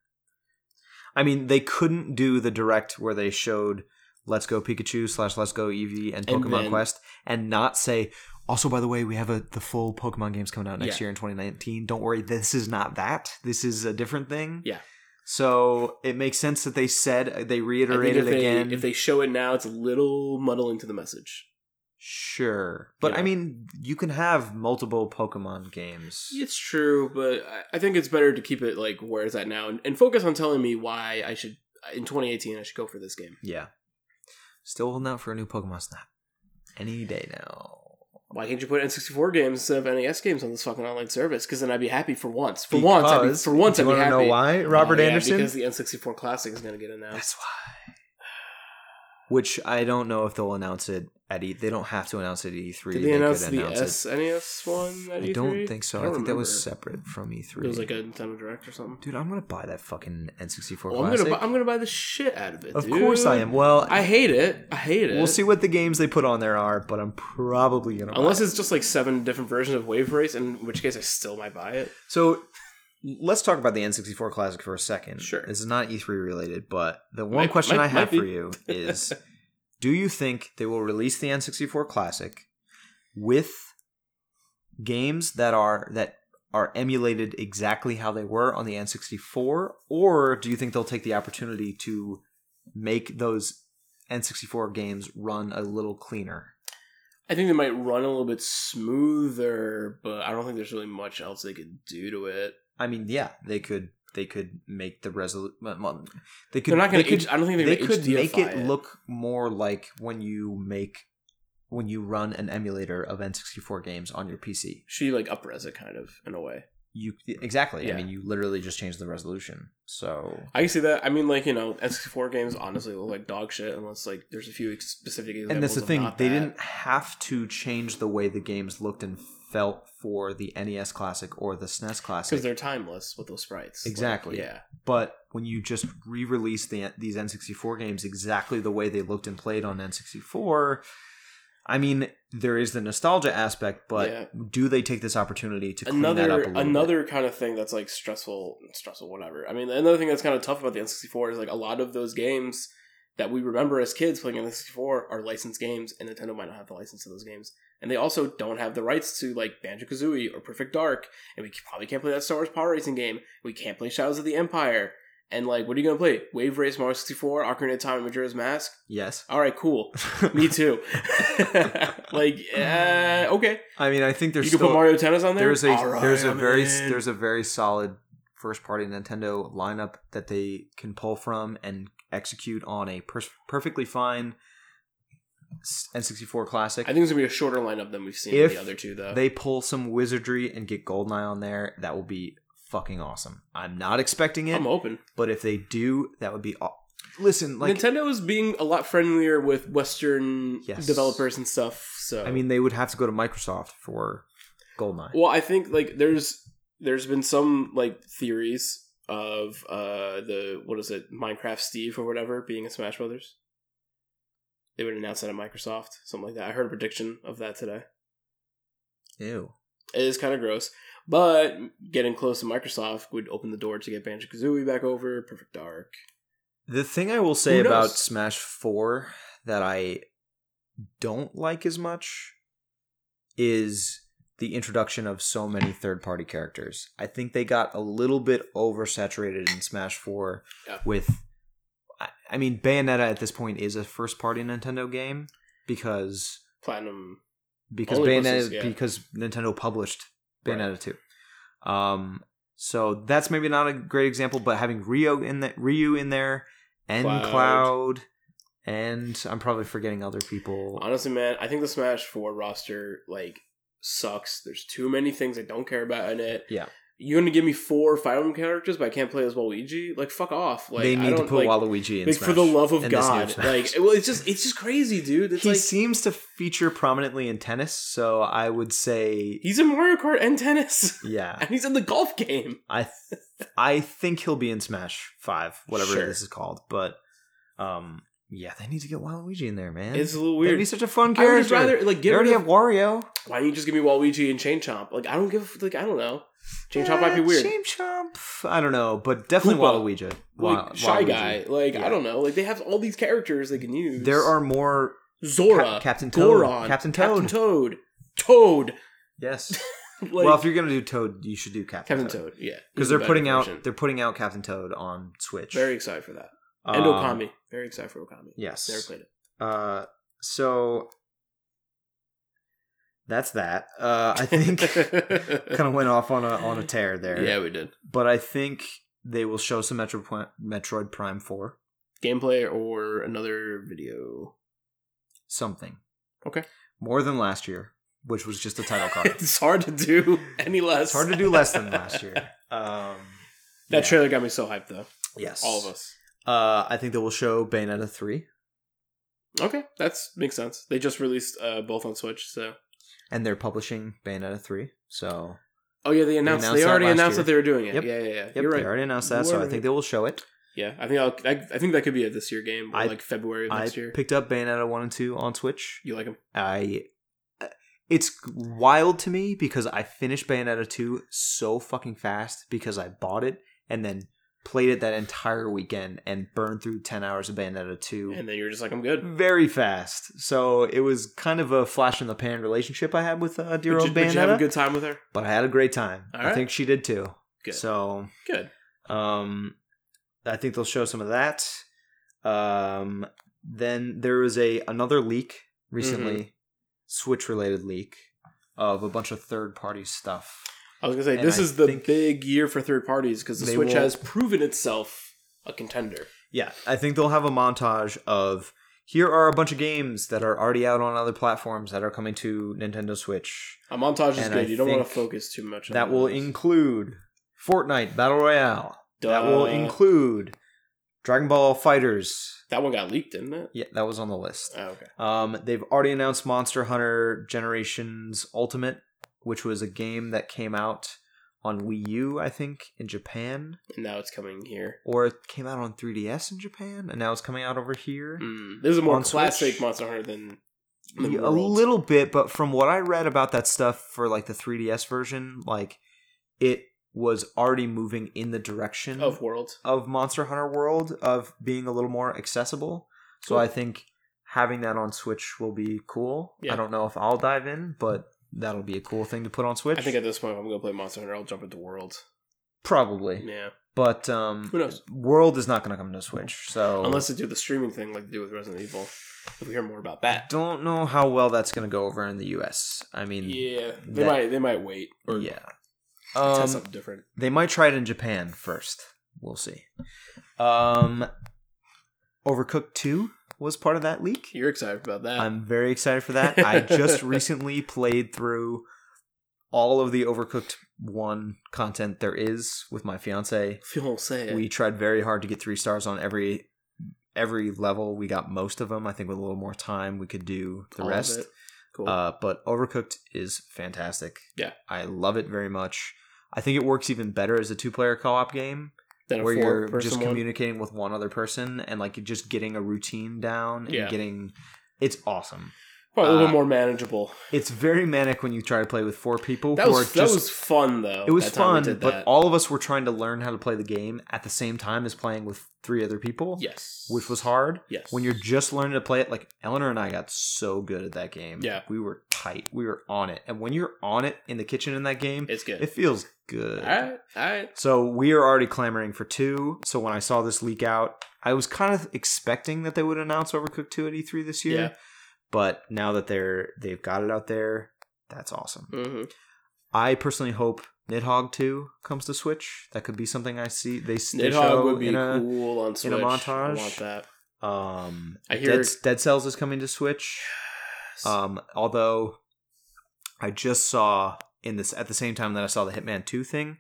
Speaker 1: I mean, they couldn't do the direct where they showed Let's Go Pikachu slash Let's Go Eevee and
Speaker 2: And
Speaker 1: Pokemon
Speaker 2: then-
Speaker 1: Quest and not say, also, by the way, we have a, the full Pokemon games coming out next
Speaker 2: Yeah.
Speaker 1: year in 2019. Don't worry, this is not that. This is a different thing.
Speaker 2: Yeah.
Speaker 1: So it makes sense that they said, uh, they
Speaker 2: I think
Speaker 1: reiterated
Speaker 2: if they,
Speaker 1: again.
Speaker 2: If they show it now, it's a little muddling to the message.
Speaker 1: Sure. But I
Speaker 2: Yeah.
Speaker 1: mean, you can have multiple Pokemon games.
Speaker 2: It's true, but I- I think it's better to keep it like where it's at now and, and focus on telling me why I should in 2018 I should go for this game.
Speaker 1: Yeah. Still holding out for a new Pokemon Snap. Any day now.
Speaker 2: Why can't you put N64 games instead of NES games on this fucking online service? Because then I'd be happy for once. For once, I'd be,
Speaker 1: Because-
Speaker 2: for once,
Speaker 1: do
Speaker 2: I'd
Speaker 1: you
Speaker 2: be
Speaker 1: wanna
Speaker 2: happy.
Speaker 1: know why? Robert
Speaker 2: Oh, yeah,
Speaker 1: Anderson?
Speaker 2: because the N64 Classic is going to get announced.
Speaker 1: That's why. Which I don't know if they'll announce it at E. They don't have to announce it at E3.
Speaker 2: Did they,
Speaker 1: could
Speaker 2: announce the
Speaker 1: announce it.
Speaker 2: SNES one? At
Speaker 1: I don't
Speaker 2: E3?
Speaker 1: think so. I,
Speaker 2: don't
Speaker 1: think that was
Speaker 2: remember.
Speaker 1: separate from E3.
Speaker 2: It was like a Nintendo Direct or something.
Speaker 1: Dude, I'm gonna buy that fucking N64
Speaker 2: Well, Oh, I'm
Speaker 1: Classic.
Speaker 2: gonna buy, I'm gonna buy the shit out of it.
Speaker 1: of
Speaker 2: dude.
Speaker 1: course I am. Well,
Speaker 2: I hate it. I hate it.
Speaker 1: we'll see what the games they put on there are, but I'm probably gonna. buy
Speaker 2: Unless
Speaker 1: it.
Speaker 2: it's just like seven different versions of Wave Race, in which case I still might buy it.
Speaker 1: So let's talk about the N64 Classic for a second.
Speaker 2: Sure.
Speaker 1: This is not E3 related, but the one
Speaker 2: Might-
Speaker 1: question
Speaker 2: might-
Speaker 1: I have
Speaker 2: might
Speaker 1: for
Speaker 2: be.
Speaker 1: you is do you think they will release the N64 Classic with games that are that are emulated exactly how they were on the N64 or do you think they'll take the opportunity to make those N64 games run a little cleaner?
Speaker 2: I think they might run a little bit smoother, but I don't think there's really much else they could do to it.
Speaker 1: I mean, yeah, they could they could make the resolution they could
Speaker 2: They're not going
Speaker 1: they could-
Speaker 2: to. I don't think they're
Speaker 1: they
Speaker 2: gonna
Speaker 1: could make
Speaker 2: HDFI
Speaker 1: it look more like when you make when you run an emulator of N64 games on your PC.
Speaker 2: She like upres it kind of in a way.
Speaker 1: You exactly.
Speaker 2: Yeah.
Speaker 1: I mean, you literally just change the resolution. So
Speaker 2: I can see that. I mean, like you know, N64 games honestly look like dog shit unless like there's a few ex- specific examples.
Speaker 1: and that's the
Speaker 2: of
Speaker 1: thing;
Speaker 2: not
Speaker 1: they
Speaker 2: that.
Speaker 1: didn't have to change the way the games looked and felt for the NES Classic or the SNES
Speaker 2: because
Speaker 1: Classic.
Speaker 2: they're timeless with those sprites. Like,
Speaker 1: Exactly.
Speaker 2: yeah.
Speaker 1: But when you just re-release the, these N64 games exactly the way they looked and played on N64, I mean, there is the nostalgia aspect, but
Speaker 2: Yeah.
Speaker 1: do they take this opportunity to clean that up
Speaker 2: another
Speaker 1: a little bit?
Speaker 2: another kind of thing that's like stressful stressful whatever i mean another thing that's kind of tough about the n64 is like a lot of those games that we remember as kids playing on the 64 are licensed games and nintendo might not have the license to those games and they also don't have the rights to like banjo kazooie or perfect dark and we c- probably can't play that star wars power racing game we can't play shadows of the empire and like what are you gonna play wave race mario 64 ocarina of time and majora's mask
Speaker 1: Yes.
Speaker 2: all right cool me too like uh, okay
Speaker 1: I mean, I think there's
Speaker 2: you can put
Speaker 1: still-
Speaker 2: mario tennis on there
Speaker 1: there's a
Speaker 2: All right,
Speaker 1: there's a
Speaker 2: I'm
Speaker 1: very
Speaker 2: in.
Speaker 1: there's a very solid first party Nintendo lineup that they can pull from and execute on a pers- perfectly fine s- N64 classic.
Speaker 2: I think it's gonna be a shorter lineup than we've seen
Speaker 1: If
Speaker 2: in the other two, though.
Speaker 1: they pull some wizardry and get Goldeneye on there. That will be fucking awesome. I'm not expecting it,
Speaker 2: I'm open.
Speaker 1: but if they do, that would be. Aw- Listen, like
Speaker 2: Nintendo is being a lot friendlier with Western
Speaker 1: Yes.
Speaker 2: developers and stuff. So
Speaker 1: I mean, they would have to go to Microsoft for Goldeneye.
Speaker 2: well, I think like there's there's been some like theories of uh the what is it Minecraft Steve or whatever being in Smash Brothers. They would announce that at Microsoft, something like that. I heard a prediction of that today.
Speaker 1: Ew.
Speaker 2: It is kind of gross, but getting close to Microsoft would open the door to get Banjo Kazooie back over. Perfect Dark.
Speaker 1: The thing I will say
Speaker 2: Who
Speaker 1: about
Speaker 2: knows?
Speaker 1: Smash 4 that I don't like as much is the introduction of so many third party characters. I think they got a little bit oversaturated in Smash 4
Speaker 2: Yeah.
Speaker 1: with. I- I mean, Bayonetta at this point is a first party Nintendo game because
Speaker 2: Platinum
Speaker 1: because
Speaker 2: Only
Speaker 1: Bayonetta
Speaker 2: versus- yeah.
Speaker 1: because Nintendo published
Speaker 2: Right.
Speaker 1: Bayonetta two. Um, so that's maybe not a great example, but having Rio in that Ryu in there and
Speaker 2: Cloud.
Speaker 1: Cloud. and I'm probably forgetting other people.
Speaker 2: Honestly, man, I think the Smash Four roster like sucks. There's too many things I don't care about in it.
Speaker 1: Yeah.
Speaker 2: you're gonna give me four Fire Emblem characters, but I can't play as Waluigi. Like, fuck off. Like,
Speaker 1: they
Speaker 2: I
Speaker 1: need to
Speaker 2: don't,
Speaker 1: put
Speaker 2: like,
Speaker 1: Waluigi in.
Speaker 2: Like
Speaker 1: Smash
Speaker 2: for the love of
Speaker 1: in this new
Speaker 2: God,
Speaker 1: Smash.
Speaker 2: like well, it's just it's just crazy, dude. It's
Speaker 1: he
Speaker 2: like
Speaker 1: seems to feature prominently in tennis, so I would say,
Speaker 2: he's in Mario Kart and tennis,
Speaker 1: yeah,
Speaker 2: and he's in the golf game.
Speaker 1: I, th- I think he'll be in Smash Five, whatever
Speaker 2: Sure.
Speaker 1: this is called. But, um, yeah, they need to get Waluigi in there, man.
Speaker 2: It's a little
Speaker 1: That'd
Speaker 2: weird.
Speaker 1: be such a fun
Speaker 2: I would
Speaker 1: character.
Speaker 2: just rather like
Speaker 1: They
Speaker 2: get
Speaker 1: already
Speaker 2: rid of-
Speaker 1: have Wario.
Speaker 2: why don't you just give me Waluigi and Chain Chomp? Like I don't give like I don't know. Chain Chomp might be
Speaker 1: Uh,
Speaker 2: weird.
Speaker 1: Chain Chomp. I don't know, but definitely
Speaker 2: Koopa.
Speaker 1: Waluigi. Wa-
Speaker 2: like shy
Speaker 1: Waluigi.
Speaker 2: guy. Like I
Speaker 1: Yeah.
Speaker 2: don't know. Like they have all these characters they can use.
Speaker 1: There are more.
Speaker 2: Zora,
Speaker 1: Cap- Captain Toad.
Speaker 2: Goron,
Speaker 1: Captain
Speaker 2: Captain
Speaker 1: Toad.
Speaker 2: Toad, Toad.
Speaker 1: Yes.
Speaker 2: Like,
Speaker 1: well, if you're gonna do Toad, you should do Captain,
Speaker 2: Captain Toad, yeah,
Speaker 1: because
Speaker 2: he's
Speaker 1: they're
Speaker 2: the
Speaker 1: putting
Speaker 2: better
Speaker 1: out
Speaker 2: version.
Speaker 1: they're putting out Captain Toad on Switch.
Speaker 2: very excited for that.
Speaker 1: Um,
Speaker 2: And Okami, very excited for Okami.
Speaker 1: Yes.
Speaker 2: never played it.
Speaker 1: Uh, so that's that. Uh, I think kind of went off on a on a tear there.
Speaker 2: yeah, we did
Speaker 1: But I think they will show some Metro, Metroid Prime Four
Speaker 2: gameplay or another video.
Speaker 1: something.
Speaker 2: Okay.
Speaker 1: More than last year, which was just a title card.
Speaker 2: it's hard to do any less.
Speaker 1: It's hard to do less than last year. Um,
Speaker 2: that
Speaker 1: yeah.
Speaker 2: trailer got me so hyped though.
Speaker 1: Yes.
Speaker 2: All of us.
Speaker 1: Uh, I think they will show Bayonetta 3,
Speaker 2: Okay, that's makes sense. They just released uh, both on Switch, so
Speaker 1: and they're publishing Bayonetta 3. So,
Speaker 2: oh yeah, they announced. They,
Speaker 1: announced that
Speaker 2: already
Speaker 1: last
Speaker 2: announced
Speaker 1: year.
Speaker 2: that they were doing it.
Speaker 1: Yep.
Speaker 2: Yeah, yeah, yeah.
Speaker 1: yep,
Speaker 2: You're right.
Speaker 1: they already announced that, so
Speaker 2: You're
Speaker 1: I
Speaker 2: right.
Speaker 1: think they will show it.
Speaker 2: Yeah, I think I'll, I, I think that could be it this year game or
Speaker 1: I-
Speaker 2: like February of
Speaker 1: I
Speaker 2: next year.
Speaker 1: picked up Bayonetta 1 and 2 on Switch.
Speaker 2: you like them?
Speaker 1: I. uh, It's wild to me because I finished Bayonetta 2 so fucking fast because I bought it and then played it that entire weekend and burned through 10 hours of Bayonetta 2
Speaker 2: And then you're just like, I'm good.
Speaker 1: very fast. So it was kind of a flash in the pan relationship I had with uh, dear
Speaker 2: Did
Speaker 1: old
Speaker 2: you, did you have a
Speaker 1: Bayonetta,
Speaker 2: good time with her?
Speaker 1: but I had a great time.
Speaker 2: All
Speaker 1: I
Speaker 2: right.
Speaker 1: think she did too.
Speaker 2: Good.
Speaker 1: So
Speaker 2: Good.
Speaker 1: um, I think they'll show some of that. Um, then there was a another leak recently,
Speaker 2: Mm-hmm.
Speaker 1: Switch related leak of a bunch of third party stuff.
Speaker 2: I was gonna say
Speaker 1: And
Speaker 2: this
Speaker 1: I
Speaker 2: is the
Speaker 1: think
Speaker 2: big year for third parties because the
Speaker 1: they
Speaker 2: Switch
Speaker 1: will-
Speaker 2: has proven itself a contender.
Speaker 1: Yeah, I think they'll have a montage of here are a bunch of games that are already out on other platforms that are coming to Nintendo Switch.
Speaker 2: A montage is
Speaker 1: And I
Speaker 2: good. You don't want to
Speaker 1: think
Speaker 2: focus too much. on
Speaker 1: That will
Speaker 2: those.
Speaker 1: include Fortnite Battle Royale. That will
Speaker 2: Duh.
Speaker 1: include Dragon Ball Fighters.
Speaker 2: That one got leaked, didn't it?
Speaker 1: Yeah, that was on the list.
Speaker 2: Oh, okay.
Speaker 1: Um, they've already announced Monster Hunter Generations Ultimate, which was a game that came out on Wii U, I think, in Japan,
Speaker 2: And now it's coming here.
Speaker 1: or it came out on 3DS in Japan, and now it's coming out over here.
Speaker 2: Mm. This is a more
Speaker 1: On
Speaker 2: classic
Speaker 1: Switch?
Speaker 2: Monster Hunter than, than
Speaker 1: Yeah, a
Speaker 2: Worlds.
Speaker 1: little bit but from what i read about that stuff for like the 3ds version like it was already moving in the direction
Speaker 2: of Worlds.
Speaker 1: of monster hunter world of being a little more accessible so
Speaker 2: Cool.
Speaker 1: i think having that on switch will be cool
Speaker 2: Yeah.
Speaker 1: i don't know if i'll dive in but that'll be a cool thing to put on switch
Speaker 2: I think at this point, if I'm gonna play Monster Hunter, I'll jump into Worlds.
Speaker 1: probably
Speaker 2: Yeah,
Speaker 1: but um
Speaker 2: Who knows?
Speaker 1: world is not going to come to switch so
Speaker 2: unless they do the streaming thing like they do with Resident Evil. If we hear more about
Speaker 1: i
Speaker 2: that,
Speaker 1: don't know how well that's going to go over in the us i mean
Speaker 2: yeah, they
Speaker 1: that-
Speaker 2: might they might wait or
Speaker 1: yeah
Speaker 2: test
Speaker 1: Um,
Speaker 2: something different.
Speaker 1: They might try it in Japan first. We'll see. Um, Overcooked 2 was part of that leak.
Speaker 2: Uh, You're excited about that.
Speaker 1: I'm very excited for that. I just recently played through all of the Overcooked one content there is with my fiance.
Speaker 2: Fiance.
Speaker 1: We tried very hard to get three stars on every every level. We got most of them. I think with a little more time, we could do the
Speaker 2: All of
Speaker 1: rest.
Speaker 2: it. Cool.
Speaker 1: Uh, but Overcooked is fantastic.
Speaker 2: Yeah.
Speaker 1: I love it very much. I think it works even better as a two player co op game
Speaker 2: then a
Speaker 1: where you're
Speaker 2: four-person
Speaker 1: just
Speaker 2: one.
Speaker 1: communicating with one other person and like you're just getting a routine down and
Speaker 2: Yeah.
Speaker 1: getting. It's awesome.
Speaker 2: Probably a little
Speaker 1: uh,
Speaker 2: bit more manageable.
Speaker 1: It's very manic when you try to play with four people
Speaker 2: That
Speaker 1: who
Speaker 2: was
Speaker 1: are
Speaker 2: that
Speaker 1: just
Speaker 2: was fun though.
Speaker 1: it was
Speaker 2: that time we
Speaker 1: fun,
Speaker 2: did
Speaker 1: but
Speaker 2: that.
Speaker 1: all of us were trying to learn how to play the game at the same time as playing with three other people,
Speaker 2: yes,
Speaker 1: which was hard.
Speaker 2: yes
Speaker 1: When you're just learning to play it, like Eleanor and I got so good at that game.
Speaker 2: Yeah.
Speaker 1: We were tight. We were on it. And when you're on it in the kitchen in that game,
Speaker 2: it's good.
Speaker 1: it feels good.
Speaker 2: all right, all right.
Speaker 1: So we are already clamoring for two. So when I saw this leak out, I was kind of expecting that they would announce Overcooked 2 at E3 this year.
Speaker 2: Yeah.
Speaker 1: But now that they're they've got it out there, that's awesome.
Speaker 2: hmm
Speaker 1: I personally hope Nidhogg 2 comes to Switch. That could be something I see they, they show
Speaker 2: Nidhogg would be
Speaker 1: in a,
Speaker 2: cool on Switch.
Speaker 1: in a montage.
Speaker 2: I want that.
Speaker 1: um
Speaker 2: I hear-
Speaker 1: Dead, Dead Cells is coming to Switch. Um although I just saw in this at the same time that I saw the Hitman 2 thing,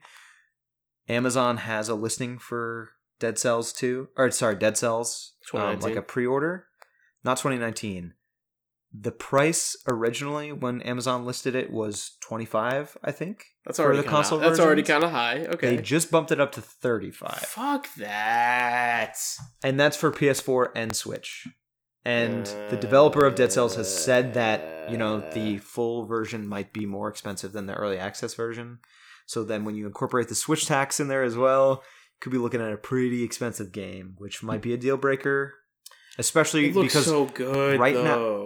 Speaker 1: Amazon has a listing for Dead Cells 2 or sorry, Dead Cells um,
Speaker 2: 2019?
Speaker 1: like a pre-order. Not 2019. The price originally when Amazon listed it was 25, I think.
Speaker 2: That's
Speaker 1: for
Speaker 2: already
Speaker 1: the
Speaker 2: kinda,
Speaker 1: console
Speaker 2: That's already
Speaker 1: versions?
Speaker 2: kind of high. Okay.
Speaker 1: They just bumped it up to 35.
Speaker 2: Fuck that.
Speaker 1: and that's for PS4 and Switch. And the
Speaker 2: Uh,
Speaker 1: developer of Dead Cells has said that you know the full version might be more expensive than the early access version. So then, when you incorporate the Switch tax in there as well, you could be looking at a pretty expensive game, which might be a deal breaker. Especially
Speaker 2: It looks
Speaker 1: because
Speaker 2: so good
Speaker 1: right
Speaker 2: though.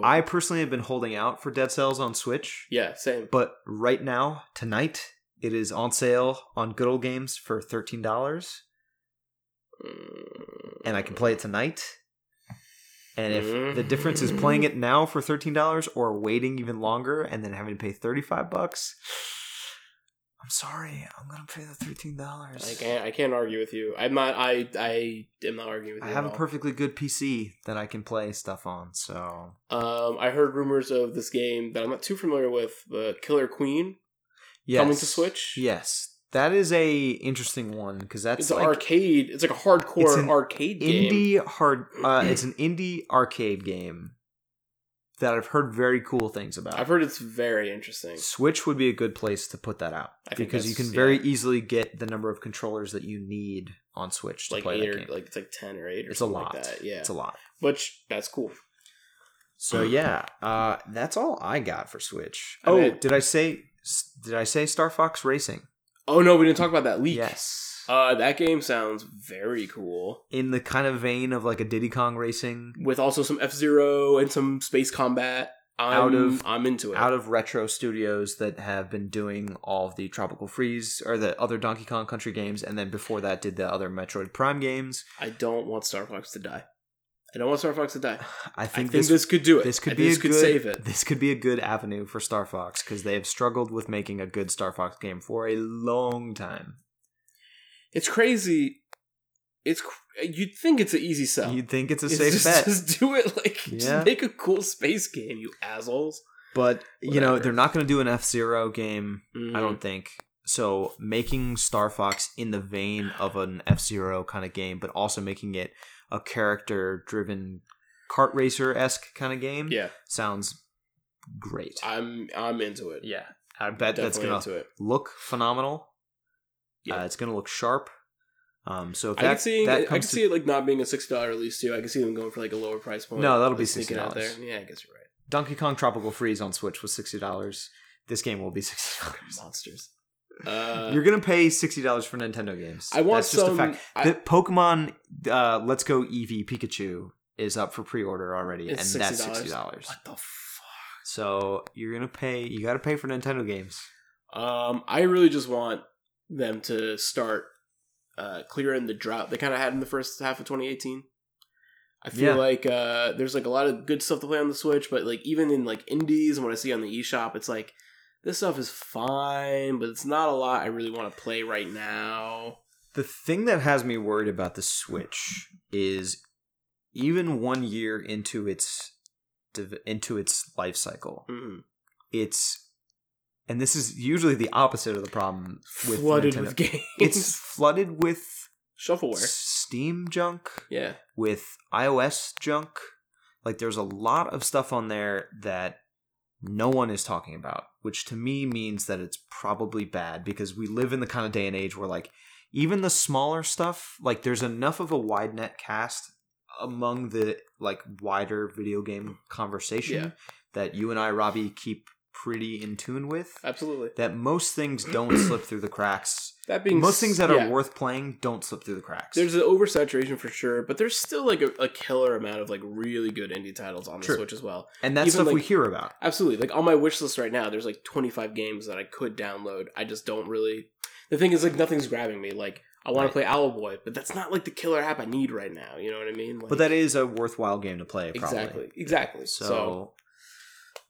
Speaker 1: now, I personally have been holding out for Dead Cells on Switch,
Speaker 2: yeah same.
Speaker 1: but right now, tonight, it is on sale on Good Old Games for thirteen dollars and I can play it tonight. And if
Speaker 2: Mm-hmm.
Speaker 1: the difference is playing it now for thirteen dollars or waiting even longer and then having to pay thirty five bucks, I'm sorry, I'm gonna pay the thirteen
Speaker 2: I
Speaker 1: dollars.
Speaker 2: can't. I can't argue with you. I'm not. I. I am not arguing with you.
Speaker 1: I have a
Speaker 2: at all.
Speaker 1: perfectly good PC that I can play stuff on, so
Speaker 2: Um, I heard rumors of this game that I'm not too familiar with, the Killer Queen
Speaker 1: yes.
Speaker 2: coming to Switch.
Speaker 1: Yes, that is a interesting one because that's
Speaker 2: it's an
Speaker 1: like
Speaker 2: arcade. It's like a hardcore
Speaker 1: It's an
Speaker 2: arcade game.
Speaker 1: indie hard. Uh, it's an indie arcade game that I've heard very cool things about.
Speaker 2: I've heard it's very interesting.
Speaker 1: Switch would be a good place to put that out
Speaker 2: I think
Speaker 1: because you
Speaker 2: that's-
Speaker 1: can very
Speaker 2: yeah.
Speaker 1: easily get the number of controllers that you need on Switch to
Speaker 2: Like
Speaker 1: play
Speaker 2: eight
Speaker 1: that
Speaker 2: or
Speaker 1: game.
Speaker 2: like it's like ten or eight or
Speaker 1: it's a
Speaker 2: something
Speaker 1: lot.
Speaker 2: like that. Yeah,
Speaker 1: it's a lot.
Speaker 2: which that's cool.
Speaker 1: So yeah, uh, that's all I got for Switch.
Speaker 2: I
Speaker 1: oh,
Speaker 2: mean-
Speaker 1: did I say? Did I say Star Fox Racing?
Speaker 2: Oh no, we didn't talk about that leak.
Speaker 1: Yes.
Speaker 2: Uh, that game sounds very cool
Speaker 1: In the kind of vein of like a Diddy Kong Racing,
Speaker 2: with also some F Zero and some space combat.
Speaker 1: Out
Speaker 2: I'm,
Speaker 1: of-
Speaker 2: I'm into it.
Speaker 1: out of Retro Studios that have been doing all of the Tropical Freeze or the other Donkey Kong Country games, and then before that did the other Metroid Prime games.
Speaker 2: I don't want Star Fox to die. I don't want Star Fox to die.
Speaker 1: I
Speaker 2: I
Speaker 1: think
Speaker 2: think this, could do it.
Speaker 1: This could
Speaker 2: I-
Speaker 1: be
Speaker 2: this
Speaker 1: a
Speaker 2: could
Speaker 1: good,
Speaker 2: save it.
Speaker 1: This could be a good avenue for Star Fox because they have struggled with making a good Star Fox game for a long time.
Speaker 2: It's crazy. It's cr- you'd think it's an easy sell.
Speaker 1: You'd think it's a
Speaker 2: It's
Speaker 1: safe
Speaker 2: just,
Speaker 1: bet,
Speaker 2: Just do it like
Speaker 1: Yeah.
Speaker 2: just make a cool space game, you assholes.
Speaker 1: but you know
Speaker 2: Whatever.
Speaker 1: they're not going to do an F Zero game. I
Speaker 2: Mm.
Speaker 1: don't think so. Making Star Fox in the vein of an F Zero kind of game, but also making it a character-driven kart racer esque kind of game
Speaker 2: Mm, Yeah,
Speaker 1: sounds great.
Speaker 2: I'm I'm into it.
Speaker 1: yeah, I bet that's
Speaker 2: Definitely
Speaker 1: going to
Speaker 2: into it.
Speaker 1: look phenomenal.
Speaker 2: Yeah.
Speaker 1: Uh, it's going to look sharp. Um, so if
Speaker 2: I
Speaker 1: that,
Speaker 2: can see
Speaker 1: that
Speaker 2: I
Speaker 1: comes
Speaker 2: can
Speaker 1: to-
Speaker 2: see it like not being a six dollar release too. I can see them going for like a lower price point.
Speaker 1: No, that'll be
Speaker 2: Like, sneaking out
Speaker 1: $60.
Speaker 2: there. Yeah, I guess you're right.
Speaker 1: Donkey Kong Tropical Freeze on Switch was sixty dollars. This game will be sixty dollars.
Speaker 2: Monsters. Uh,
Speaker 1: You're gonna pay sixty dollars for Nintendo games.
Speaker 2: I want
Speaker 1: That's just
Speaker 2: some-
Speaker 1: a fact.
Speaker 2: I-
Speaker 1: the Pokemon uh, Let's Go Eevee Pikachu is up for pre-order already,
Speaker 2: It's
Speaker 1: and that's
Speaker 2: $60.
Speaker 1: sixty dollars.
Speaker 2: what the fuck?
Speaker 1: So you're gonna pay. You gotta pay for Nintendo games.
Speaker 2: Um, I really just want them to start uh, clearing the drought they kind of had in the first half of 2018. I
Speaker 1: Yeah.
Speaker 2: feel like uh, there's like a lot of good stuff to play on the Switch, but like even in like indies and what I see on the eShop, it's like this stuff is fine, but it's not a lot I really want to play right now.
Speaker 1: The thing that has me worried about the Switch is even one year into its dev- into its life cycle,
Speaker 2: Mm-hmm.
Speaker 1: it's and this is usually the opposite of the problem with
Speaker 2: flooded
Speaker 1: Nintendo.
Speaker 2: with games.
Speaker 1: it's flooded with
Speaker 2: shuffleware.
Speaker 1: Steam junk,
Speaker 2: Yeah,
Speaker 1: with iOS junk. Like there's a lot of stuff on there that no one is talking about, which to me means that it's probably bad because we live in the kind of day and age where like even the smaller stuff, like there's enough of a wide net cast among the like wider video game conversation
Speaker 2: Yeah.
Speaker 1: that you and I, Robbie, keep pretty in tune with.
Speaker 2: absolutely.
Speaker 1: That most things don't slip through the cracks.
Speaker 2: That being
Speaker 1: most things that
Speaker 2: yeah.
Speaker 1: are worth playing don't slip through the cracks.
Speaker 2: There's an oversaturation for sure, but there's still like a, a killer amount of like really good indie titles on the
Speaker 1: True.
Speaker 2: Switch as well.
Speaker 1: and that's stuff
Speaker 2: even,
Speaker 1: we
Speaker 2: like-
Speaker 1: hear about.
Speaker 2: Absolutely. Like on my wish list right now, there's like 25 games that I could download. I just don't really. The thing is, like, nothing's grabbing me. Like, I want to play Owlboy, but that's not like the killer app I need right now. You know what I mean? Like,
Speaker 1: But that is a worthwhile game to play, probably.
Speaker 2: exactly, exactly.
Speaker 1: So,
Speaker 2: So,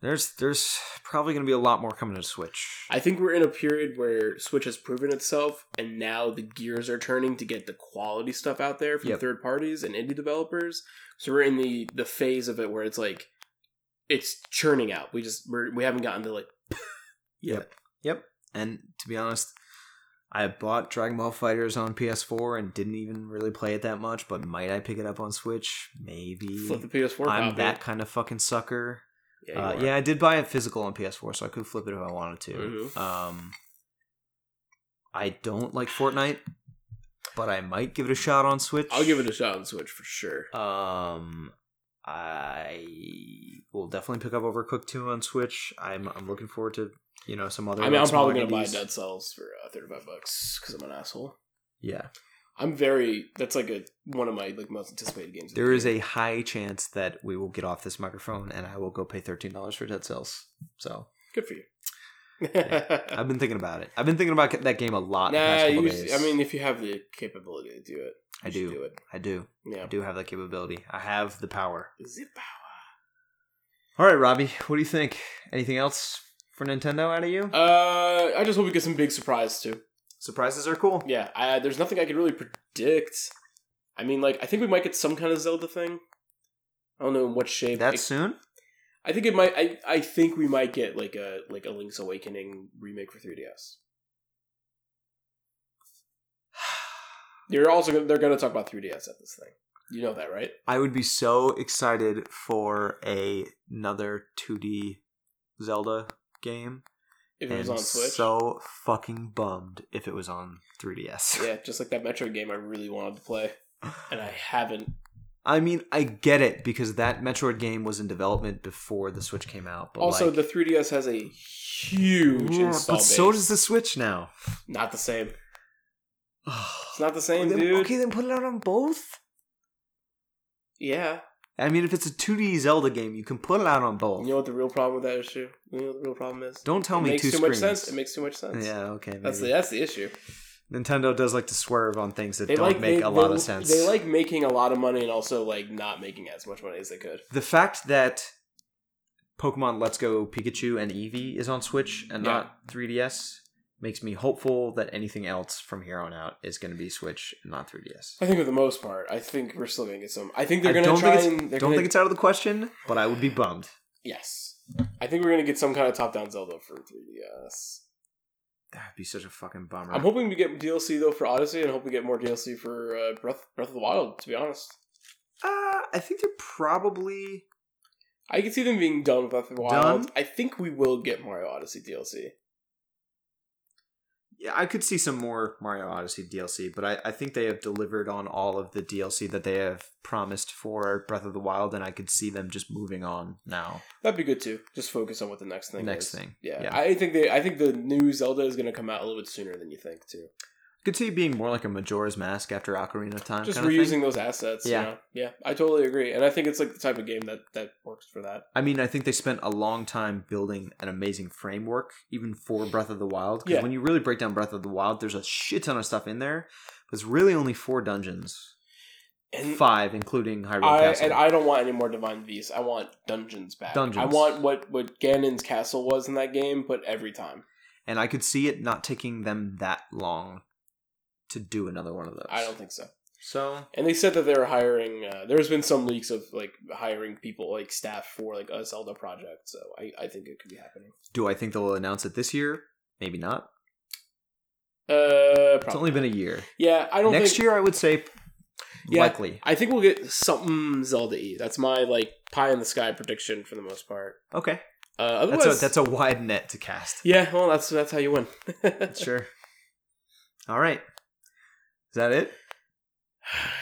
Speaker 1: there's there's probably going to be a lot more coming to Switch.
Speaker 2: I think we're in a period where Switch has proven itself, and now the gears are turning to get the quality stuff out there from
Speaker 1: Yep.
Speaker 2: third parties and indie developers. So we're in the the phase of it where it's like it's churning out. We just we're, we haven't gotten to like
Speaker 1: Yep. Yep. And to be honest, I bought Dragon Ball Fighters on PS4 and didn't even really play it that much. But might I pick it up on Switch? Maybe.
Speaker 2: flip the PS4.
Speaker 1: I'm
Speaker 2: copy.
Speaker 1: that kind of fucking sucker.
Speaker 2: Yeah, you
Speaker 1: Yeah, uh,
Speaker 2: are.
Speaker 1: yeah, I did buy it physical on PS4, so I could flip it if I wanted to.
Speaker 2: Mhm.
Speaker 1: Um, I don't like Fortnite, but I might give it a shot on Switch.
Speaker 2: I'll give it a shot on Switch for sure.
Speaker 1: Um, I will definitely pick up Overcooked Two on Switch. I'm I'm looking forward to you know some other.
Speaker 2: I mean,
Speaker 1: like,
Speaker 2: I'm probably
Speaker 1: smaller
Speaker 2: gonna buy
Speaker 1: indies.
Speaker 2: Dead Cells for uh, 35 bucks because I'm an asshole.
Speaker 1: Yeah,
Speaker 2: I'm very. That's like a one of my like most anticipated games. of the
Speaker 1: there is
Speaker 2: year.
Speaker 1: a high chance that we will get off this microphone, and I will go pay thirteen dollars for Dead Cells. So
Speaker 2: good for you.
Speaker 1: I've been thinking about it. I've been thinking about that game a lot. uh, the
Speaker 2: nah,
Speaker 1: past couple
Speaker 2: you
Speaker 1: days.
Speaker 2: just, I mean, if you have the capability to do it,
Speaker 1: I
Speaker 2: you should
Speaker 1: do.
Speaker 2: do it.
Speaker 1: I do. I
Speaker 2: Yeah.
Speaker 1: do have that capability. I have the power.
Speaker 2: Zip power.
Speaker 1: All right, Robbie. What do you think? Anything else for Nintendo out of you?
Speaker 2: Uh, I just hope we get some big surprise too.
Speaker 1: Surprises are cool.
Speaker 2: Yeah, I, there's nothing I could really predict. I mean, like, I think we might get some kind of Zelda thing. I don't know in what shape.
Speaker 1: That
Speaker 2: It-
Speaker 1: soon?
Speaker 2: I think it might. I, I think we might get like a like a Link's Awakening remake for 3DS. You're also gonna, they're going to talk about 3DS at this thing. You know that, right?
Speaker 1: I would be so excited for a another 2D Zelda game.
Speaker 2: If it was on
Speaker 1: and
Speaker 2: Switch,
Speaker 1: so fucking bummed if it was on 3DS.
Speaker 2: yeah, just like that Metro game I really wanted to play, and I haven't.
Speaker 1: I mean, I get it because that Metroid game was in development before the Switch came out. But
Speaker 2: also,
Speaker 1: like,
Speaker 2: the 3DS has a huge
Speaker 1: Yeah,
Speaker 2: install
Speaker 1: but
Speaker 2: base.
Speaker 1: so does the Switch now.
Speaker 2: Not the same. It's
Speaker 1: okay,
Speaker 2: not the same,
Speaker 1: then,
Speaker 2: dude.
Speaker 1: okay, then put it out on both.
Speaker 2: Yeah.
Speaker 1: I mean, if it's a 2D Zelda game, you can put it out on both.
Speaker 2: You know what the real problem with that issue? You know what the real problem is?
Speaker 1: Don't tell
Speaker 2: it
Speaker 1: me
Speaker 2: makes
Speaker 1: two
Speaker 2: too much
Speaker 1: screens.
Speaker 2: sense. It makes too much sense.
Speaker 1: yeah, okay. Maybe.
Speaker 2: That's the, that's the issue.
Speaker 1: Nintendo does like to swerve on things that
Speaker 2: They
Speaker 1: don't
Speaker 2: like
Speaker 1: make
Speaker 2: they-
Speaker 1: a lot
Speaker 2: they-
Speaker 1: of sense.
Speaker 2: They like making a lot of money and also like not making as much money as they could.
Speaker 1: the fact that Pokemon Let's Go Pikachu and Eevee is on Switch and
Speaker 2: Yeah.
Speaker 1: not 3DS makes me hopeful that anything else from here on out is going to be Switch and not 3DS.
Speaker 2: I think for the most part, I think we're still gonna get some. I think
Speaker 1: I
Speaker 2: they're gonna
Speaker 1: don't
Speaker 2: try
Speaker 1: think it's,
Speaker 2: and they're
Speaker 1: don't
Speaker 2: gonna,
Speaker 1: think it's out of the question, but I would be bummed.
Speaker 2: yes. I think we're gonna get some kind of top down Zelda for 3DS.
Speaker 1: That'd be such a fucking bummer.
Speaker 2: I'm hoping we get DLC though for Odyssey, and hope we get more DLC for uh, Breath Breath of the Wild. To be honest,
Speaker 1: uh, I think they're probably
Speaker 2: I can see them being done with Breath of the Wild.
Speaker 1: Done?
Speaker 2: I think we will get Mario Odyssey DLC.
Speaker 1: yeah, I could see some more Mario Odyssey DLC, but I, I think they have delivered on all of the DLC that they have promised for Breath of the Wild, and I could see them just moving on now.
Speaker 2: That'd be good too. Just focus on what the next thing.
Speaker 1: Next
Speaker 2: is.
Speaker 1: thing.
Speaker 2: Yeah.
Speaker 1: Yeah.
Speaker 2: I think they. I think the new Zelda is gonna come out a little bit sooner than you think too.
Speaker 1: Could see it being more like a Majora's Mask after Ocarina of Time.
Speaker 2: just
Speaker 1: kind of
Speaker 2: reusing
Speaker 1: Thing.
Speaker 2: those assets.
Speaker 1: Yeah.
Speaker 2: Yeah, yeah, I totally agree, and I think it's like the type of game that that works for that.
Speaker 1: I mean, I think they spent a long time building an amazing framework, even for Breath of the Wild. 'cause
Speaker 2: Yeah.
Speaker 1: when you really break down Breath of the Wild, there's a shit ton of stuff in there. But it's really only four dungeons,
Speaker 2: And
Speaker 1: five including Hyrule
Speaker 2: I
Speaker 1: Castle.
Speaker 2: and I don't want any more divine beasts. I want dungeons back.
Speaker 1: Dungeons.
Speaker 2: I want what what Ganon's castle was in that game, but every time.
Speaker 1: and I could see it not taking them that long to do another one of those.
Speaker 2: I don't think so.
Speaker 1: So
Speaker 2: And they said that they were hiring. Uh, there's been some leaks of like hiring people, like staff for like a Zelda project. So I, I think it could be happening.
Speaker 1: do I think they'll announce it this year? Maybe not.
Speaker 2: Uh,
Speaker 1: It's only
Speaker 2: probably.
Speaker 1: been a year.
Speaker 2: yeah, I don't.
Speaker 1: Next
Speaker 2: think,
Speaker 1: year, I would say
Speaker 2: Yeah.
Speaker 1: likely.
Speaker 2: I think we'll get something Zelda y. That's my like pie in the sky prediction for the most part.
Speaker 1: Okay,
Speaker 2: Uh,
Speaker 1: that's
Speaker 2: otherwise,
Speaker 1: a, that's a wide net to cast.
Speaker 2: yeah. Well, that's that's how you win.
Speaker 1: Sure. All right. Is that it?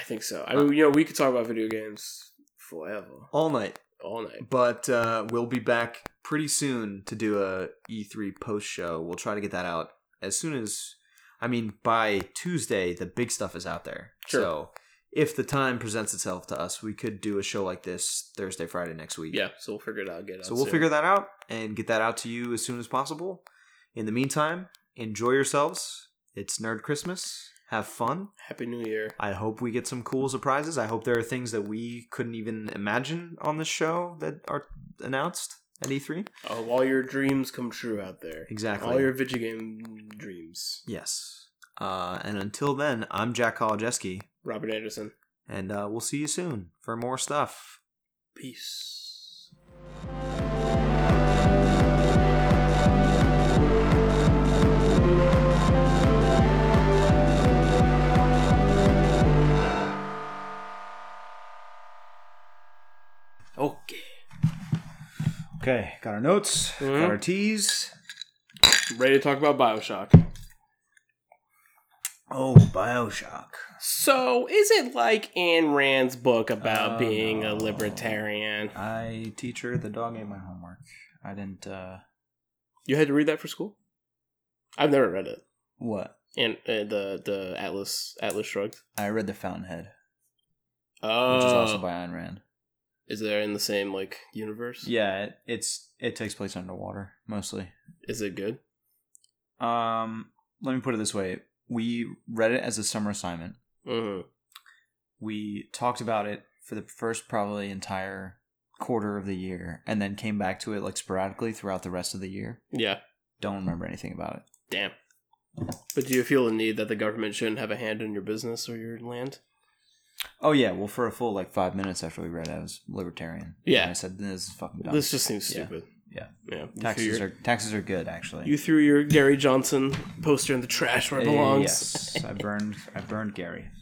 Speaker 2: I think so. I mean, you know, we could talk about video games forever,
Speaker 1: All night.
Speaker 2: all night.
Speaker 1: But uh, we'll be back pretty soon to do a E3 post show. We'll try to get that out as soon as I mean by Tuesday. The big stuff is out there.
Speaker 2: Sure.
Speaker 1: So if the time presents itself to us, we could do a show like this Thursday, Friday next week.
Speaker 2: Yeah. So we'll figure it out. Get it
Speaker 1: So
Speaker 2: out
Speaker 1: we'll
Speaker 2: soon.
Speaker 1: figure that out and get that out to you as soon as possible. In the meantime, enjoy yourselves. It's Nerd Christmas. Have fun.
Speaker 2: Happy New Year.
Speaker 1: I hope we get some cool surprises. I hope there are things that we couldn't even imagine on this show that are announced at E E3.
Speaker 2: Uh, all your dreams come true out there.
Speaker 1: Exactly.
Speaker 2: All your video game dreams.
Speaker 1: Yes. Uh, and until then, I'm Jack Kolodzieski,
Speaker 2: Robert Anderson.
Speaker 1: and uh, we'll see you soon for more stuff.
Speaker 2: Peace. Okay.
Speaker 1: Okay, got our notes,
Speaker 2: Mhm.
Speaker 1: got our teas.
Speaker 2: Ready to talk about Bioshock.
Speaker 1: Oh, Bioshock.
Speaker 2: So, is it like Ayn Rand's book about
Speaker 1: Uh,
Speaker 2: being a
Speaker 1: no.
Speaker 2: libertarian?
Speaker 1: I, teacher, the dog ate my homework. I didn't, uh,
Speaker 2: You had to read that for school? I've never read it.
Speaker 1: what?
Speaker 2: And uh, the the Atlas Atlas Shrugged.
Speaker 1: I read The Fountainhead,
Speaker 2: Oh,
Speaker 1: Ayn Rand.
Speaker 2: is there in the same like universe?
Speaker 1: Yeah, it, it's it takes place underwater mostly.
Speaker 2: Is it good?
Speaker 1: Um, let me put it this way: we read it as a summer assignment.
Speaker 2: hmm
Speaker 1: We talked about it for the first probably entire quarter of the year, and then came back to it like sporadically throughout the rest of the year.
Speaker 2: Yeah.
Speaker 1: Don't remember anything about it.
Speaker 2: Damn. But do you feel the need that the government shouldn't have a hand in your business or your land?
Speaker 1: Oh yeah, well for a full like five minutes after we read it, I was libertarian.
Speaker 2: Yeah.
Speaker 1: And I said this is fucking dumb.
Speaker 2: This just seems
Speaker 1: Yeah.
Speaker 2: stupid.
Speaker 1: Yeah.
Speaker 2: Yeah. You threw
Speaker 1: taxes
Speaker 2: your,
Speaker 1: are taxes are good actually.
Speaker 2: You threw your Gary Johnson poster in the trash where it
Speaker 1: Uh,
Speaker 2: belongs.
Speaker 1: Yes, I burned I burned Gary.